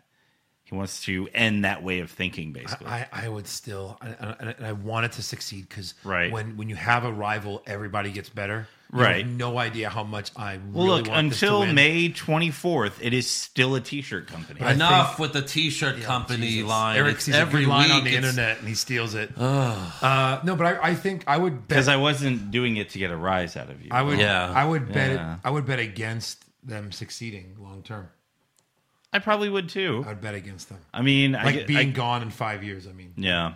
He wants to end that way of thinking, basically.
I, I would still, and I, and I, want it to succeed because
Right.
when, when you have a rival, everybody gets better. You have
Right.
no idea how much I
well,
really
look,
want this to
until
win.
May 24th, it is still a t shirt company.
But I
Enough with the T-shirt company line.
Eric
It's
sees every
every
line on
week
the
it's-
internet and he steals it.
Ugh.
Uh, no, but I, I think I would bet.
Because I wasn't doing it to get a rise out of you.
I would. I would bet.
Yeah.
It, I would bet against them succeeding long term.
I probably would too.
I'd bet against them.
I mean, I
like
get-
being
I-
gone in five years. I mean,
Yeah.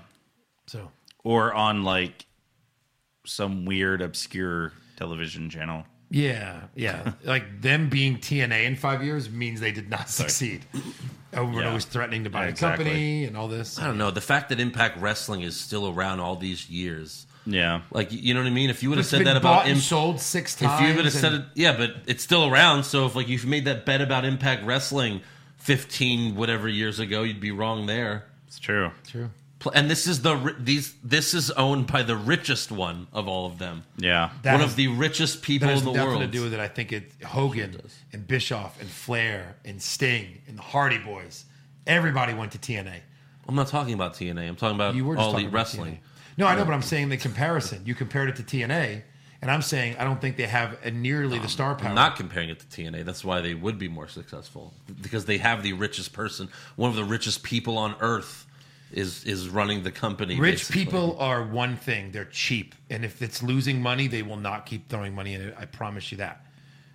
So.
Or on like some weird obscure television channel.
yeah, yeah. like them being TNA in five years means they did not succeed. Everyone
Yeah.
was threatening to buy
Yeah,
a company
exactly.
and all this.
I don't know. The fact that Impact Wrestling is still around all these years.
Yeah.
Like you know what I mean? If you would have
It's
said
been
that
bought
about
and sold six
If you would have
times
said
and-
it yeah, but it's still around, so if like you've made that bet about Impact Wrestling fifteen whatever years ago, you'd be wrong there.
It's true.
True.
Pl- And this is the ri- these this is owned by the richest one of all of them.
Yeah.
That
one
has-
of the richest people
that has
in the
nothing
world.
to do with it. I think it Hogan and Bischoff and Flair and Sting and the Hardy Boys. Everybody went to TNA.
I'm not talking about TNA. I'm talking about
You were just
all
talking
elite
about
wrestling.
No, I know, but I'm saying the comparison. You compared it to TNA, and I'm saying I don't think they have a nearly the star power.
I'm not comparing it to TNA. That's why they would be more successful because they have the richest person, one of the richest people on earth, is is running the company.
Rich
basically.
people are one thing; they're cheap, and if it's losing money, they will not keep throwing money in it. I promise you that.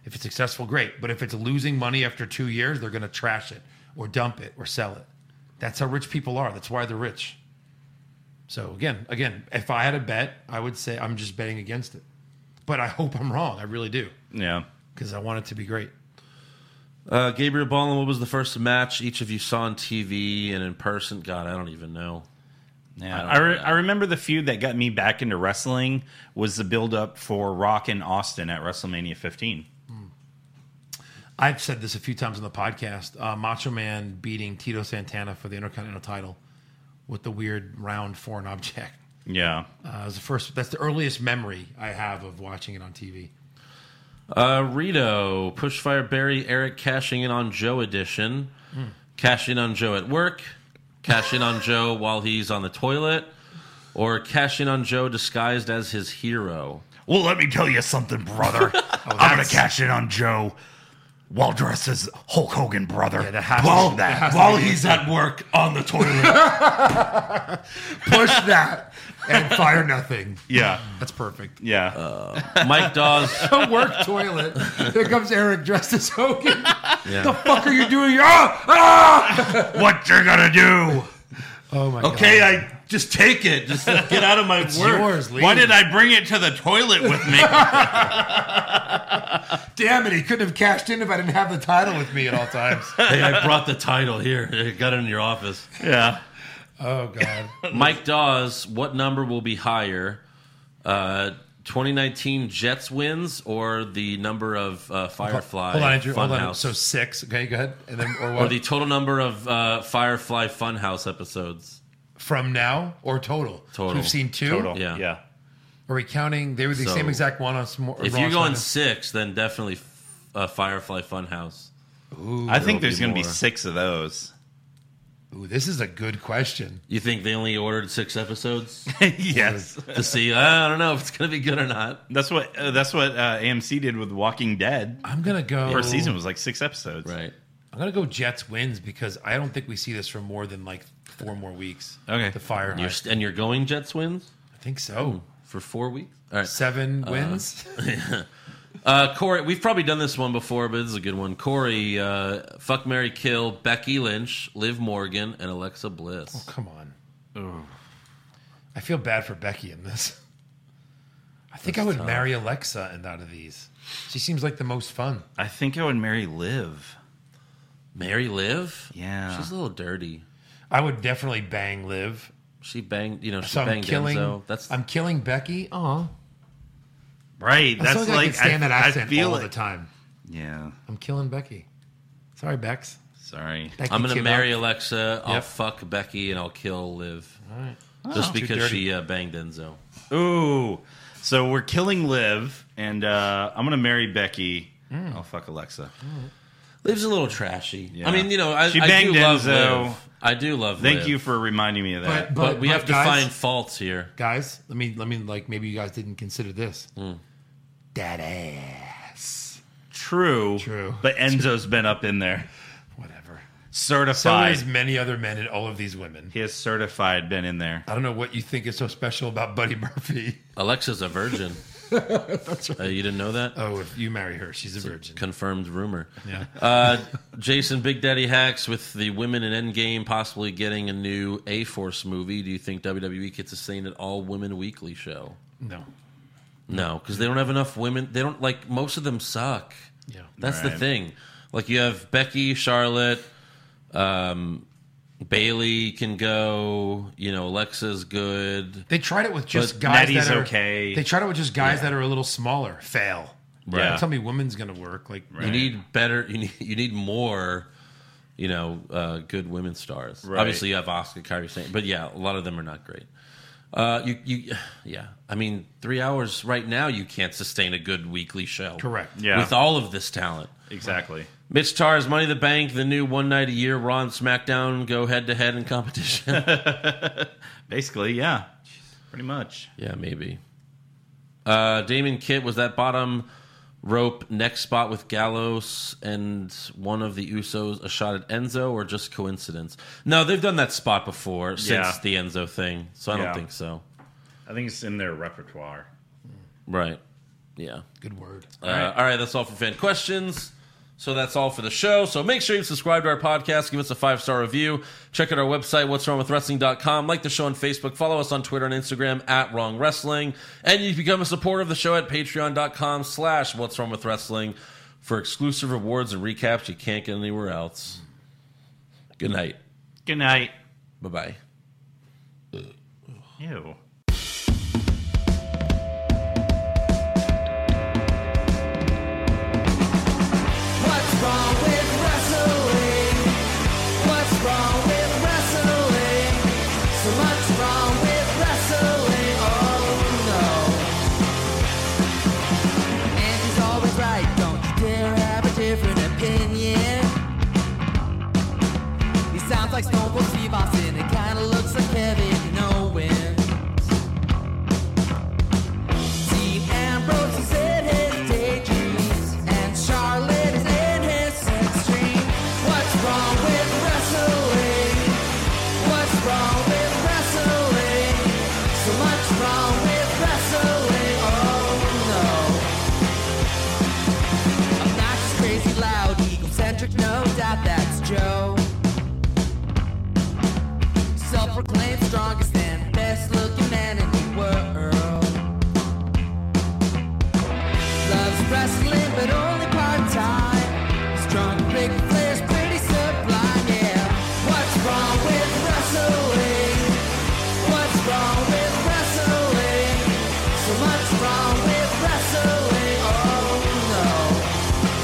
If it's successful, great, but if it's losing money after two years, they're going to trash it, or dump it, or sell it. That's how rich people are. That's why they're rich. So again, again, if I had a bet, I would say I'm just betting against it. But I hope I'm wrong. I really do,
Yeah.
because I want it to be great.
Uh, Gabriel Ballin, what was the first match each of you saw on TV and in person? God, I don't even know.
Yeah,
don't
I, re- I remember the feud that got me back into wrestling was the build up for Rock and Austin at WrestleMania 15.
I've said this a few times on the podcast. Uh, Macho Man beating Tito Santana for the Intercontinental title with the weird round foreign object.
Yeah.
Uh, it was the first. That's the earliest memory I have of watching it on TV.
Uh, Rito, Pushfire Barry, Eric cashing in on Joe edition.
Hmm.
Cash in on Joe at work. Cash in on Joe while he's on the toilet. Or cash in on Joe disguised as his hero.
Well, let me tell you something, brother. I'm gonna cash in on Joe while dressed as Hulk Hogan, brother.
Yeah, that has to-
while
that has to
while
be the
he's
answer.
at work on the toilet.
Push that and fire nothing.
Yeah.
that's perfect.
Yeah.
Uh, Mike Dawes.
A work toilet. Here comes Eric dressed as Hogan.
Yeah.
The fuck are you doing? Ah! Ah!
what you're gonna do?
Oh my
Okay,
God.
I just take it. Just get out of my
It's
work.
yours,
Why
leave.
did I bring it to the toilet with me?
Damn it! He couldn't have cashed in if I didn't have the title with me at all times.
hey, I brought the title here. I got it in your office.
Yeah.
Oh God.
Mike Dawes, what number will be higher? Uh, 2019 Jets wins or the number of uh, Firefly
Hold on, Andrew. Hold on.
Funhouse?
So six. Okay, go ahead. And then or what?
or the total number of uh, Firefly Funhouse episodes?
From now or total?
Total.
So we've seen two.
Total, yeah. Yeah.
Are we counting? They were the
So,
same exact one on. Sm-
If
Raw
you're going
Smackdown.
six, then definitely uh, Firefly Funhouse.
I think
There'll
there's going to be
more.
six of those.
Ooh, this is a good question.
You think they only ordered six episodes?
yes.
to see, I don't know if it's going to be good or not.
That's what uh, that's what uh, AMC did with Walking Dead.
I'm gonna go.
First season was like six episodes.
Right.
I'm gonna go Jets wins because I don't think we see this for more than like four more weeks.
Okay.
The fire.
You're,
heist.
st- and you're going Jets wins
I think so.
for four weeks? All right.
Seven wins.
Uh, Corey, we've probably done this one before, but this is a good one. Corey, uh, fuck Mary Kill, Becky Lynch, Liv Morgan, and Alexa Bliss.
Come on. I feel bad for Becky in this. I think I would marry Alexa in out of these. She seems like the most fun.
I think I would marry Liv.
Mary Liv?
Yeah.
She's a little dirty.
I would definitely bang Liv.
She banged, you know, she
So I'm
banged
killing.
Enzo. That's
I'm killing Becky. Aw.
Right.
I
That's
feel like, I
like
can stand
I,
that accent
I feel
all
like,
the time.
Yeah.
I'm killing Becky. Sorry, Bex.
Sorry.
Becky
I'm gonna
came
marry
out.
Alexa. I'll
Yep.
fuck Becky and I'll kill Liv.
Alright.
Just
Too
because
dirty.
she uh, banged Enzo.
Ooh. So we're killing Liv, and uh, I'm gonna marry Becky.
Hmm.
I'll fuck Alexa.
Liv's a little trashy.
Yeah.
I mean, you know, I,
She
I
banged
do love
Enzo.
Liv. I do love.
Thank
Liv.
you for reminding me of that.
But, we have to
guys-
find faults here.
guys. Let me let me like maybe you guys didn't consider this.
Hmm.
That ass.
True.
True.
But Enzo's been up in there.
Whatever. So
Certified.
there's many other men and all of these women.
he has certified been in there.
I don't know what you think is so special about Buddy Murphy.
Alexa's a virgin. Uh, you didn't know that?
Oh, if you marry her, she's a virgin.
Confirmed rumor.
Yeah.
Uh, Jason Big Daddy Hacks with the women in Endgame possibly getting a new A Force movie. Do you think WWE gets a sane at all women weekly show?
No.
No, because they don't have enough women. They don't like most of them suck.
Yeah.
That's the
Right.
thing. Like you have Becky, Charlotte, um, Bailey can go. You know, Alexa's good.
They tried it with just
But
guys
Nettie's
that are
okay.
They tried it with just guys that are a little smaller. Fail.
Right.
Don't tell me women's gonna work. Like
You need better. You need you need more. You know, uh, good women stars.
Right.
Obviously, you have Oscar, Kyrie, Saint, but yeah, a lot of them are not great. Uh, you you yeah. I mean, three hours right now, you can't sustain a good weekly show.
Correct.
Yeah.
With all of this talent.
Exactly.
Mitch Tar's Money in the Bank, the new one night a year Raw and SmackDown go head to head in competition.
Basically, yeah. Pretty much.
yeah, maybe. Uh, Damon Kitt was that bottom rope neck spot with Gallows and one of the Usos a shot at Enzo or just coincidence? No, they've done that spot before since
Yeah.
the Enzo thing, so I
Yeah.
don't think so.
I think it's in their repertoire.
Right. Yeah.
Good word.
Uh, all, right. that's all for fan questions. So that's all for the show. So make sure you subscribe to our podcast, give us a five star review, check out our website, what's wrong with wrestling.com, like the show on Facebook, follow us on Twitter and Instagram at wrong wrestling, and you can become a supporter of the show at patreon.com slash what's wrong with wrestling for exclusive rewards and recaps you can't get anywhere else. Good night.
Good night.
Bye bye.
Ew.
What's wrong with wrestling? What's wrong with wrestling? So much wrong with wrestling. Oh no. And she's always right. Don't you dare have a different opinion. He sounds like Stone Cold Steve Austin. It kinda looks like Kevin Owens. Steve Ambrose is in his daydreams, and Charlotte is in his sex dream. What's wrong with wrestling? What's wrong with wrestling? So much wrong with wrestling. Oh no. Obnoxious, crazy, loud, egocentric, no doubt that's Joe. Self proclaimed strongest and best looking man in the world. Loves wrestling, but only part time. Strong, big players, pretty sublime, yeah. What's wrong with wrestling? What's wrong with wrestling? So much wrong with wrestling, oh no.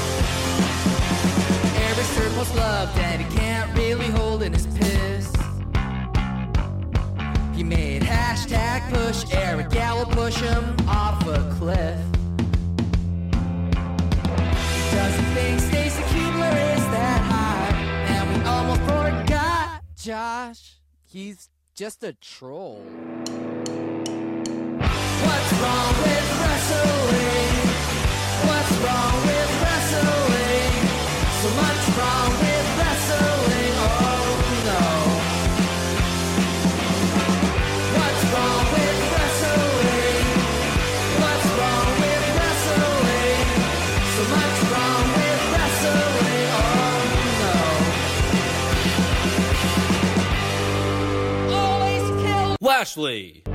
Every circle's love that he can't really hold in his piss. He made hashtag push Josh, he's just a troll. What's wrong with wrestling? What's wrong with wrestling? So much wrong with wrestling. Oh no. What's wrong with wrestling? What's wrong with wrestling? So much wrong with wrestling. Oh no.
Lashley.